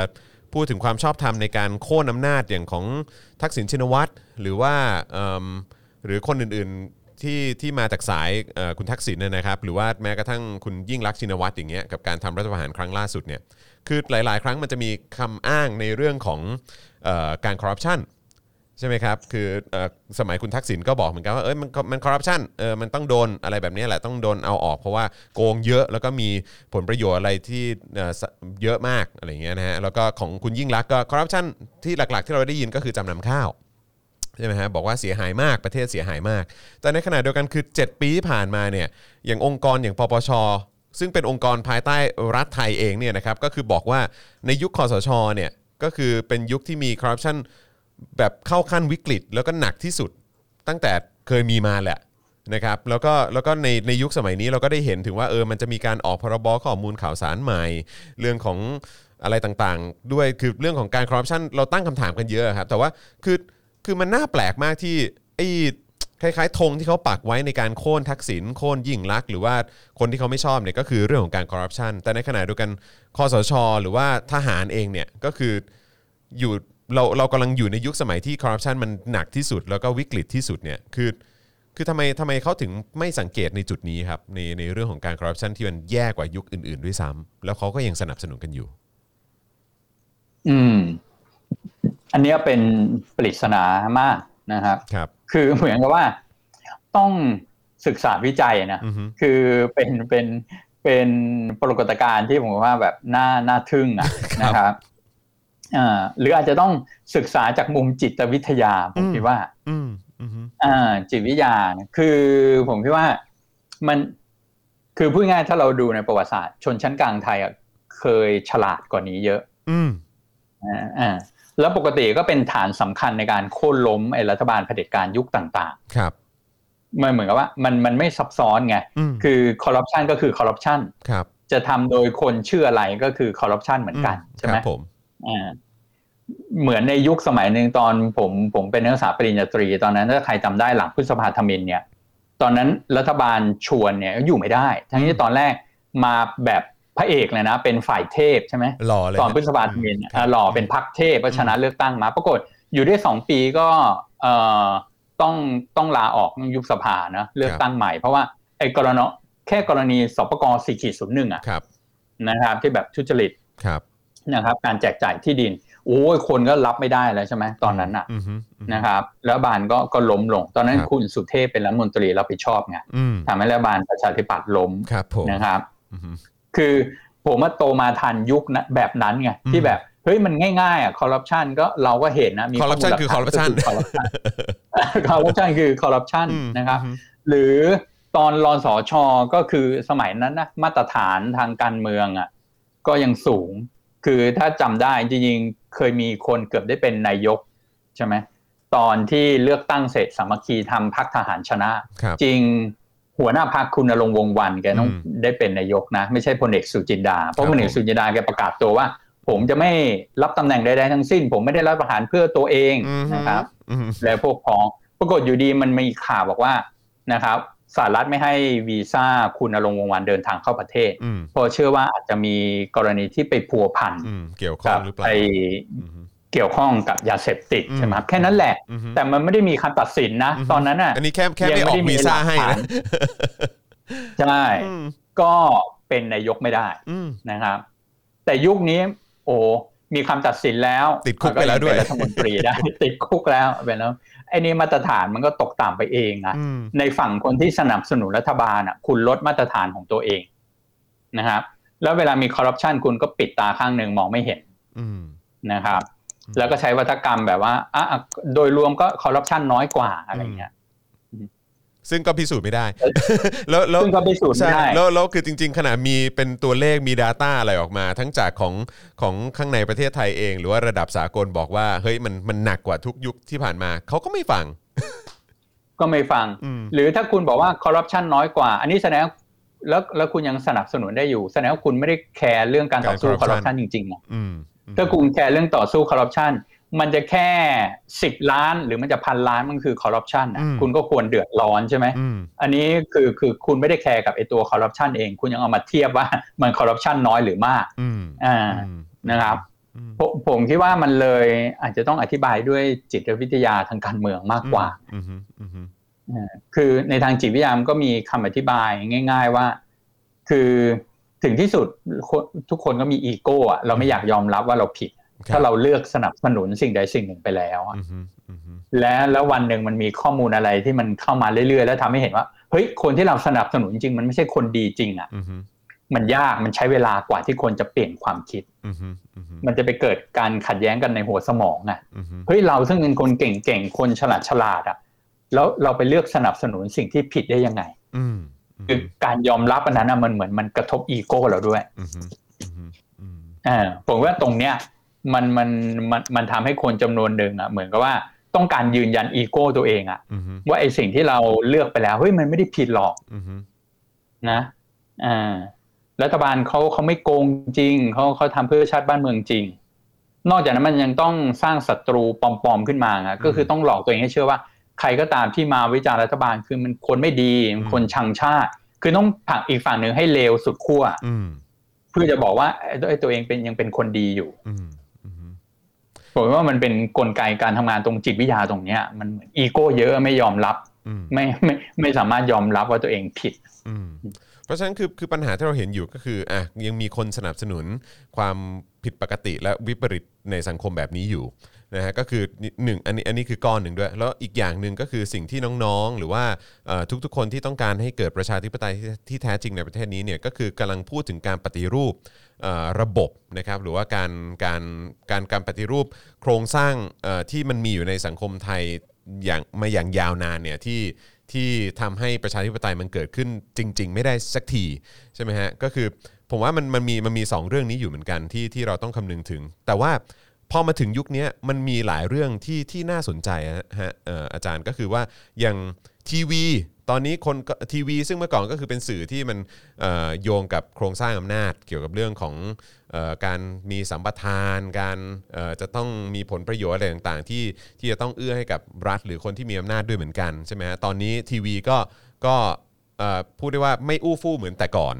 Speaker 2: พูดถึงความชอบธรรมในการโค่นอำนาจอย่างของทักษิณชินวัตรหรือว่าเอิ่มหรือคนอื่นๆที่ที่มาจากสายเอ่อคุณทักษิณเนยนะครับ หรือว่าแม้กระทั่งคุณยิ่งรักษณ์ชินวัตรอย่างเงี้ยกับการทำรัฐประหารครั้งล่าสุดเนี่ยคือหลาย ๆ ครั้งมันจะมีคำอ้างในเรื่องของเออการคอร์รัปชัน ใช่ไหมครับ คือเอ่อสมัยคุณทักษิณก็บอกเหมือนกันว่า เอ้ย มันก็มันคอร์รัปชัน เออ มันต้องโดนอะไรแบบนี้แหละ ต้องโดนเอาออก เพราะว่าโกงเยอะ แล้วก็มีผลประโยชน์อะไรที่เอ่อสเยอะมาก อะไรอย่างเงี้ยนะฮะ แล้วก็ของคุณยิ่งรักษณ์ก็คอร์รัปชันที่หลัก ๆ ที่เราได้ยินก็คือจำนำข้าว ใช่ไหมฮะบอกว่าเสียหายมากประเทศเสียหายมาก แต่ในขณะเดียวกันคือ 7 ปีที่ผ่านมาเนี่ยอย่างองค์กรอย่างปปช ซึ่งเป็นองค์กรภายใต้รัฐไทยเองเนี่ยนะครับก็คือบอกว่าในยุคคอสชเนี่ยก็คือเป็นยุคที่มีคอร์รัปชันแบบเข้าขั้นวิกฤต แล้วก็หนักที่สุดตั้งแต่เคยมีมาแหละนะครับแล้วก็แล้วก็ในในยุคสมัยนี้เราก็ได้เห็นถึงว่าเออมันจะมีการออกพรบข้อมูลข่าวสารใหม่ เรื่องของอะไรต่างๆ ด้วยคือเรื่องของการคอร์รัปชันเราตั้งคำถามกันเยอะครับแต่ว่าคือ คือมันน่าแปลกมากที่ไอ้คล้ายๆธงที่เขาปักไว้ในการโค่นทักษิณโค่นยิ่งลักษณ์หรือว่าคนที่เขาไม่ชอบเนี่ยก็คือเรื่องของการคอร์รัปชันแต่ในขณะเดียวกันคอสช หรือว่าทหารเองเนี่ยก็คืออยู่เราเรากำลังอยู่ในยุคสมัยที่คอร์รัปชันมันหนักที่สุด แล้วก็วิกฤตที่สุดเนี่ยคือ คือทำไมทำไมเขาถึงไม่สังเกตในจุดนี้ครับในในเรื่องของการคอร์รัปชันที่มันแย่กว่ายุคอื่นๆด้วยซ้ำแล้วเขาก็ยังสนับสนุนกันอยู่
Speaker 3: อืม อันเนี้ยเป็นปริศนามากนะครับ
Speaker 2: ครับ
Speaker 3: คือเหมือนกับว่าต้องศึกษาวิจัยนะ
Speaker 2: อือฮึ
Speaker 3: คือเป็นเป็นเป็นปรากฏการณ์ที่ผมว่าแบบน่าน่าทึ่งอะ
Speaker 2: [laughs] ครับ
Speaker 3: นะครับอ่าหรืออาจจะต้องศึกษาจากมุมจิตวิทยาผม
Speaker 2: อืม
Speaker 3: คิดว่า
Speaker 2: อืมอืม
Speaker 3: อ่าจิตวิทยาเนี่ยคือผมคิดว่ามันคือพูดง่ายๆถ้าเราดูในประวัติศาสตร์ ชนชั้นกลางไทยอะเคยฉลาดกว่านี้เยอะ
Speaker 2: อืม
Speaker 3: อ่าอ่าแล้วปกติก็เป็นฐานสำคัญในการโค่นล้มไอ้รัฐบาลเผด็จการยุคต่าง ๆ
Speaker 2: ครับ
Speaker 3: มันเหมือนกับว่ามันมันไม่ซับซ้อนไง
Speaker 2: อืม
Speaker 3: คือคอร์รัปชันก็คือคอร์รัปชัน
Speaker 2: ครับ
Speaker 3: จะทำโดยคนเชื่ออะไรก็คือคอร์รัปชันเหมือนกัน
Speaker 2: อื
Speaker 3: ใช่
Speaker 2: ค
Speaker 3: ไหม
Speaker 2: รับผม
Speaker 3: อ่า เหมือนในยุคสมัยหนึ่งตอนผมผมเป็นนักศึกษาปริญญาตรี ตอนนั้นถ้าใครจำได้หลังพฤษภาธมินเนี่ย ตอนนั้นรัฐบาลชวนเนี่ยอยู่ไม่ได้ ทั้งที่ตอนแรกมาแบบพระเอกเลยนะ เป็นฝ่ายเทพใช่ไหม
Speaker 2: หล่อเลย
Speaker 3: ตอนพฤษภาธมินอ่ะหล่อเป็นพักเทพก็ชนะเลือกตั้งมา ปรากฏอยู่ได้สองปีก็เอ่อต้องต้องลาออกยุบสภานะเลือกตั้งใหม่ เพราะว่าไอ้กรณีแค่กรณีสปกสี่ขีดศูนย์หนึ่งอ่ะ
Speaker 2: ครับ
Speaker 3: นะครับที่แบบทุจริต
Speaker 2: ครับ
Speaker 3: นะครับการแจกจ่ายที่ดินโอ้ยคนก็รับไม่ได้แล้วใช่ไหมตอนนั้นอ่ะ
Speaker 2: อืมฮึอืมฮึ
Speaker 3: นะครับแล้วบานก็ก็ล้มลง ตอนนั้น
Speaker 2: ครับ
Speaker 3: คุณสุเทพเป็นรัฐมนตรีรับผิดชอบไง
Speaker 2: อืม
Speaker 3: ทำให้รัฐบาลประชาธิปัตย์ล้ม
Speaker 2: ครับผม
Speaker 3: นะครับ
Speaker 2: อืมฮึ
Speaker 3: คือผมมาโตมาทันยุคนะแบบนั้นไง
Speaker 2: อืม
Speaker 3: ที่แบบเฮ้ยมันง่ายๆอ่ะคอร์รัปชันก็เราก็เห็นนะมี
Speaker 2: corruption คือ corruption
Speaker 3: คอร์รัปชันคอร์รัปชัน [laughs] คือคอร์รัปชันนะครับ
Speaker 2: อืมฮึ
Speaker 3: หรือตอนรอนสอชอก็คือสมัยนั้นนะมาตรฐานทางการเมืองอ่ะก็ยังสูง คือถ้าจำได้จริงๆเคยมีคนเกือบได้เป็นนายกใช่ไหมตอนที่เลือกตั้งเสร็จสามัคคีทำพักทหารชนะ
Speaker 2: ครับ
Speaker 3: จริงหัวหน้าพักคุณนรงค์วงศ์วันแกต้อง
Speaker 2: อืม
Speaker 3: ได้เป็นนายกนะ ไม่ใช่พลเอกสุจินดา
Speaker 2: ค
Speaker 3: เพ
Speaker 2: รั
Speaker 3: ราะ
Speaker 2: บ
Speaker 3: พลเอก
Speaker 2: ผม
Speaker 3: สุจินดาแกประกาศตัวว่า ผมจะไม่รับตำแหน่งใดๆทั้งสิ้น ผมไม่ได้รับประหารเพื่อตัวเอง
Speaker 2: อืมฮึ
Speaker 3: นะครับ
Speaker 2: อืมฮึ
Speaker 3: และพวกพ้องปรากฏอยู่ดีมันมีข่าวบอกว่านะครับสหรัฐไม่ให้วีซ่าคุณนรงค์วงศ์วันเดินทางเข้าประเทศ
Speaker 2: อืม
Speaker 3: เพราะเชื่อว่าอาจจะมีกรณีที่ไปพัวพัน
Speaker 2: อืมเกี่ยวข้อ
Speaker 3: กั
Speaker 2: ง
Speaker 3: บ
Speaker 2: หรือเปล่า
Speaker 3: ไป
Speaker 2: อืมฮึ
Speaker 3: เกี่ยวข้องกับยาเสพติด
Speaker 2: อืม
Speaker 3: ใช่ไหมครับแค่นั้นแหละ
Speaker 2: อืมฮึ
Speaker 3: แต่มันไม่ได้มีคำตัดสินนะ
Speaker 2: อืม
Speaker 3: ตอนนั้นน่ะ
Speaker 2: อันนี้แค่แค่
Speaker 3: ยัง
Speaker 2: ไม่ออก
Speaker 3: ไม่ได้มี
Speaker 2: วีซ่าให้
Speaker 3: หลั
Speaker 2: นะ
Speaker 3: กฐาน ใช่
Speaker 2: อืม
Speaker 3: ก็เป็นนายกไม่ได้
Speaker 2: อืม
Speaker 3: นะครับ แต่ยุคนี้โอ้มีคำตัดสินแล้ว
Speaker 2: ติดคุกไปแล้วด้วย
Speaker 3: เป็นรัฐมนตรีได้ [laughs] ติดคุกแล้วเป็นแล้วไอ้นี่มาตรฐานมันก็ตกต่ำไปเองนะ
Speaker 2: อืม
Speaker 3: ในฝั่งคนที่สนับสนุนรัฐบาลอ่ะ คุณลดมาตรฐานของตัวเองนะครับ แล้วเวลามีคอร์รัปชันคุณก็ปิดตาข้างหนึ่งมองไม่เห็น
Speaker 2: อืม
Speaker 3: นะครับ แล้วก็ใช้วัฒกรรมแบบว่าอ่ะอ่ะโดยรวมก็คอร์รัปชันน้อยกว่าอะไรเงี้ย
Speaker 2: ซึ่งก็พิสูจน์ไม่ได้ แล้วแล้ว
Speaker 3: ซึ่งก็พิสูจน์
Speaker 2: ใช่
Speaker 3: ไม่ได้
Speaker 2: แล้วแล้วคือจริง ๆ ขนาดมีเป็นตัวเลขมี Data อะไรออกมา ทั้งจากของของข้างในประเทศไทยเอง หรือว่าระดับสากลบอกว่า เฮ้ยมันมันหนักกว่าทุกยุคที่ผ่านมา เขาก็ไม่ฟัง
Speaker 3: ก็ไม่ฟัง
Speaker 2: อืม
Speaker 3: หรือถ้าคุณบอกว่าคอร์รัปชันน้อยกว่า อันนี้แสดงว่าแล้วแล้วคุณยังสนับสนุนได้อยู่ แสดงว่าคุณไม่ได้แคร์เรื่องการต่อสู้
Speaker 2: การ
Speaker 3: คอร์รัปชัน
Speaker 2: corruption
Speaker 3: จริงๆนะ
Speaker 2: อืมอืม
Speaker 3: ถ้าคุณแคร์เรื่องต่อสู้คอร์รัปชันมันจะแค่สิบล้านหรือมันจะพันล้านมันคือคอร์รัปชันนะคุณก็ควรเดือดร้อนใช่ไหม
Speaker 2: อืม
Speaker 3: อันนี้คือคือคุณไม่ได้แคร์กับไอตัวคอร์รัปชันเอง คุณยังเอามาเทียบว่า [laughs] มันคอร์รัปชันน้อยหรือมาก
Speaker 2: อืม
Speaker 3: อ่า
Speaker 2: อืม
Speaker 3: นะครับ
Speaker 2: อืม
Speaker 3: ผมผมคิดว่ามันเลยอาจจะต้องอธิบายด้วยจิตวิทยาทางการเมืองมากกว่า
Speaker 2: อืมอืมอืม
Speaker 3: คือในทางจิตวิทยามนก็มีคำอธิบายง่าย ๆว่า คือถึงที่สุดคนทุกคนก็มีอีโก้อะเราไม่อยากยอมรับว่าเราผิด
Speaker 2: คบ
Speaker 3: ถ้าเราเลือกสนับสนุนสิ่งใดสิ่งหนึ่งไปแล้วอะ
Speaker 2: อืมอืมอืม
Speaker 3: และแล้ววันหนึ่งมันมีข้อมูลอะไรที่มันเข้ามาเรื่อยๆ แล้วทำให้เห็นว่าเฮ้ยคนที่เราสนับสนุนจริงมันไม่ใช่คนดีจริงอะ
Speaker 2: อืม
Speaker 3: มันยากมันใช้เวลากว่าที่คนจะเปลี่ยนความคิด
Speaker 2: อืมอืมอืม
Speaker 3: มันจะไปเกิดการขัดแย้งกันในหัวสมองอะ
Speaker 2: อืมอืม
Speaker 3: เฮ้ยเราซึ่งเป็นคนเก่งๆ คนฉลาดฉลาดๆอ่ะแล้วเราไปเลือกสนับสนุนสิ่งที่ผิดได้ยังไง
Speaker 2: อืม
Speaker 3: คือการยอมรับอันนั้นอะมันเหมือนมันกระทบอีโก้เราด้วย
Speaker 2: อืมอืมอืมอืม
Speaker 3: อ่าผมว่าตรงเนี้ยมันมันมันมันทำให้คนจำนวนหนึ่งอ่ะเหมือนกับว่าต้องการยืนยันอีโก้ตัวเองอ่ะ
Speaker 2: อืมอืม
Speaker 3: ว่าไอสิ่งที่เราเลือกไปแล้วเฮ้ยมันไม่ได้ผิดหรอก
Speaker 2: อืมอืม
Speaker 3: นะอ่ารัฐบาลเขาเขาไม่โกงจริงเขาเขาทำเพื่อชาติบ้านเมืองจริง นอกจากนั้นมันยังต้องสร้างศัตรูปลอมๆขึ้นมาอะก็คือต้องหลอกตัวเองให้เชื่อว่า ใครก็ตามที่มาวิจารณ์รัฐบาลคือมันคนไม่ดีมันคนชังชาติ คือต้องผลักอีกฝั่งหนึ่งให้เลวสุดขั้ว
Speaker 2: อืม
Speaker 3: เพื่อจะบอกว่าไอ้ไอ้ตัวเองเป็นยังเป็นคนดีอยู่
Speaker 2: อืมอืม
Speaker 3: ผมว่ามันเป็นกลไกการทำงานตรงจิตวิทยาตรงเนี้ย มันเหมือนอีโก้เยอะไม่ยอมรับ
Speaker 2: อืม
Speaker 3: ไม่ไม่ไม่สามารถยอมรับว่าตัวเองผิด
Speaker 2: อืมเพราะฉะนั้นคือคือปัญหาที่เราเห็นอยู่ก็คืออ่ะยังมีคนสนับสนุนความผิดปกติและวิปริตในสังคมแบบนี้อยู่นะฮะก็คือหนึ่งอันนี้อันนี้คือก้อนหนึ่งด้วย แล้วอีกอย่างหนึ่งก็คือสิ่งที่น้องๆ หรือว่าเอ่อทุกๆ คนที่ต้องการให้เกิดประชาธิปไตยที่ที่แท้จริงในประเทศนี้เนี่ยก็คือกำลังพูดถึงการปฏิรูปเอ่อระบบนะครับหรือว่าการการการการปฏิรูปโครงสร้างเอ่อที่มันมีอยู่ในสังคมไทยอย่างมาอย่างยาวนานเนี่ยที่ ที่ทำให้ประชาธิปไตยมันเกิดขึ้นจริง ๆ ไม่ได้สักทีใช่ไหมฮะก็คือผมว่ามันมันมีมันมีสองเรื่องนี้อยู่เหมือนกันที่ที่เราต้องคำนึงถึง แต่ว่าพอมาถึงยุคเนี้ยมันมีหลายเรื่องที่ที่น่าสนใจนะฮะเอ่ออาจารย์ก็คือว่าอย่างทีวี ตอนนี้คนก็ทีวี ซึ่งเมื่อก่อนก็คือเป็นสื่อที่มันเอ่อโยงกับโครงสร้างอำนาจ เกี่ยวกับเรื่องของเอ่อการมีสัมปทาน การเอ่อจะต้องมีผลประโยชน์อะไรต่างๆ ที่ที่จะต้องเอื้อให้กับรัฐหรือคนที่มีอำนาจด้วยเหมือนกันใช่ไหมฮะตอนนี้ทีวีก็ก็เอ่อพูดได้ว่าไม่อู้ฟู่เหมือนแต่ก่อน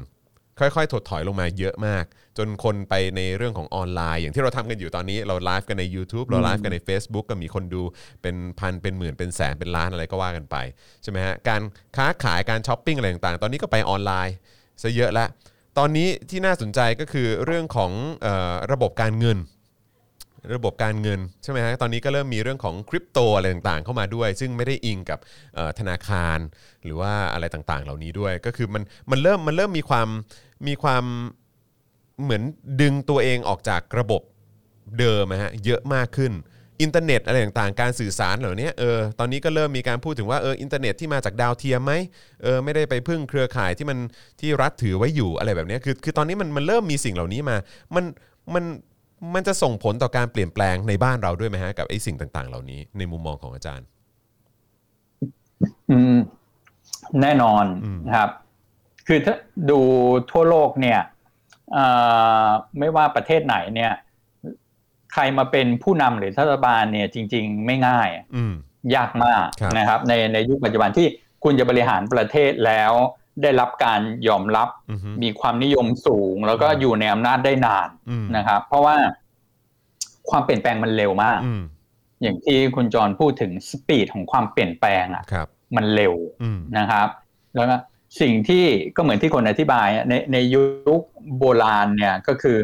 Speaker 2: ค่อยๆ ถดถอยลงมาเยอะมาก จนคนไปในเรื่องของออนไลน์ อย่างที่เราทำกันอยู่ตอนนี้เราไลฟ์กันใน YouTube เราไลฟ์กันใน Facebook ก็มีคนดูเป็นพันเป็นหมื่นเป็นแสนเป็นล้านอะไรก็ว่ากันไป ใช่ไหมฮะ การค้าขายการช้อปปิ้งอะไรต่างๆ ตอนนี้ก็ไปออนไลน์ซะเยอะละ ตอนนี้ที่น่าสนใจก็คือเรื่องของเออระบบการเงิน ระบบการเงินใช่ไหมฮะตอนนี้ก็เริ่มมีเรื่องของคริปโตอะไรต่างๆ เข้ามาด้วย ซึ่งไม่ได้อิงกับเอ่อธนาคาร หรือว่าอะไรต่างๆ เหล่านี้ด้วย ก็คือมันมันเริ่มมันเริ่มมีความมีความเหมือนดึงตัวเองออกจากระบบเดิมนะฮะเยอะมากขึ้น อินเทอร์เน็ตอะไรต่างๆ การสื่อสารเหล่านี้เออตอนนี้ก็เริ่มมีการพูดถึงว่าเอออินเทอร์เน็ตที่มาจากดาวเทียมไหมเออไม่ได้ไปพึ่งเครือข่ายที่มันที่รัฐถือไว้อยู่อะไรแบบเนี้ยคือคือตอนนี้มันมันเริ่มมีสิ่งเหล่านี้มา มันมันมันจะส่งผลต่อการเปลี่ยนแปลงในบ้านเราด้วยไหมฮะกับไอ้สิ่งต่างๆ เหล่านี้ในมุมมองของอาจารย์
Speaker 3: อืมแน่นอน
Speaker 2: อืม
Speaker 3: นะครับ คือถ้าดูทั่วโลกเนี่ยเอ่อไม่ว่าประเทศไหนเนี่ย ใครมาเป็นผู้นำหรือรัฐบาลเนี่ย จริง ๆ ไม่ง่าย
Speaker 2: อืม
Speaker 3: ยากมาก
Speaker 2: ครับ
Speaker 3: นะครับ ในในยุคปัจจุบันที่คุณจะบริหารประเทศแล้ว ได้รับการยอมรับ
Speaker 2: อืมฮึ
Speaker 3: มีความนิยมสูง แล้วก็อยู่ในอำนาจได้นาน
Speaker 2: อืม
Speaker 3: นะครับ เพราะว่าความเปลี่ยนแปลงมันเร็วมาก
Speaker 2: อืม
Speaker 3: อย่างที่คุณจรพูดถึงสปีดของความเปลี่ยนแปลงอ่ะ
Speaker 2: ครับ
Speaker 3: มันเร็ว
Speaker 2: อืม
Speaker 3: นะครับแล้วก็สิ่งที่ก็เหมือนที่คนอธิบายอะในในยุคโบราณเนี่ยก็คือ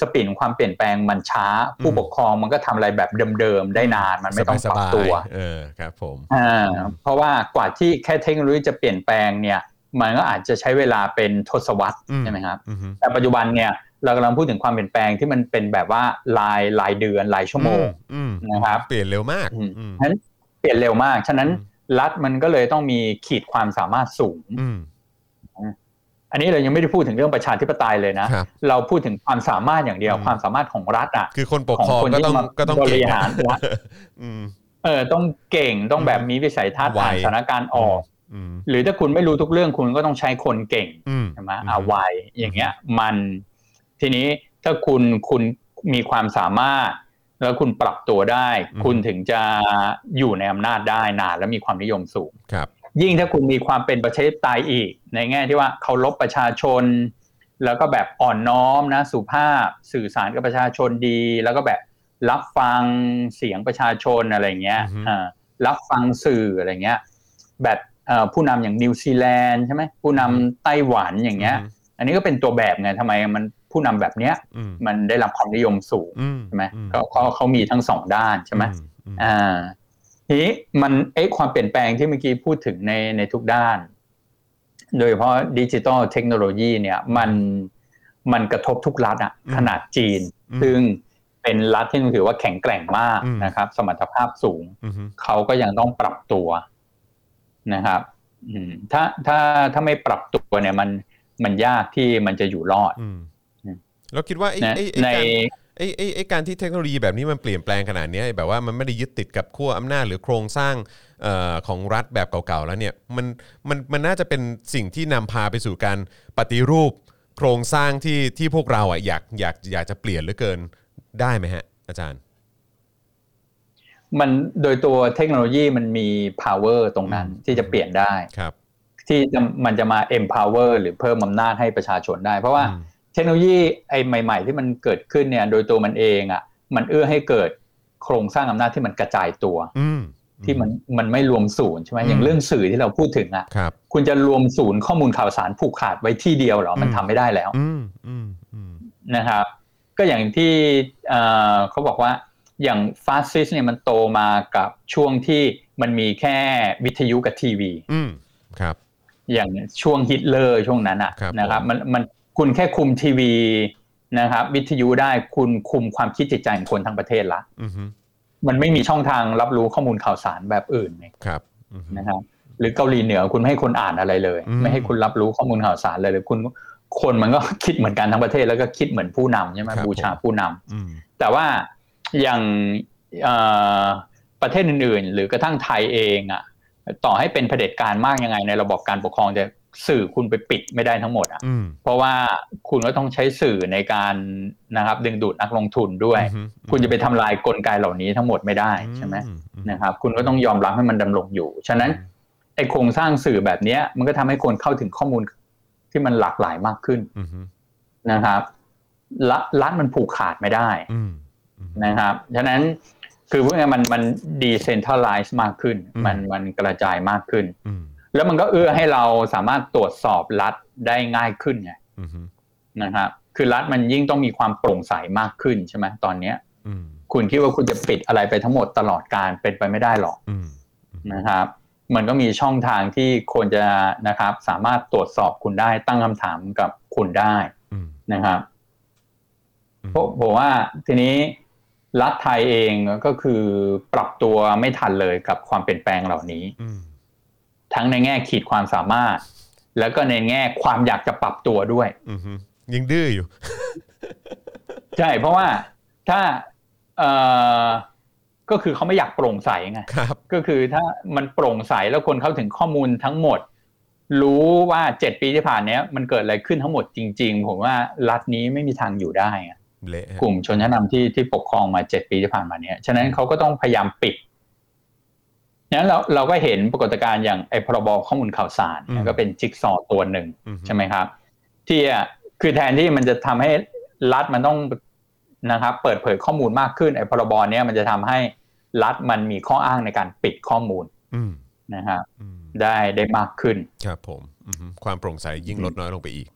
Speaker 3: สปีดของความเปลี่ยนแปลงมันช้า ผู้ปกครองมันก็ทำอะไรแบบเดิมๆได้นานมันไม่ต้องปรับบ
Speaker 2: สายๆ
Speaker 3: ตัว
Speaker 2: เออครับผม
Speaker 3: อ่าเพราะว่ากว่าที่แค่เทคโนโลยีจะเปลี่ยนแปลงเนี่ยมันก็อาจจะใช้เวลาเป็นทศวรรษ
Speaker 2: อืม
Speaker 3: ใช่ไหมครับ
Speaker 2: อืมฮึ
Speaker 3: แต่ปัจจุบันเนี่ยเรากำลังพูดถึงความเปลี่ยนแปลงที่มันเป็นแบบว่ารายรายเดือนรายชั่วโมง
Speaker 2: อืม
Speaker 3: นะครับ
Speaker 2: เปลี่ยนเร็วมาก
Speaker 3: อืม
Speaker 2: อืม
Speaker 3: ฉะนั้นเปลี่ยนเร็วมากฉะนั้น
Speaker 2: อืม
Speaker 3: รัฐมันก็เลยต้องมีขีดความสามารถสูง
Speaker 2: อืม
Speaker 3: อันนี้เรายังไม่ได้พูดถึงเรื่องประชาธิปไตยเลยนะ
Speaker 2: ครับ
Speaker 3: เราพูดถึงความสามารถอย่างเดียว
Speaker 2: อืม
Speaker 3: ความสามารถของรัฐอ่ะ
Speaker 2: คือคนปก
Speaker 3: ของ
Speaker 2: ครอง
Speaker 3: คน
Speaker 2: ก็
Speaker 3: ที่
Speaker 2: ต้อง
Speaker 3: มา
Speaker 2: ก็ต้อง
Speaker 3: บ
Speaker 2: เก่
Speaker 3: ริ
Speaker 2: งนะ
Speaker 3: หารรัฐ
Speaker 2: อืม
Speaker 3: เออต้องเก่งต้องแบบมีวิสัยทัศน์
Speaker 2: ไว
Speaker 3: อ่านสถานการณ์ออก
Speaker 2: อืม
Speaker 3: หรือถ้าคุณไม่รู้ทุกเรื่องคุณก็ต้องใช้คนเก่ง
Speaker 2: อืม
Speaker 3: ใช่ไหมอาไวยอย่างเงี้ย มันทีนี้ถ้าคุณคุณมีความสามารถ แล้วคุณปรับตัวได้ คุณถึงจะอยู่ในอำนาจได้นานและมีความนิยมสูง
Speaker 2: ครับ
Speaker 3: ยิ่งถ้าคุณมีความเป็นประชาธิปไตยอีก ในแง่ที่ว่าเคารพประชาชน แล้วก็แบบอ่อนน้อมนะสุภาพสื่อสารกับประชาชนดี แล้วก็แบบรับฟังเสียงประชาชนอะไรเงี้ย
Speaker 2: อือฮึ
Speaker 3: อ่ารับฟังสื่ออะไรเงี้ยแบบเอ่อผู้นำอย่างนิวซีแลนด์ใช่ไหมผู้นำไต้หวันอย่างเงี้ย อันนี้ก็เป็นตัวแบบไงทำไมมันผู้นำแบบเนี้ย
Speaker 2: อืม
Speaker 3: มันได้รับความนิยมสูง
Speaker 2: อืม
Speaker 3: ใช่ไหม
Speaker 2: อื
Speaker 3: เขาเขาเขามีทั้งสองด้านใช่ไหม
Speaker 2: อืม
Speaker 3: อ่าทีนี้มันเอ๊ะความเปลี่ยนแปลงที่เมื่อกี้พูดถึงในในทุกด้าน โดยเฉพาะดิจิ t a ลเทคโนโลยีเนี่ยมันมันกระทบทุกรัฐอะขนาดจีน
Speaker 2: อืม
Speaker 3: ซึ่งเป็นรัฐที่ถือว่าแข็งแกร่งมาก
Speaker 2: อืม
Speaker 3: นะครับ สมรรถภาพสูง
Speaker 2: อืมฮึ
Speaker 3: เขาก็ยังต้องปรับตัวนะครับ อืมถ้าถ้าถ้าไม่ปรับตัวเนี่ยมันมันยากที่มันจะอยู่รอด
Speaker 2: อืมแล้วคิดว่าไอ้
Speaker 3: นะ
Speaker 2: ไอ้ไอ้
Speaker 3: ใน
Speaker 2: การไอ้ไอ้ไอ้การที่เทคโนโลยีแบบนี้มันเปลี่ยนแปลงขนาดเนี้ยแบบว่ามันไม่ได้ยึดติดกับขั้วอำนาจหรือโครงสร้างเออของรัฐแบบเก่าๆแล้วเนี่ยมันมันมันน่าจะเป็นสิ่งที่นำพาไปสู่การปฏิรูป โครงสร้างที่ที่พวกเราอ่ะอยากอยากอยากจะเปลี่ยนเหลือเกินได้ไหมฮะ อาจารย์
Speaker 3: มันโดยตัวเทคโนโลยีมันมี power ตรงนั้น
Speaker 2: อืม
Speaker 3: ที่จะเปลี่ยนได้
Speaker 2: ครับ
Speaker 3: ที่จะมันจะมา empower หรือเพิ่มอำนาจให้ประชาชนได้ เพราะว่า
Speaker 2: อืม
Speaker 3: เทคโนโลยีไอ้ใหม่ ๆ ที่มันเกิดขึ้นเนี่ย โดยตัวมันเองอะ่ะ มันเอื้อให้เกิดโครงสร้างอำนาจที่มันกระจายตัว
Speaker 2: อืม
Speaker 3: ที่มันมันไม่รวมศูนย์ใช่ไหม
Speaker 2: อืม
Speaker 3: อย่างเรื่องสื่อที่เราพูดถึงอะ่ะ
Speaker 2: ครับ
Speaker 3: คุณจะรวมศูนย์ข้อมูลข่าวสารผูกขาดไว้ที่เดียวเหรอ มัน
Speaker 2: อืม
Speaker 3: ทำไม่ได้แล้ว
Speaker 2: อืมอืมอืม
Speaker 3: นะครับ ก็อย่างที่เอ่อเขาบอกว่าอย่างฟาสซิสเนี่ยมันโตมากับช่วงที่มันมีแค่วิทยุกับทีวี
Speaker 2: อืมครับ
Speaker 3: อย่างช่วงฮิตเลอร์ช่วงนั้นอ่ะ
Speaker 2: ครับ
Speaker 3: นะครับ
Speaker 2: ผม
Speaker 3: มันมันคุณแค่คุมทีวีนะครับ วิทยุได้คุณคุมความคิดจิตใจของคนทั้งประเทศละ
Speaker 2: อืมฮึ
Speaker 3: มันไม่มีช่องทางรับรู้ข้อมูลข่าวสารแบบอื่นไง
Speaker 2: ครับอืมฮึ
Speaker 3: นะครับ หรือเกาหลีเหนือคุณไม่ให้คนอ่านอะไรเลย
Speaker 2: อืม
Speaker 3: ไม่ให้คุณรับรู้ข้อมูลข่าวสารเลยหรือคุณคนมันก็ คิดเหมือนกันทั้งประเทศแล้วก็คิดเหมือนผู้นำใช่ไหมบูชาผู้นำ
Speaker 2: อืม
Speaker 3: แต่ว่าอย่างเอ่อประเทศอื่นๆ หรือกระทั่งไทยเองอะ ต่อให้เป็นเผด็จการมากยังไงในระบบการปกครองจะสื่อคุณไปปิดไม่ได้ทั้งหมดอ่ะ
Speaker 2: อืม
Speaker 3: เพราะว่าคุณก็ต้องใช้สื่อในการนะครับดึงดูดนักลงทุนด้วย
Speaker 2: อืม
Speaker 3: คุณจะไปทำลายกลไกเหล่านี้ทั้งหมดไม่ได้
Speaker 2: อื
Speaker 3: ใช่ไหม
Speaker 2: อืม
Speaker 3: นะครับ คุณก็ต้องยอมรับให้มันดำรงอยู่ ฉะนั้นไอโครงสร้างสื่อแบบเนี้ย มันก็ทำให้คนเข้าถึงข้อมูลที่มันหลากหลายมากขึ้น
Speaker 2: อืมฮึ
Speaker 3: นะครับรัฐรัฐมันผูกขาดไม่ได้
Speaker 2: อืม
Speaker 3: นะครับ ฉะนั้นคือพวกนี้มันมันดีเซนทรัลไลซ์มากขึ้น
Speaker 2: อืม
Speaker 3: มันมันกระจายมากขึ้น
Speaker 2: อืม
Speaker 3: แล้วมันก็เอื้อให้เราสามารถตรวจสอบรัฐได้ง่ายขึ้นไง
Speaker 2: อืมฮึ
Speaker 3: นะครับคือรัฐมันยิ่งต้องมีความโปร่งใสมากขึ้นใช่ไหมตอนเนี้ย
Speaker 2: อืม
Speaker 3: คุณคิดว่าคุณจะปิดอะไรไปทั้งหมดตลอดการเป็นไปไม่ได้หรอก
Speaker 2: อืม
Speaker 3: นะครับ มันก็มีช่องทางที่คนจะนะครับ สามารถตรวจสอบคุณได้ตั้งคำถามกับคุณได้
Speaker 2: อืม
Speaker 3: นะครับ
Speaker 2: อืม
Speaker 3: เพราะผมว่าทีนี้รัฐไทยเองก็คือปรับตัวไม่ทันเลยกับความเปลี่ยนแปลงเหล่านี้
Speaker 2: อืม
Speaker 3: ทั้งในแง่ขีดความสามารถ แล้วก็ในแง่ความอยากจะปรับตัวด้วย
Speaker 2: อืมฮึยังดื้ออยู่
Speaker 3: ใช่เพราะว่าถ้าเออก็คือเขาไม่อยากโปร่งใสไง
Speaker 2: ครับ
Speaker 3: ก็คือถ้ามันโปร่งใสแล้วคนเข้าถึงข้อมูลทั้งหมด รู้ว่าเจ็ดปีที่ผ่านเนี้ยมันเกิดอะไรขึ้นทั้งหมดจริง ๆ ผมว่ารัฐนี้ไม่มีทางอยู่ได้ไง
Speaker 2: เละฮะ
Speaker 3: กลุ่มชนชั้นนำที่ที่ปกครองมาเจ็ดปีที่ผ่านมาเนี้ยฉะนั้นเขาก็ต้องพยายามปิดนั้นเราเราก็เห็นปรากฏการณ์อย่างไอ้พรบข้อมูลข่าวสารเนี่ยก็เป็นจิ๊กซอว์ตัวหนึ่ง
Speaker 2: อืฮึ
Speaker 3: ใช่ไหมครับ ที่อ่ะคือแทนที่มันจะทำให้รัฐมันต้องนะครับ เปิดเผยข้อมูลมากขึ้นไอ้พรบเนี้ยมันจะทำให้รัฐมันมีข้ออ้างในการปิดข้อมูล
Speaker 2: อืม
Speaker 3: นะครับ
Speaker 2: อืม
Speaker 3: ได้ได้มากขึ้น
Speaker 2: ครับผมอืมฮึความโปร่งใสยิ่งลดน้อยลงไปอีก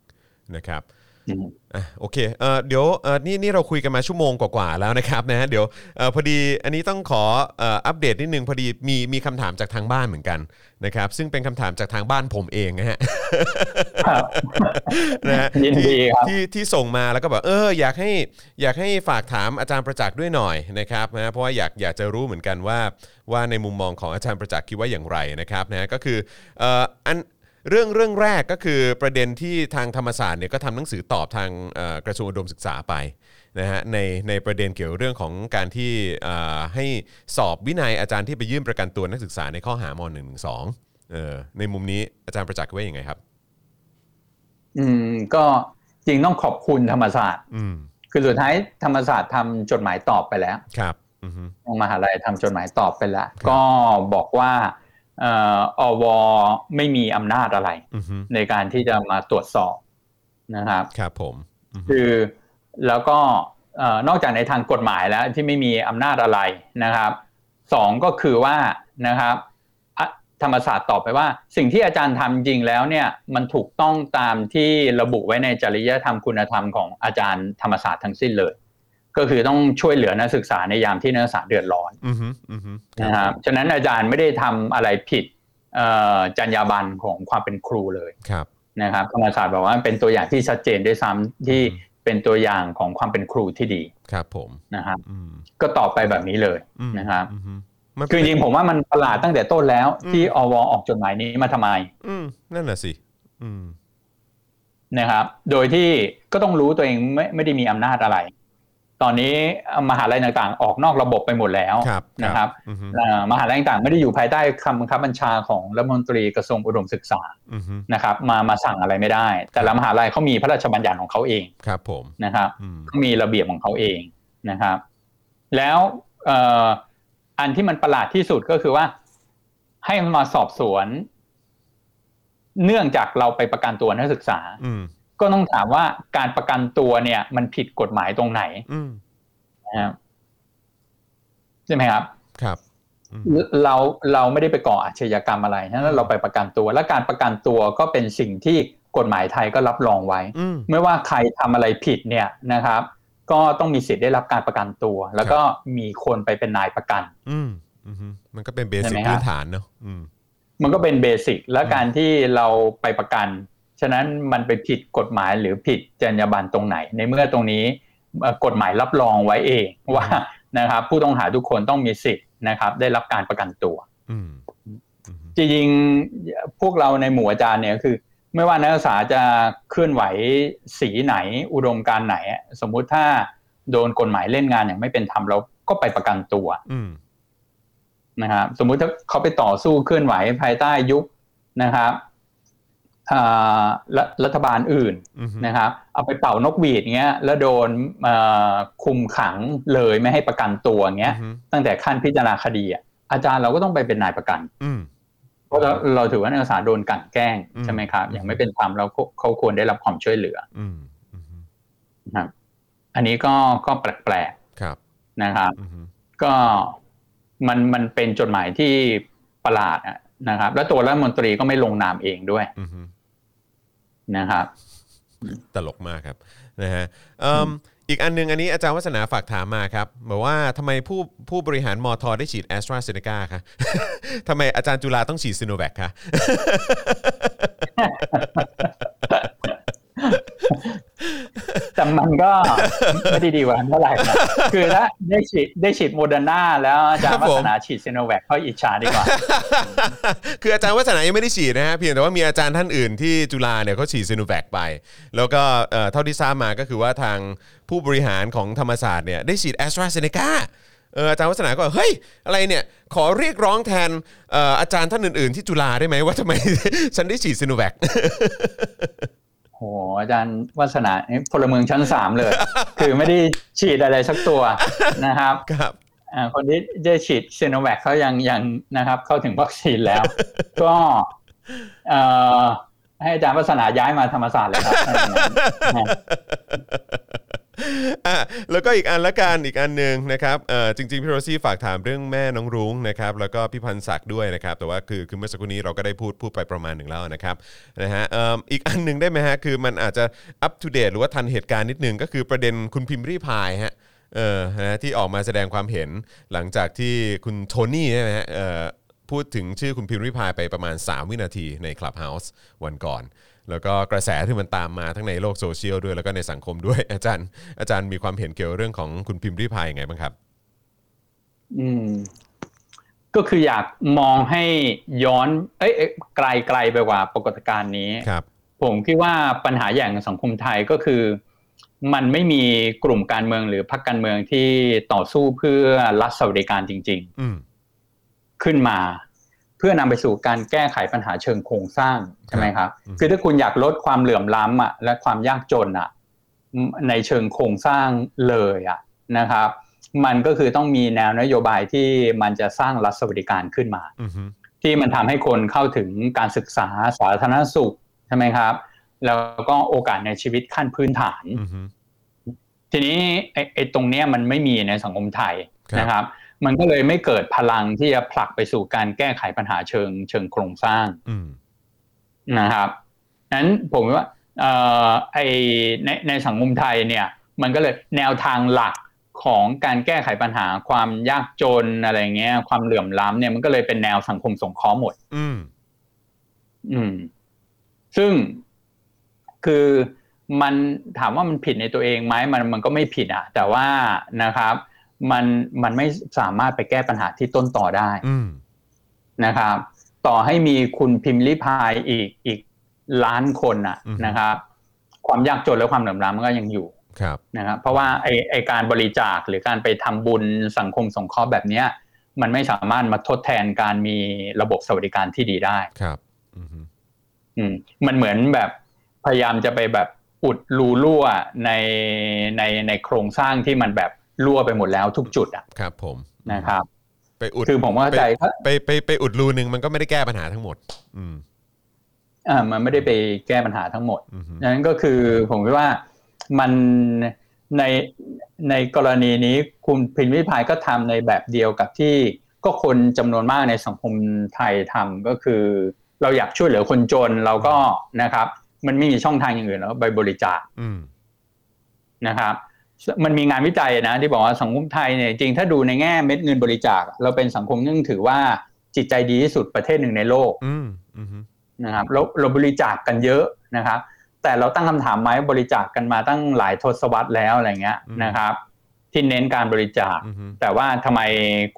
Speaker 2: นะครับ
Speaker 3: อืม
Speaker 2: อ่ะโอเคเอ่อเดี๋ยวเอ่อนี่นี่เราคุยกันมาชั่วโมงกว่าๆแล้วนะครับนะฮะเดี๋ยวเอ่อพอดีอันนี้ต้องขอเอ่ออัปเดตนิดนึงพอดีมีมีคำถามจากทางบ้านเหมือนกันนะครับซึ่งเป็นคำถามจากทางบ้านผมเองนะ
Speaker 3: [laughs]
Speaker 2: ฮะ
Speaker 3: ครับ
Speaker 2: นะฮะ
Speaker 3: ยินดี
Speaker 2: ที่
Speaker 3: ครับ
Speaker 2: ที่ที่ส่งมาแล้วก็แบบเอออยากให้อยากให้ฝากถามอาจารย์ประจักษ์ด้วยหน่อยนะครับนะเพราะว่าอยากอยากจะรู้เหมือนกันว่าว่าในมุมมองของอาจารย์ประจักษ์คิดว่าอย่างไรนะครับนะก็คือเอ่ออันเรื่องเรื่องแรกก็คือประเด็นที่ทางธรรมศาสตร์เนี่ยก็ทำหนังสือตอบทางเอ่อกระทรวงอุดมศึกษาไปนะฮะในในประเด็นเกี่ยวเรื่องของการที่เอ่อให้สอบวินัยอาจารย์ที่ไปยื่นประกันตัวนักศึกษาในข้อหาม .112 เออในมุมนี้อาจารย์ประจักษ์คิดว่าอย่างไงครับ
Speaker 3: อืมก็จริงต้องขอบคุณธรรมศาสตร์
Speaker 2: อืม
Speaker 3: คือสุดท้ายธรรมศาสตร์ทำจดหมายตอบไปแล้ว
Speaker 2: ครับอือฮึ
Speaker 3: ทางมหาลัยทำจดหมายตอบไปแล้ว ก็บอกว่าเอ่ออวไม่มีอำนาจอะไร
Speaker 2: อือฮึ
Speaker 3: ในการที่จะมาตรวจสอบนะครับ
Speaker 2: ครับผมอือฮึ
Speaker 3: คือแล้วก็เอ่อนอกจากในทางกฎหมายแล้วที่ไม่มีอำนาจอะไรนะครับสองก็คือว่านะครับอ่ะธรรมศาสตร์ตอบไปว่า สิ่งที่อาจารย์ทำจริงแล้วเนี่ยมันถูกต้องตามที่ระบุไว้ในจริยธรรมคุณธรรมของอาจารย์ธรรมศาสตร์ทั้งสิ้นเลย ก็คือต้องช่วยเหลือนักศึกษาในยามที่นักศึกษาเดือดร้อน
Speaker 2: อือฮึอือฮึ
Speaker 3: นะครับฉะนั้นอาจารย์ไม่ได้ทำอะไรผิดเอ่อจรรยาบรรณของความเป็นครูเลย
Speaker 2: ครับ
Speaker 3: นะครับธรรมศาสตร์บอกว่าเป็นตัวอย่างที่ชัดเจนด้วยซ้ำที่
Speaker 2: อืม
Speaker 3: เป็นตัวอย่างของความเป็นครูที่ดี
Speaker 2: ครับผม
Speaker 3: นะครับ
Speaker 2: อืม
Speaker 3: ก็ตอบไปแบบนี้เลย
Speaker 2: อืม
Speaker 3: นะครับ
Speaker 2: อือฮึมัน
Speaker 3: คือ
Speaker 2: เป็น
Speaker 3: จริงๆผมว่ามันประหลาดตั้งแต่ต้นแล้ว
Speaker 2: อืม
Speaker 3: ที่อวออกจดหมายนี้มาทำไม
Speaker 2: อืมนั่นน่ะสิอืม
Speaker 3: นะครับ โดยที่ก็ต้องรู้ตัวเองไม่ไม่ได้มีอำนาจอะไร ตอนนี้มหาลัยต่างๆ ออกนอกระบบไปหมดแล้ว
Speaker 2: ครับ
Speaker 3: นะครับ
Speaker 2: อือฮึ
Speaker 3: เอ่อมหาลัยต่างๆไม่ได้อยู่ภายใต้คำบังคับบัญชาของรัฐมนตรีกระทรวงอุดมศึกษา
Speaker 2: อือฮึ
Speaker 3: นะครับ มามาสั่งอะไรไม่ได้ แต่ละมหาลัยเขามีพระราชบัญญัติของเขาเอง
Speaker 2: ครับผม
Speaker 3: นะครับ
Speaker 2: อืม
Speaker 3: ก็มีระเบียบของเขาเองนะครับ แล้วเอออันที่มันประหลาดที่สุดก็คือว่า ให้มันมาสอบสวน เนื่องจากเราไปประกันตัวนักศึกษา
Speaker 2: อืม
Speaker 3: ก็ต้องถามว่าการประกันตัวเนี่ย มันผิดกฎหมายตรงไหน
Speaker 2: อืม
Speaker 3: นะครับใช่ไหมครับ
Speaker 2: ครับอืม
Speaker 3: เราเราไม่ได้ไปก่ออาชญากรรมอะไรฉะนั้นเราไปประกันตัว และการประกันตัวก็เป็นสิ่งที่กฎหมายไทยก็รับรองไว้
Speaker 2: อืม
Speaker 3: ไม่ว่าใครทำอะไรผิดเนี่ยนะครับ ก็ต้องมีสิทธิ์ได้รับการประกันตัว แล้วก็มีคนไปเป็นนายประกัน
Speaker 2: อืมอือฮึมันก็เป็นเบ
Speaker 3: ใช่
Speaker 2: สิก
Speaker 3: ไหมครับ
Speaker 2: พื้นฐานเนอะอืม
Speaker 3: มันก็เป็นเบสิกและ
Speaker 2: อืม
Speaker 3: การที่เราไปประกัน ฉะนั้นมันไปผิดกฎหมายหรือผิดจรรยาบรรณตรงไหน ในเมื่อตรงนี้เอ่อกฎหมายรับรองไว้เองว่านะครับ ผู้ต้องหาทุกคนต้องมีสิทธิ์นะครับ ได้รับการประกันตัว
Speaker 2: อืมอือฮึ
Speaker 3: จริงๆพวกเราในหมู่อาจารย์เนี่ยคือ ไม่ว่านักศึกษาจะเคลื่อนไหวสีไหนอุดมการณ์ไหนอะสมมุติถ้าโดนกฎหมายเล่นงานอย่างไม่เป็นธรรมเราก็ไปประกันตัว
Speaker 2: อืม
Speaker 3: นะครับสมมุติถ้าเขาไปต่อสู้เคลื่อนไหวภายใต้ยุคนะครับอ่ารัฐรัฐบาลอื่น
Speaker 2: อือฮึ
Speaker 3: นะครับเอาไปเป่านกหวีดเงี้ยแล้วโดนเอ่อคุมขังเลยไม่ให้ประกันตัวเงี้ย
Speaker 2: อือฮึ
Speaker 3: ตั้งแต่ขั้นพิจารณาคดีอะอาจารย์เราก็ต้องไปเป็นนายประกัน
Speaker 2: อืม
Speaker 3: เพราะเราเราถือว่านักศึกษาโดนกลันแกล้ง
Speaker 2: อืม
Speaker 3: ใช่ไหมครับอย่างไม่เป็นธรรมเราก็เขาควรได้รับความช่วยเหลือ
Speaker 2: อืมอือฮึ
Speaker 3: นะครับ อันนี้ก็ก็แปลก
Speaker 2: ครับ
Speaker 3: ๆนะครับ
Speaker 2: อือฮึ
Speaker 3: ก็มันมันเป็นจดหมายที่ประหลาดอะนะครับ แล้วตัวรัฐมนตรีก็ไม่ลงนามเองด้วย
Speaker 2: อือฮึ
Speaker 3: นะครับ
Speaker 2: ตลกมากครับนะฮะเอิ่มอีกอันหนึงอันนี้อาจารย์วัฒนาฝากถามมาครับบอกว่าทำไมผู้ผู้บริหารมอทอได้ฉีดแอสตราเซเนกาคะ [laughs] ทำไมอาจารย์จุฬาต้องฉีดซีโนแวคคะ
Speaker 3: แต่มันก็ [laughs] ไม่ได้ดีกว่านั้นเท่าไหร่นะคือถ้าได้ฉีดได้ฉีดโมเดอร์นาแล้วอาจาร
Speaker 2: ครั
Speaker 3: ย์
Speaker 2: บ
Speaker 3: วั
Speaker 2: ผม
Speaker 3: ฒนาฉีดซีโนแวคเขาอิจฉาดีกว่า
Speaker 2: [laughs] คืออาจารย์วัฒนายังไม่ได้ฉีดนะฮะเพียงแต่ว่ามีอาจารย์ท่านอื่นที่จุฬาเนี่ยเขาฉีดซีโนแวคไป แล้วก็เอ่อเท่าที่ทราบมาก็คือว่าทางผู้บริหารของธรรมศาสตร์เนี่ยได้ฉีดแอสตราเซเนกาเอออาจารย์วัฒนาก็บอกเฮ้ย อะไรเนี่ย ขอเรียกร้องแทนเอ่ออาจารย์ท่านอื่นๆ ที่จุฬาได้ไหมว่าทำไม [laughs] ฉันได้ฉีดซีโนแวค
Speaker 3: โหอาจารย์วัฒนานี่พลเมืองชั้นสามเลย คือไม่ได้ฉีดอะไรสักตัวนะครับ
Speaker 2: ครับ
Speaker 3: อ่าคนที่ได้ฉีดซีโนแวคเขายังยังนะครับเข้าถึงวัคซีน
Speaker 2: [laughs]
Speaker 3: แล้ว ก็เอ่อให้อาจารย์วัฒนาย้ายมาธรรมศาสต
Speaker 2: [laughs]
Speaker 3: ร์เลยครับ
Speaker 2: อ่ะแล้วก็อีกอันละกันอีกอันหนึ่งนะครับเอ่อจริงๆพี่โรซี่ฝากถามเรื่องแม่น้องรุ้งนะครับแล้วก็พี่พันศักดิ์ด้วยนะครับแต่ว่าคือคือเมื่อสักครู่นี้เราก็ได้พูดพูดไปประมาณหนึ่งแล้วนะครับนะฮะเอิ่มอีกอันหนึ่งได้ไหมฮะคือมันอาจจะอัป o d เดตหรือว่าทันเหตุการณ์นิดนึงก็คือประเด็นคุณพิมพ์รีพายฮะเออนะที่ออกมาแสดงความเห็นหลังจากที่คุณโทนี่ใช่ไหมฮะเอ่อ พูดถึงชื่อคุณพิมพ์ริพายไปประมาณ 3 วินาทีใน Clubhouse วันก่อน แล้วก็กระแสที่มันตามมาทั้งในโลกโซเชียลด้วยแล้วก็ในสังคมด้วย [laughs] อาจารย์ อาจารย์มีความเห็นเกี่ยวเรื่องของคุณพิมพ์ริพายยังไงบ้างครับ
Speaker 3: อืม ก็คืออยากมองให้ย้อน เอ้ยเอ้ยไกลไกลไปกว่าปรากฏการณ์นี้
Speaker 2: ครับ
Speaker 3: ผมคิดว่าปัญหาอย่างสังคมไทยก็คือ มันไม่มีกลุ่มการเมืองหรือพรรคการเมืองที่ต่อสู้เพื่อรัฐสวัสดิการจริง
Speaker 2: อืม
Speaker 3: ๆ ขึ้นมา เพื่อนำไปสู่การแก้ไขปัญหาเชิงโครงสร้างใช่ไหมครับ
Speaker 2: อืม
Speaker 3: คือถ้าคุณอยากลดความเหลื่อมล้ำอ่ะและความยากจนอ่ะในเชิงโครงสร้างเลยอ่ะนะครับ มันก็คือต้องมีแนวนโยบายที่มันจะสร้างรัฐสวัสดิการขึ้นมา
Speaker 2: อืมฮึ
Speaker 3: ที่มันทำให้คนเข้าถึงการศึกษาสาธารณสุขใช่ไหมครับ แล้วก็โอกาสในชีวิตขั้นพื้นฐาน
Speaker 2: อืมฮึ
Speaker 3: ทีนี้ไอ้ไอ้ตรงเนี้ยมันไม่มีในสังคมไทย
Speaker 2: ครับ
Speaker 3: นะครับ มันก็เลยไม่เกิดพลังที่จะผลักไปสู่การแก้ไขปัญหาเชิงเชิงโครงสร้าง
Speaker 2: อืม
Speaker 3: นะครับนั้นผมว่าเอ่อไอในในสังคมไทยเนี่ยมันก็เลยแนวทางหลักของการแก้ไขปัญหาความยากจนอะไรเงี้ยความเหลื่อมล้ำเนี่ยมันก็เลยเป็นแนวสังคมสงเคราะห์หมด
Speaker 2: อืม
Speaker 3: อืม ซึ่งคือมันถามว่ามันผิดในตัวเองไหมมันมันก็ไม่ผิดอะแต่ว่านะครับ มันมันไม่สามารถไปแก้ปัญหาที่ต้นต่อได้
Speaker 2: อืม
Speaker 3: นะครับ ต่อให้มีคุณพิมพ์ลิพายอีกอีกล้านคนอะนะครับ ความยากจนและความเหลื่อมล้ำมันก็ยังอยู่
Speaker 2: ครับ
Speaker 3: นะครับ เพราะว่าไอไอการบริจาคหรือการไปทำบุญสังคมสงเคราะห์แบบเนี้ย มันไม่สามารถมาทดแทนการมีระบบสวัสดิการที่ดีได้
Speaker 2: ครับ อืมฮึ
Speaker 3: อืมมันเหมือนแบบพยายามจะไปแบบอุดรูรั่วในในในโครงสร้างที่มันแบบรั่วไปหมดแล้วทุกจุดอะ
Speaker 2: ครับผม
Speaker 3: นะครับ
Speaker 2: ไปอุด
Speaker 3: คือผมเข้าใจว่า
Speaker 2: ไปไปไปอุดรูหนึ่งมันก็ไม่ได้แก้ปัญหาทั้งหมด อืม
Speaker 3: เอ่อมันไม่ได้ไปแก้ปัญหาทั้งหมด
Speaker 2: อืมฮึ
Speaker 3: ดังนั้นก็คือผมคิดว่ามันในในกรณีนี้คุณพิมพ์วิพายก็ทำในแบบเดียวกับที่ก็คนจำนวนมากในสังคมไทยทำก็คือ เราอยากช่วยเหลือคนจนเราก็นะครับ มันไม่มีช่องทางอย่างอื่นแล้วไปบริจาค
Speaker 2: อืม
Speaker 3: นะครับ มันมีงานวิจัยนะที่บอกว่าสังคมไทยเนี่ยจริงถ้าดูในแง่เม็ดเงินบริจาค เราเป็นสังคมที่ถือว่าจิตใจดีที่สุดประเทศหนึ่งในโลก
Speaker 2: อืมอืมฮึ
Speaker 3: นะครับเราเราบริจาคกันเยอะนะครับ แต่เราตั้งคำถามไหมบริจาคกันมาตั้งหลายทศวรรษแล้วอะไรเงี้ยนะครับ ที่เน้นการบริจาค
Speaker 2: อืมฮึ
Speaker 3: แต่ว่าทำไม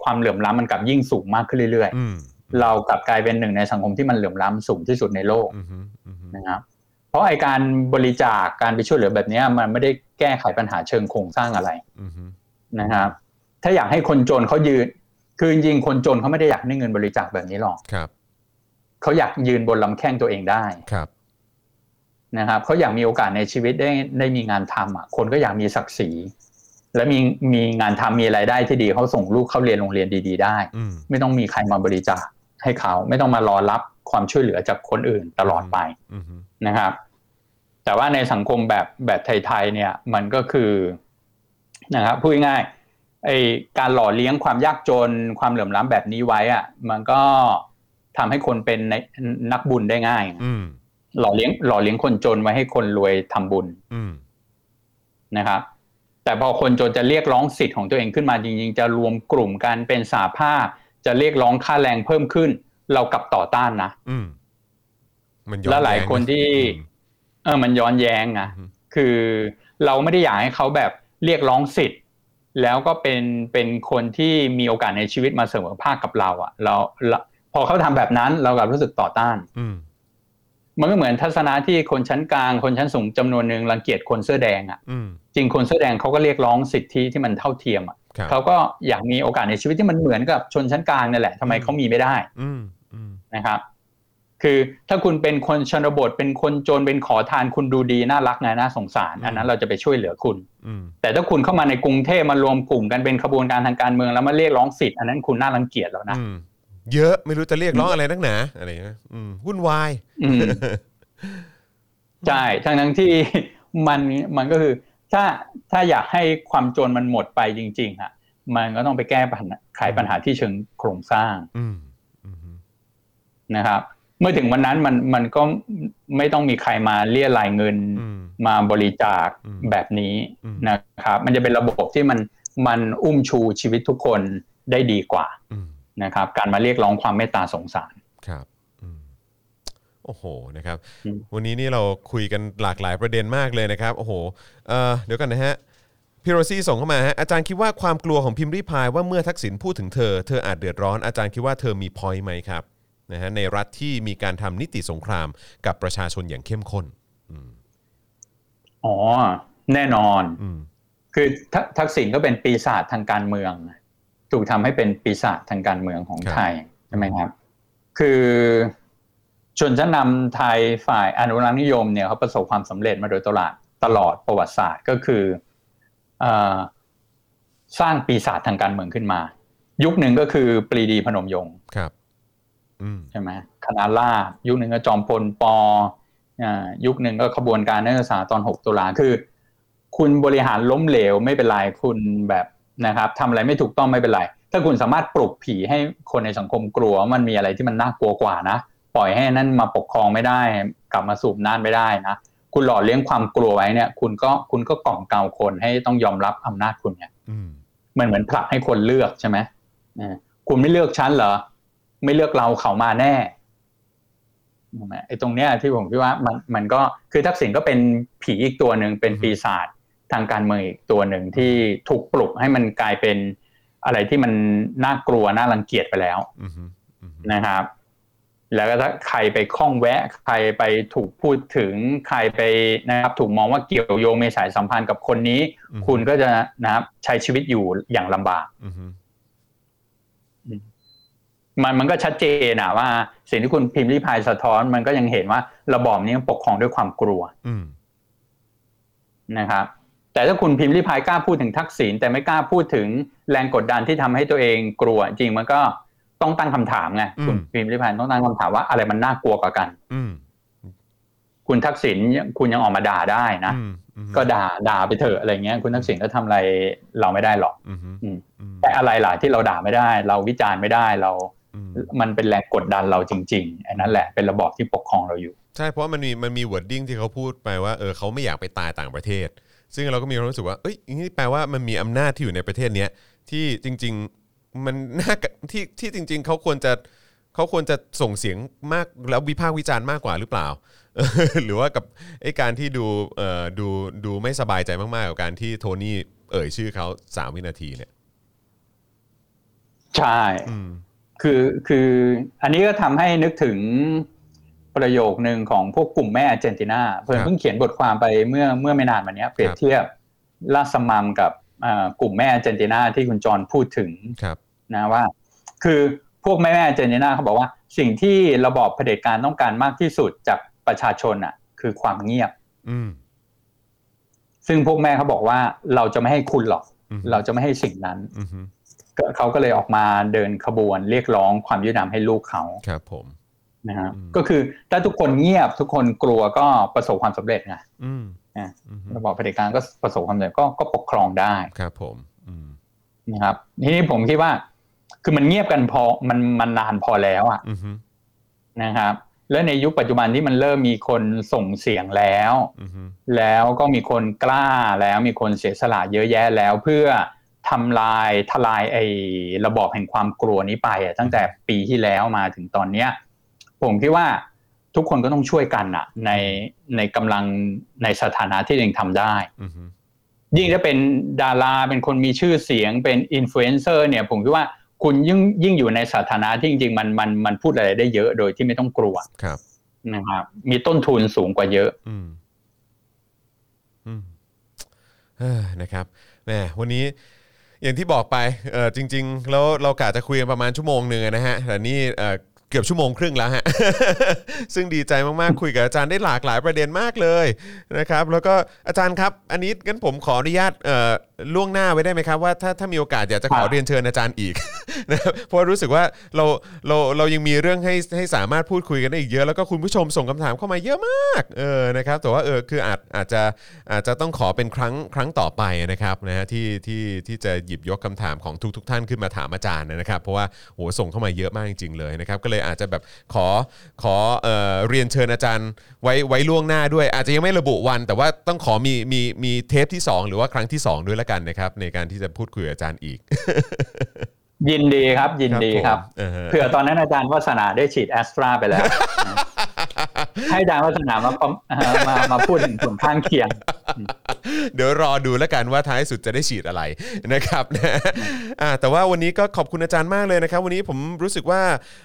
Speaker 3: ความเหลื่อมล้ำมันกลับยิ่งสูงมากขึ้นเรื่อย
Speaker 2: อืม
Speaker 3: ๆ เรากลับกลายเป็นหนึ่งในสังคมที่มันเหลื่อมล้ำสูงที่สุดในโลก
Speaker 2: อืมฮึอืมฮึ
Speaker 3: นะครับเพราะไอการบริจาคการไปช่วยเหลือแบบเนี้ยมันไม่ได้แก้ไขปัญหาเชิงโครงสร้างอะไร
Speaker 2: อืมฮึ
Speaker 3: นะครับ ถ้าอยากให้คนจนเขายืน คือจริงๆคนจนเขาไม่ได้อยากได้เงินบริจาคแบบนี้หรอก
Speaker 2: ครับ
Speaker 3: เขาอยากยืนบนลำแข้งตัวเองได้
Speaker 2: ครับ
Speaker 3: นะครับเขาอยากมีโอกาสในชีวิตได้ได้มีงานทำอ่ะคนก็อยากมีศักดิ์ศรี และมีมีงานทำมีรายได้ที่ดีเขาส่งลูกเข้าเรียนโรงเรียนดีๆได้
Speaker 2: อืม
Speaker 3: ไม่ต้องมีใครมาบริจาคให้เขา ไม่ต้องมารอรับความช่วยเหลือจากคนอื่นตลอดไป
Speaker 2: อืมฮึ
Speaker 3: นะครับ แต่ว่าในสังคมแบบแบบไทยๆเนี่ย มันก็คือนะครับพูดง่ายๆไอการหล่อเลี้ยงความยากจนความเหลื่อมล้ำแบบนี้ไว้อะมันก็ทำให้คนเป็นในนักบุญได้ง่าย
Speaker 2: อืม
Speaker 3: หล่อเลี้ยงหล่อเลี้ยงคนจนไว้ให้คนรวยทำบุญ
Speaker 2: อืม
Speaker 3: นะครับ แต่พอคนจนจะเรียกร้องสิทธิ์ของตัวเองขึ้นมาจริง ๆ จะรวมกลุ่มกันเป็นสาภาพจะเรียกร้องค่าแรงเพิ่มขึ้น เรากลับต่อต้านนะ
Speaker 2: อืมมันอ
Speaker 3: แล้วหลายคนที่
Speaker 2: อืม
Speaker 3: เออมันย้อนแย้งนะ
Speaker 2: อือฮึ
Speaker 3: คือเราไม่ได้อยากให้เขาแบบเรียกร้องสิทธิ์ แล้วก็เป็นเป็นคนที่มีโอกาสในชีวิตมาเสมอภาคกับเราอะเราเราพอเขาทำแบบนั้นเรากลับรู้สึกต่อต้าน
Speaker 2: อืม
Speaker 3: มันไม่เหมือนทัศนะที่คนชั้นกลางคนชั้นสูงจำนวนหนึ่งรังเกียจคนเสื้อแดงอะ
Speaker 2: อืม
Speaker 3: จริงคนเสื้อแดงเขาก็เรียกร้องสิทธิที่มันเท่าเทียมอะ
Speaker 2: ครับ
Speaker 3: เขาก็อยากมีโอกาสในชีวิตที่มันเหมือนกับชนชั้นกลางนั่นแหละทำไมเขามีไม่ได้
Speaker 2: อืมอืม
Speaker 3: นะครับ คือถ้าคุณเป็นคนชนบท เป็นคนจน เป็นขอทาน คุณดูดี น่ารักนะน่าสงสาร อันนั้นเราจะไปช่วยเหลือคุณ
Speaker 2: อืม
Speaker 3: แต่ถ้าคุณเข้ามาในกรุงเทพมารวมกลุ่มกันเป็นขบวนการทางการเมืองแล้วมาเรียกร้องสิทธิ์ อันนั้นคุณน่ารังเกียจแล้วนะ
Speaker 2: อืมเยอะไม่รู้จะเรียกร้องอะไรนักหนาอะไรอย่างเงี้ยอืมวุ่นวาย
Speaker 3: อืม ใช่ ทั้งทั้งๆที่ [laughs] มันมันก็คือถ้าถ้าอยากให้ความจนมันหมดไปจริงๆอะมันก็ต้องไปแก้ปัญหาไขปัญหาที่เชิงโครงสร้าง
Speaker 2: อืมอืม
Speaker 3: นะครับ เมื่อถึงวันนั้นมันมันก็ไม่ต้องมีใครมาเรียรายเงิน
Speaker 2: อืม
Speaker 3: มาบริจาค
Speaker 2: อืม
Speaker 3: แบบนี้
Speaker 2: อืม
Speaker 3: นะครับ มันจะเป็นระบบที่มันมันอุ้มชูชีวิตทุกคนได้ดีกว่า
Speaker 2: อืม
Speaker 3: นะครับ การมาเรียกร้องความเมตตาสงสาร
Speaker 2: ครับอืมโอ้โห นะครับ
Speaker 3: อืม
Speaker 2: วันนี้นี่เราคุยกันหลากหลายประเด็นมากเลยนะครับ โอ้โหเอ่อเดี๋ยวกันนะฮะ พี่โรซี่ส่งเข้ามาฮะ อาจารย์คิดว่าความกลัวของพิมพ์ริพายว่าเมื่อทักษิณพูดถึงเธอ เธออาจเดือดร้อน อาจารย์คิดว่าเธอมีพอยต์ไหมครับนะฮะ ในรัฐที่มีการทำนิติสงครามกับประชาชนอย่างเข้มข้น อืม
Speaker 3: อ๋อ แน่นอน
Speaker 2: อืม
Speaker 3: คือทัทักษิณก็เป็นปีศาจทางการเมือง ถูกทำให้เป็นปีศาจทางการเมืองของ
Speaker 2: ครับ
Speaker 3: ไทยใช่ไหมครับ คือชนชั้นนำไทยฝ่ายอนุรักษนิยมเนี่ยเขาประสบความสำเร็จมาโดยตลาดตลอดประวัติศาสตร์ก็คือเออสร้างปีศาจทางการเมืองขึ้นมา ยุคหนึ่งก็คือปรีดีพนมยงค์
Speaker 2: ครับ อืม
Speaker 3: ใช่ไหมคณะราษฎรยุคหนึ่งก็จอมพลปออายุคหนึ่งก็ขบวนการนักศึกษาตอน 6 ตุลาคือ คุณบริหารล้มเหลวไม่เป็นไรคุณแบบนะครับทำอะไรไม่ถูกต้องไม่เป็นไร ถ้าคุณสามารถปลุกผีให้คนในสังคมกลัวว่ามันมีอะไรที่มันน่ากลัวกว่านะ ปล่อยให้นั่นมาปกครองไม่ได้ กลับมาสูบน่านไม่ได้นะ คุณหล่อเลี้ยงความกลัวไว้เนี่ย คุณก็คุณก็กล่อมเกลาคนให้ต้องยอมรับอำนาจคุณเนี่ย
Speaker 2: อืม
Speaker 3: มันเหมือนผลักให้คนเลือกใช่ไหมอ่าคุณไม่เลือกฉันเหรอไม่เลือกเราเขามาแน่ใช่ไหมไอ้ตรงเนี้ยที่ผมคิดว่ามันมันก็คือทักษิณก็เป็นผีอีกตัวหนึ่งเป็นปีศาจทางการเมืองอีกตัวหนึ่งที่ถูกปลุกให้มันกลายเป็นอะไรที่มันน่ากลัวน่ารังเกียจไปแล้ว
Speaker 2: อืมอืม
Speaker 3: นะครับ แล้วก็ถ้าใครไปข้องแวะ ใครไปถูกพูดถึง ใครไปนะครับถูกมองว่าเกี่ยวโยงมีสายสัมพันธ์กับคนนี้ คุณก็จะนะครับใช้ชีวิตอยู่อย่างลำบาก
Speaker 2: อืม
Speaker 3: มันมันก็ชัดเจนนะว่า สิ่งที่คุณพิมพ์ริพายสะท้อน มันก็ยังเห็นว่าระบอบนี้ปกครองด้วยความกลัว
Speaker 2: อืม
Speaker 3: นะครับ แต่ถ้าคุณพิมพ์ริพายกล้าพูดถึงทักษิณแต่ไม่กล้าพูดถึงแรงกดดันที่ทำให้ตัวเองกลัว จริงมันก็ต้องตั้งคำถามไงคุณพิมพ์ริพายต้องตั้งคำถามว่าอะไรมันน่ากลัวกว่ากัน
Speaker 2: อืม
Speaker 3: คุณทักษิณคุณยังออกมาด่าได้นะ
Speaker 2: อืมอืม
Speaker 3: ก็ด่าด่าไปเถอะอะไรเงี้ย คุณทักษิณก็ทำอะไรเราไม่ได้หรอก
Speaker 2: อืม
Speaker 3: อืม
Speaker 2: อืม
Speaker 3: แต่อะไรล่ะที่เราด่าไม่ได้ เราวิจารณ์ไม่ได้เรา
Speaker 2: อืม
Speaker 3: มันเป็นแรงกดดันเราจริงๆอันนั้นแหละเป็นระบอบที่ปกครองเราอยู่
Speaker 2: ใช่เพราะว่ามันมีมันมีวอร์ดดิ้งที่เขาพูดไปว่าเออเขาไม่อยากไปตายต่างประเทศ ซึ่งเราก็มีความรู้สึกว่าเอ้ยอย่างนี้แปลว่ามันมีอำนาจที่อยู่ในประเทศเนี้ยที่จริง ๆมันน่ากะที่ที่จริง ๆเขาควรจะเขาควรจะส่งเสียงมากแล้ววิพากษ์วิจารณ์มากกว่าหรือเปล่า [laughs] หรือว่ากับไอ้การที่ดูเอ่อดูดูไม่สบายใจมากๆกับการที่โทนี่เอ่ยชื่อเขาสามวินาทีเนี่ย
Speaker 3: ใช่
Speaker 2: อืม
Speaker 3: คือคืออันนี้ก็ทำให้นึกถึงประโยคนึงของพวกกลุ่มแม่อาร์เจนตินาเพิ่งเพิ่งเขียนบทความไปเมื่อเมื่อไม่นานมาเนี้ยเปรียบเทียบราชสมัมกับอ่ากลุ่มแม่อาร์เจนตินาที่คุณจรพูดถึง
Speaker 2: ครับ
Speaker 3: นะว่า คือพวกแม่แม่เจนเนน่าเขาบอกว่า สิ่งที่ระบอบเผด็จการต้องการมากที่สุดจากประชาชนอ่ะ คือความเงียบ
Speaker 2: อืม
Speaker 3: ซึ่งพวกแม่เขาบอกว่าเราจะไม่ให้คุณหรอก
Speaker 2: อืม
Speaker 3: เราจะไม่ให้สิ่งนั้น
Speaker 2: อืมฮึ
Speaker 3: ก็เขาก็เลยออกมาเดินขบวนเรียกร้องความยุติธรรมให้ลูกเขา
Speaker 2: ครับผม
Speaker 3: นะฮะ
Speaker 2: อืม
Speaker 3: ก็คือถ้าทุกคนเงียบทุกคนกลัวก็ประสบความสำเร็จไง
Speaker 2: อืม
Speaker 3: ะ
Speaker 2: อืมฮึ
Speaker 3: ระบอบเผด็จการก็ประสบความสำเร็จก็ก็ปกครองได้
Speaker 2: ครับผม อืม
Speaker 3: นะครับทีนี้ผมคิดว่า คือมันเงียบกันพอมันมันนานพอแล้วอะ
Speaker 2: อืมฮึ
Speaker 3: นะครับ แล้วในยุคปัจจุบันที่มันเริ่มมีคนส่งเสียงแล้ว
Speaker 2: อืมฮึ
Speaker 3: แล้วก็มีคนกล้าแล้วมีคนเสียสละเยอะแยะแล้ว เพื่อทำลายทลายไอ้ระบอบแห่งความกลัวนี้ไปอะตั้งแต่ปีที่แล้วมาถึงตอนเนี้ยผมคิดว่าทุกคนก็ต้องช่วยกันอะในในกำลังในสถานะที่ตัวเองทำได้
Speaker 2: อืมฮึ
Speaker 3: ยิ่งถ้าเป็นดาราเป็นคนมีชื่อเสียงเป็นอินฟลูเอนเซอร์เนี่ยผมคิดว่าคุณยิ่งยิ่งอยู่ในสถานะที่จริงๆมันมันมันพูดอะไรได้เยอะโดยที่ไม่ต้องกลัว
Speaker 2: ครับ
Speaker 3: นะครับมีต้นทุนสูงกว่าเยอะ
Speaker 2: อืมอืมเอ้อนะครับแหมวันนี้ อย่างที่บอกไปเออจริง ๆ แล้วเรากะจะคุยกันประมาณชั่วโมงหนึ่งนะฮะแต่นี่เอ่อเกือบชั่วโมงครึ่งแล้วฮะ [laughs] ซึ่งดีใจมากๆคุยกับอาจารย์ได้หลากหลายประเด็นมากเลยนะครับ แล้วก็อาจารย์ครับ อันนี้งั้นผมขออนุญาตเอ่อล่วงหน้าไว้ได้ไหมครับว่าถ้าถ้ามีโอกาสอยากจะขอ
Speaker 3: ครับ
Speaker 2: เรียนเชิญอาจารย์อีก [laughs] นะครับเพราะรู้สึกว่าเราเราเรายังมีเรื่องให้ให้สามารถพูดคุยกันได้อีกเยอะแล้วก็คุณผู้ชมส่งคำถามเข้ามาเยอะมากเออนะครับแต่ว่าเออคืออาจอาจจะอาจจะต้องขอเป็นครั้งครั้งต่อไปนะครับนะฮะที่ที่ที่จะหยิบยกคำถามของทุกทุกๆท่านขึ้นมาถามอาจารย์นะครับ เพราะว่าโหส่งเข้ามาเยอะมากจริง ๆ เลยนะครับ ก็เลยอาจจะแบบขอขอเอ่อเรียนเชิญอาจารย์ไว้ไว้ล่วงหน้าด้วย อาจจะยังไม่ระบุวัน แต่ว่าต้องขอมีมีมีเทปที่สองหรือว่าครั้งที่สองด้วยละกันนะครับในการที่จะพูดคุยกับอาจารย์อีก
Speaker 3: ยินดีครับยินดีครับ
Speaker 2: ผมเออฮะ
Speaker 3: เผื่อตอนนั้นอาจารย์วัฒนาได้ฉีดแอสตราไปแล้ว [laughs] ให้อาจารย์วัฒนามา [laughs] ปรมามาพูดถึงผลข้างเคียง
Speaker 2: เดี๋ยวรอดูแล้วกันว่าท้ายสุดจะได้ฉีดอะไรนะครับ [laughs] นะอ่าแต่ว่าวันนี้ก็ขอบคุณอาจารย์มากเลยนะครับ วันนี้ผมรู้สึกว่า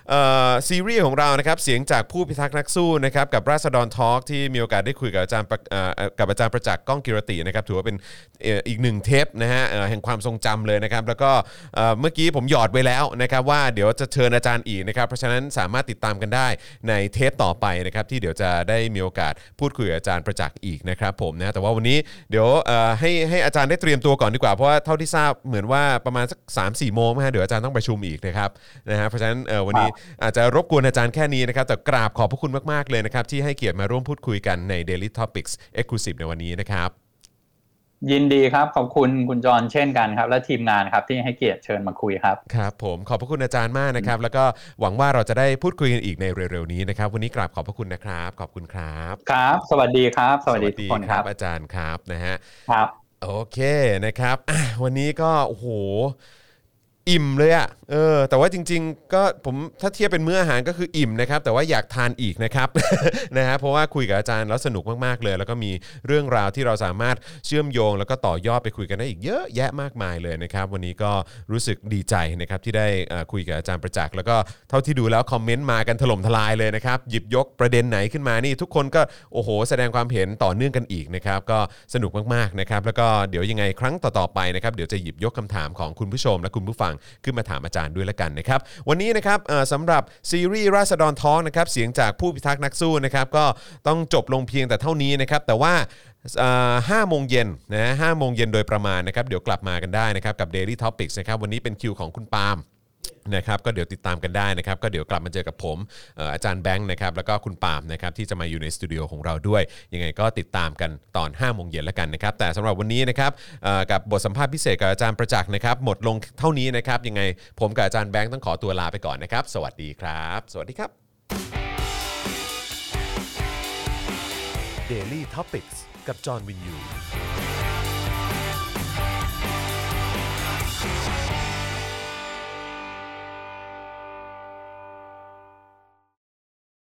Speaker 2: เอ่อซีรีส์ของเรานะครับเสียงจากผู้พิทักษ์นักสู้นะครับกับราษฎรทอล์กที่มีโอกาสได้คุยกับอาจารย์ประเอ่อกับอาจารย์ประจักษ์ก้องกิรตินะครับถือว่าเป็นเอ่ออีกหนึ่งเทปนะฮะเอ่อแห่งความทรงจำเลยนะครับ แล้วก็เอ่อเมื่อกี้ผมหยอดไว้แล้วนะครับว่าเดี๋ยวจะเชิญอาจารย์อีกนะครับเพราะฉะนั้นสามารถติดตามกันได้ในเทปต่อไปนะครับที่เดี๋ยวจะได้มีโอกาสพูดคุยกับอาจารย์ประจักษ์อีกนะครับผมนะแต่ว่าวันนี้เดี๋ยวเอ่อให้ให้อาจารย์ได้เตรียมตัวก่อนดีกว่าเพราะว่าเท่าที่ทราบเหมือนว่าประมาณสัก3ามสี่โมงนะฮะเดี๋ยวอาจารย์ต้องประชุมอีกนะครับนะฮะเพราะฉะนั้นเอ่อวันนี้อาจจะรบกวนอาจารย์แค่นี้นะครับแต่กราบขอบพระคุณมากๆเลยนะครับที่ให้เกียรติมาร่วมพูดคุยกันใน Daily Topics Exclusive ในวันนี้นะครับ
Speaker 3: ยินดีครับ ขอบคุณคุณจรเช่นกันครับ และทีมงานครับที่ให้เกียรติเชิญมาคุยครับ
Speaker 2: ครับผมขอบพระคุณอาจารย์มากนะครับ แล้วก็หวังว่าเราจะได้พูดคุยกันอีกในเร็วๆนี้นะครับ วันนี้กราบขอบพระคุณนะครับ ขอบคุณครับ
Speaker 3: ครับ สวัสดีครับ สวัสดีทุกคนครับ
Speaker 2: อาจารย์ครับนะฮะ
Speaker 3: ครับ
Speaker 2: โอเคนะครับอ่ะวันนี้ก็โอ้โหอิ่มเลยอะ่ะเออ แต่ว่าจริง ๆ ก็ผมถ้าเทียบเป็นมื้ออาหารก็คืออิ่มนะครับ แต่ว่าอยากทานอีกนะครับ [laughs] นะฮะเพราะว่าคุยกับอาจารย์แล้วสนุกมากๆเลย แล้วก็มีเรื่องราวที่เราสามารถเชื่อมโยง แล้วก็ต่อยอดไปคุยกันได้อีกเยอะแยะมากมายเลยนะครับ วันนี้ก็รู้สึกดีใจนะครับที่ได้เอ่อคุยกับอาจารย์ประจักษ์แล้วก็เท่าที่ดูแล้วคอมเมนต์มากันถล่มทลายเลยนะครับ หยิบยกประเด็นไหนขึ้นมานี่ ทุกคนก็โอ้โห แสดงความเห็นต่อเนื่องกันอีกนะครับ ก็สนุกมากๆนะครับ แล้วก็เดี๋ยวยังไงครั้งต่อๆไปนะครับเดี๋ยวจะหยิบยกคำถามของคุณผู้ชมและคุณผู้ฟังขึ้นมาถามอาจารย์ด้วยละกันนะครับ วันนี้นะครับเอ่อสำหรับซีรีส์ราษฎรท้องนะครับเสียงจากผู้พิทักษ์นักสู้นะครับก็ต้องจบลงเพียงแต่เท่านี้นะครับแต่ว่าเอ่อห้าโมงเย็นนะห้าโมงเย็นโดยประมาณนะครับเดี๋ยวกลับมากันได้นะครับกับ Daily Topics นะครับวันนี้เป็นคิวของคุณปาล์ม นะครับก็เดี๋ยวติดตามกันได้นะครับก็เดี๋ยวกลับมาเจอกับผมเอ่ออาจารย์แบงค์นะครับแล้วก็คุณปาล์มนะครับที่จะมาอยู่ในสตูดิโอของเราด้วย ยังไงก็ติดตามกันตอน5โมงเย็นแล้วกันนะครับแต่สำหรับวันนี้นะครับเอ่อกับบทสัมภาษณ์พิเศษกับอาจารย์ประจักษ์นะครับหมดลงเท่านี้นะครับยังไงผมกับอาจารย์แบงค์ต้องขอตัวลาไปก่อนนะครับ สวัสดีครับ สวัสดีครับ
Speaker 1: Daily t o p i c กกับจอห์นวินยู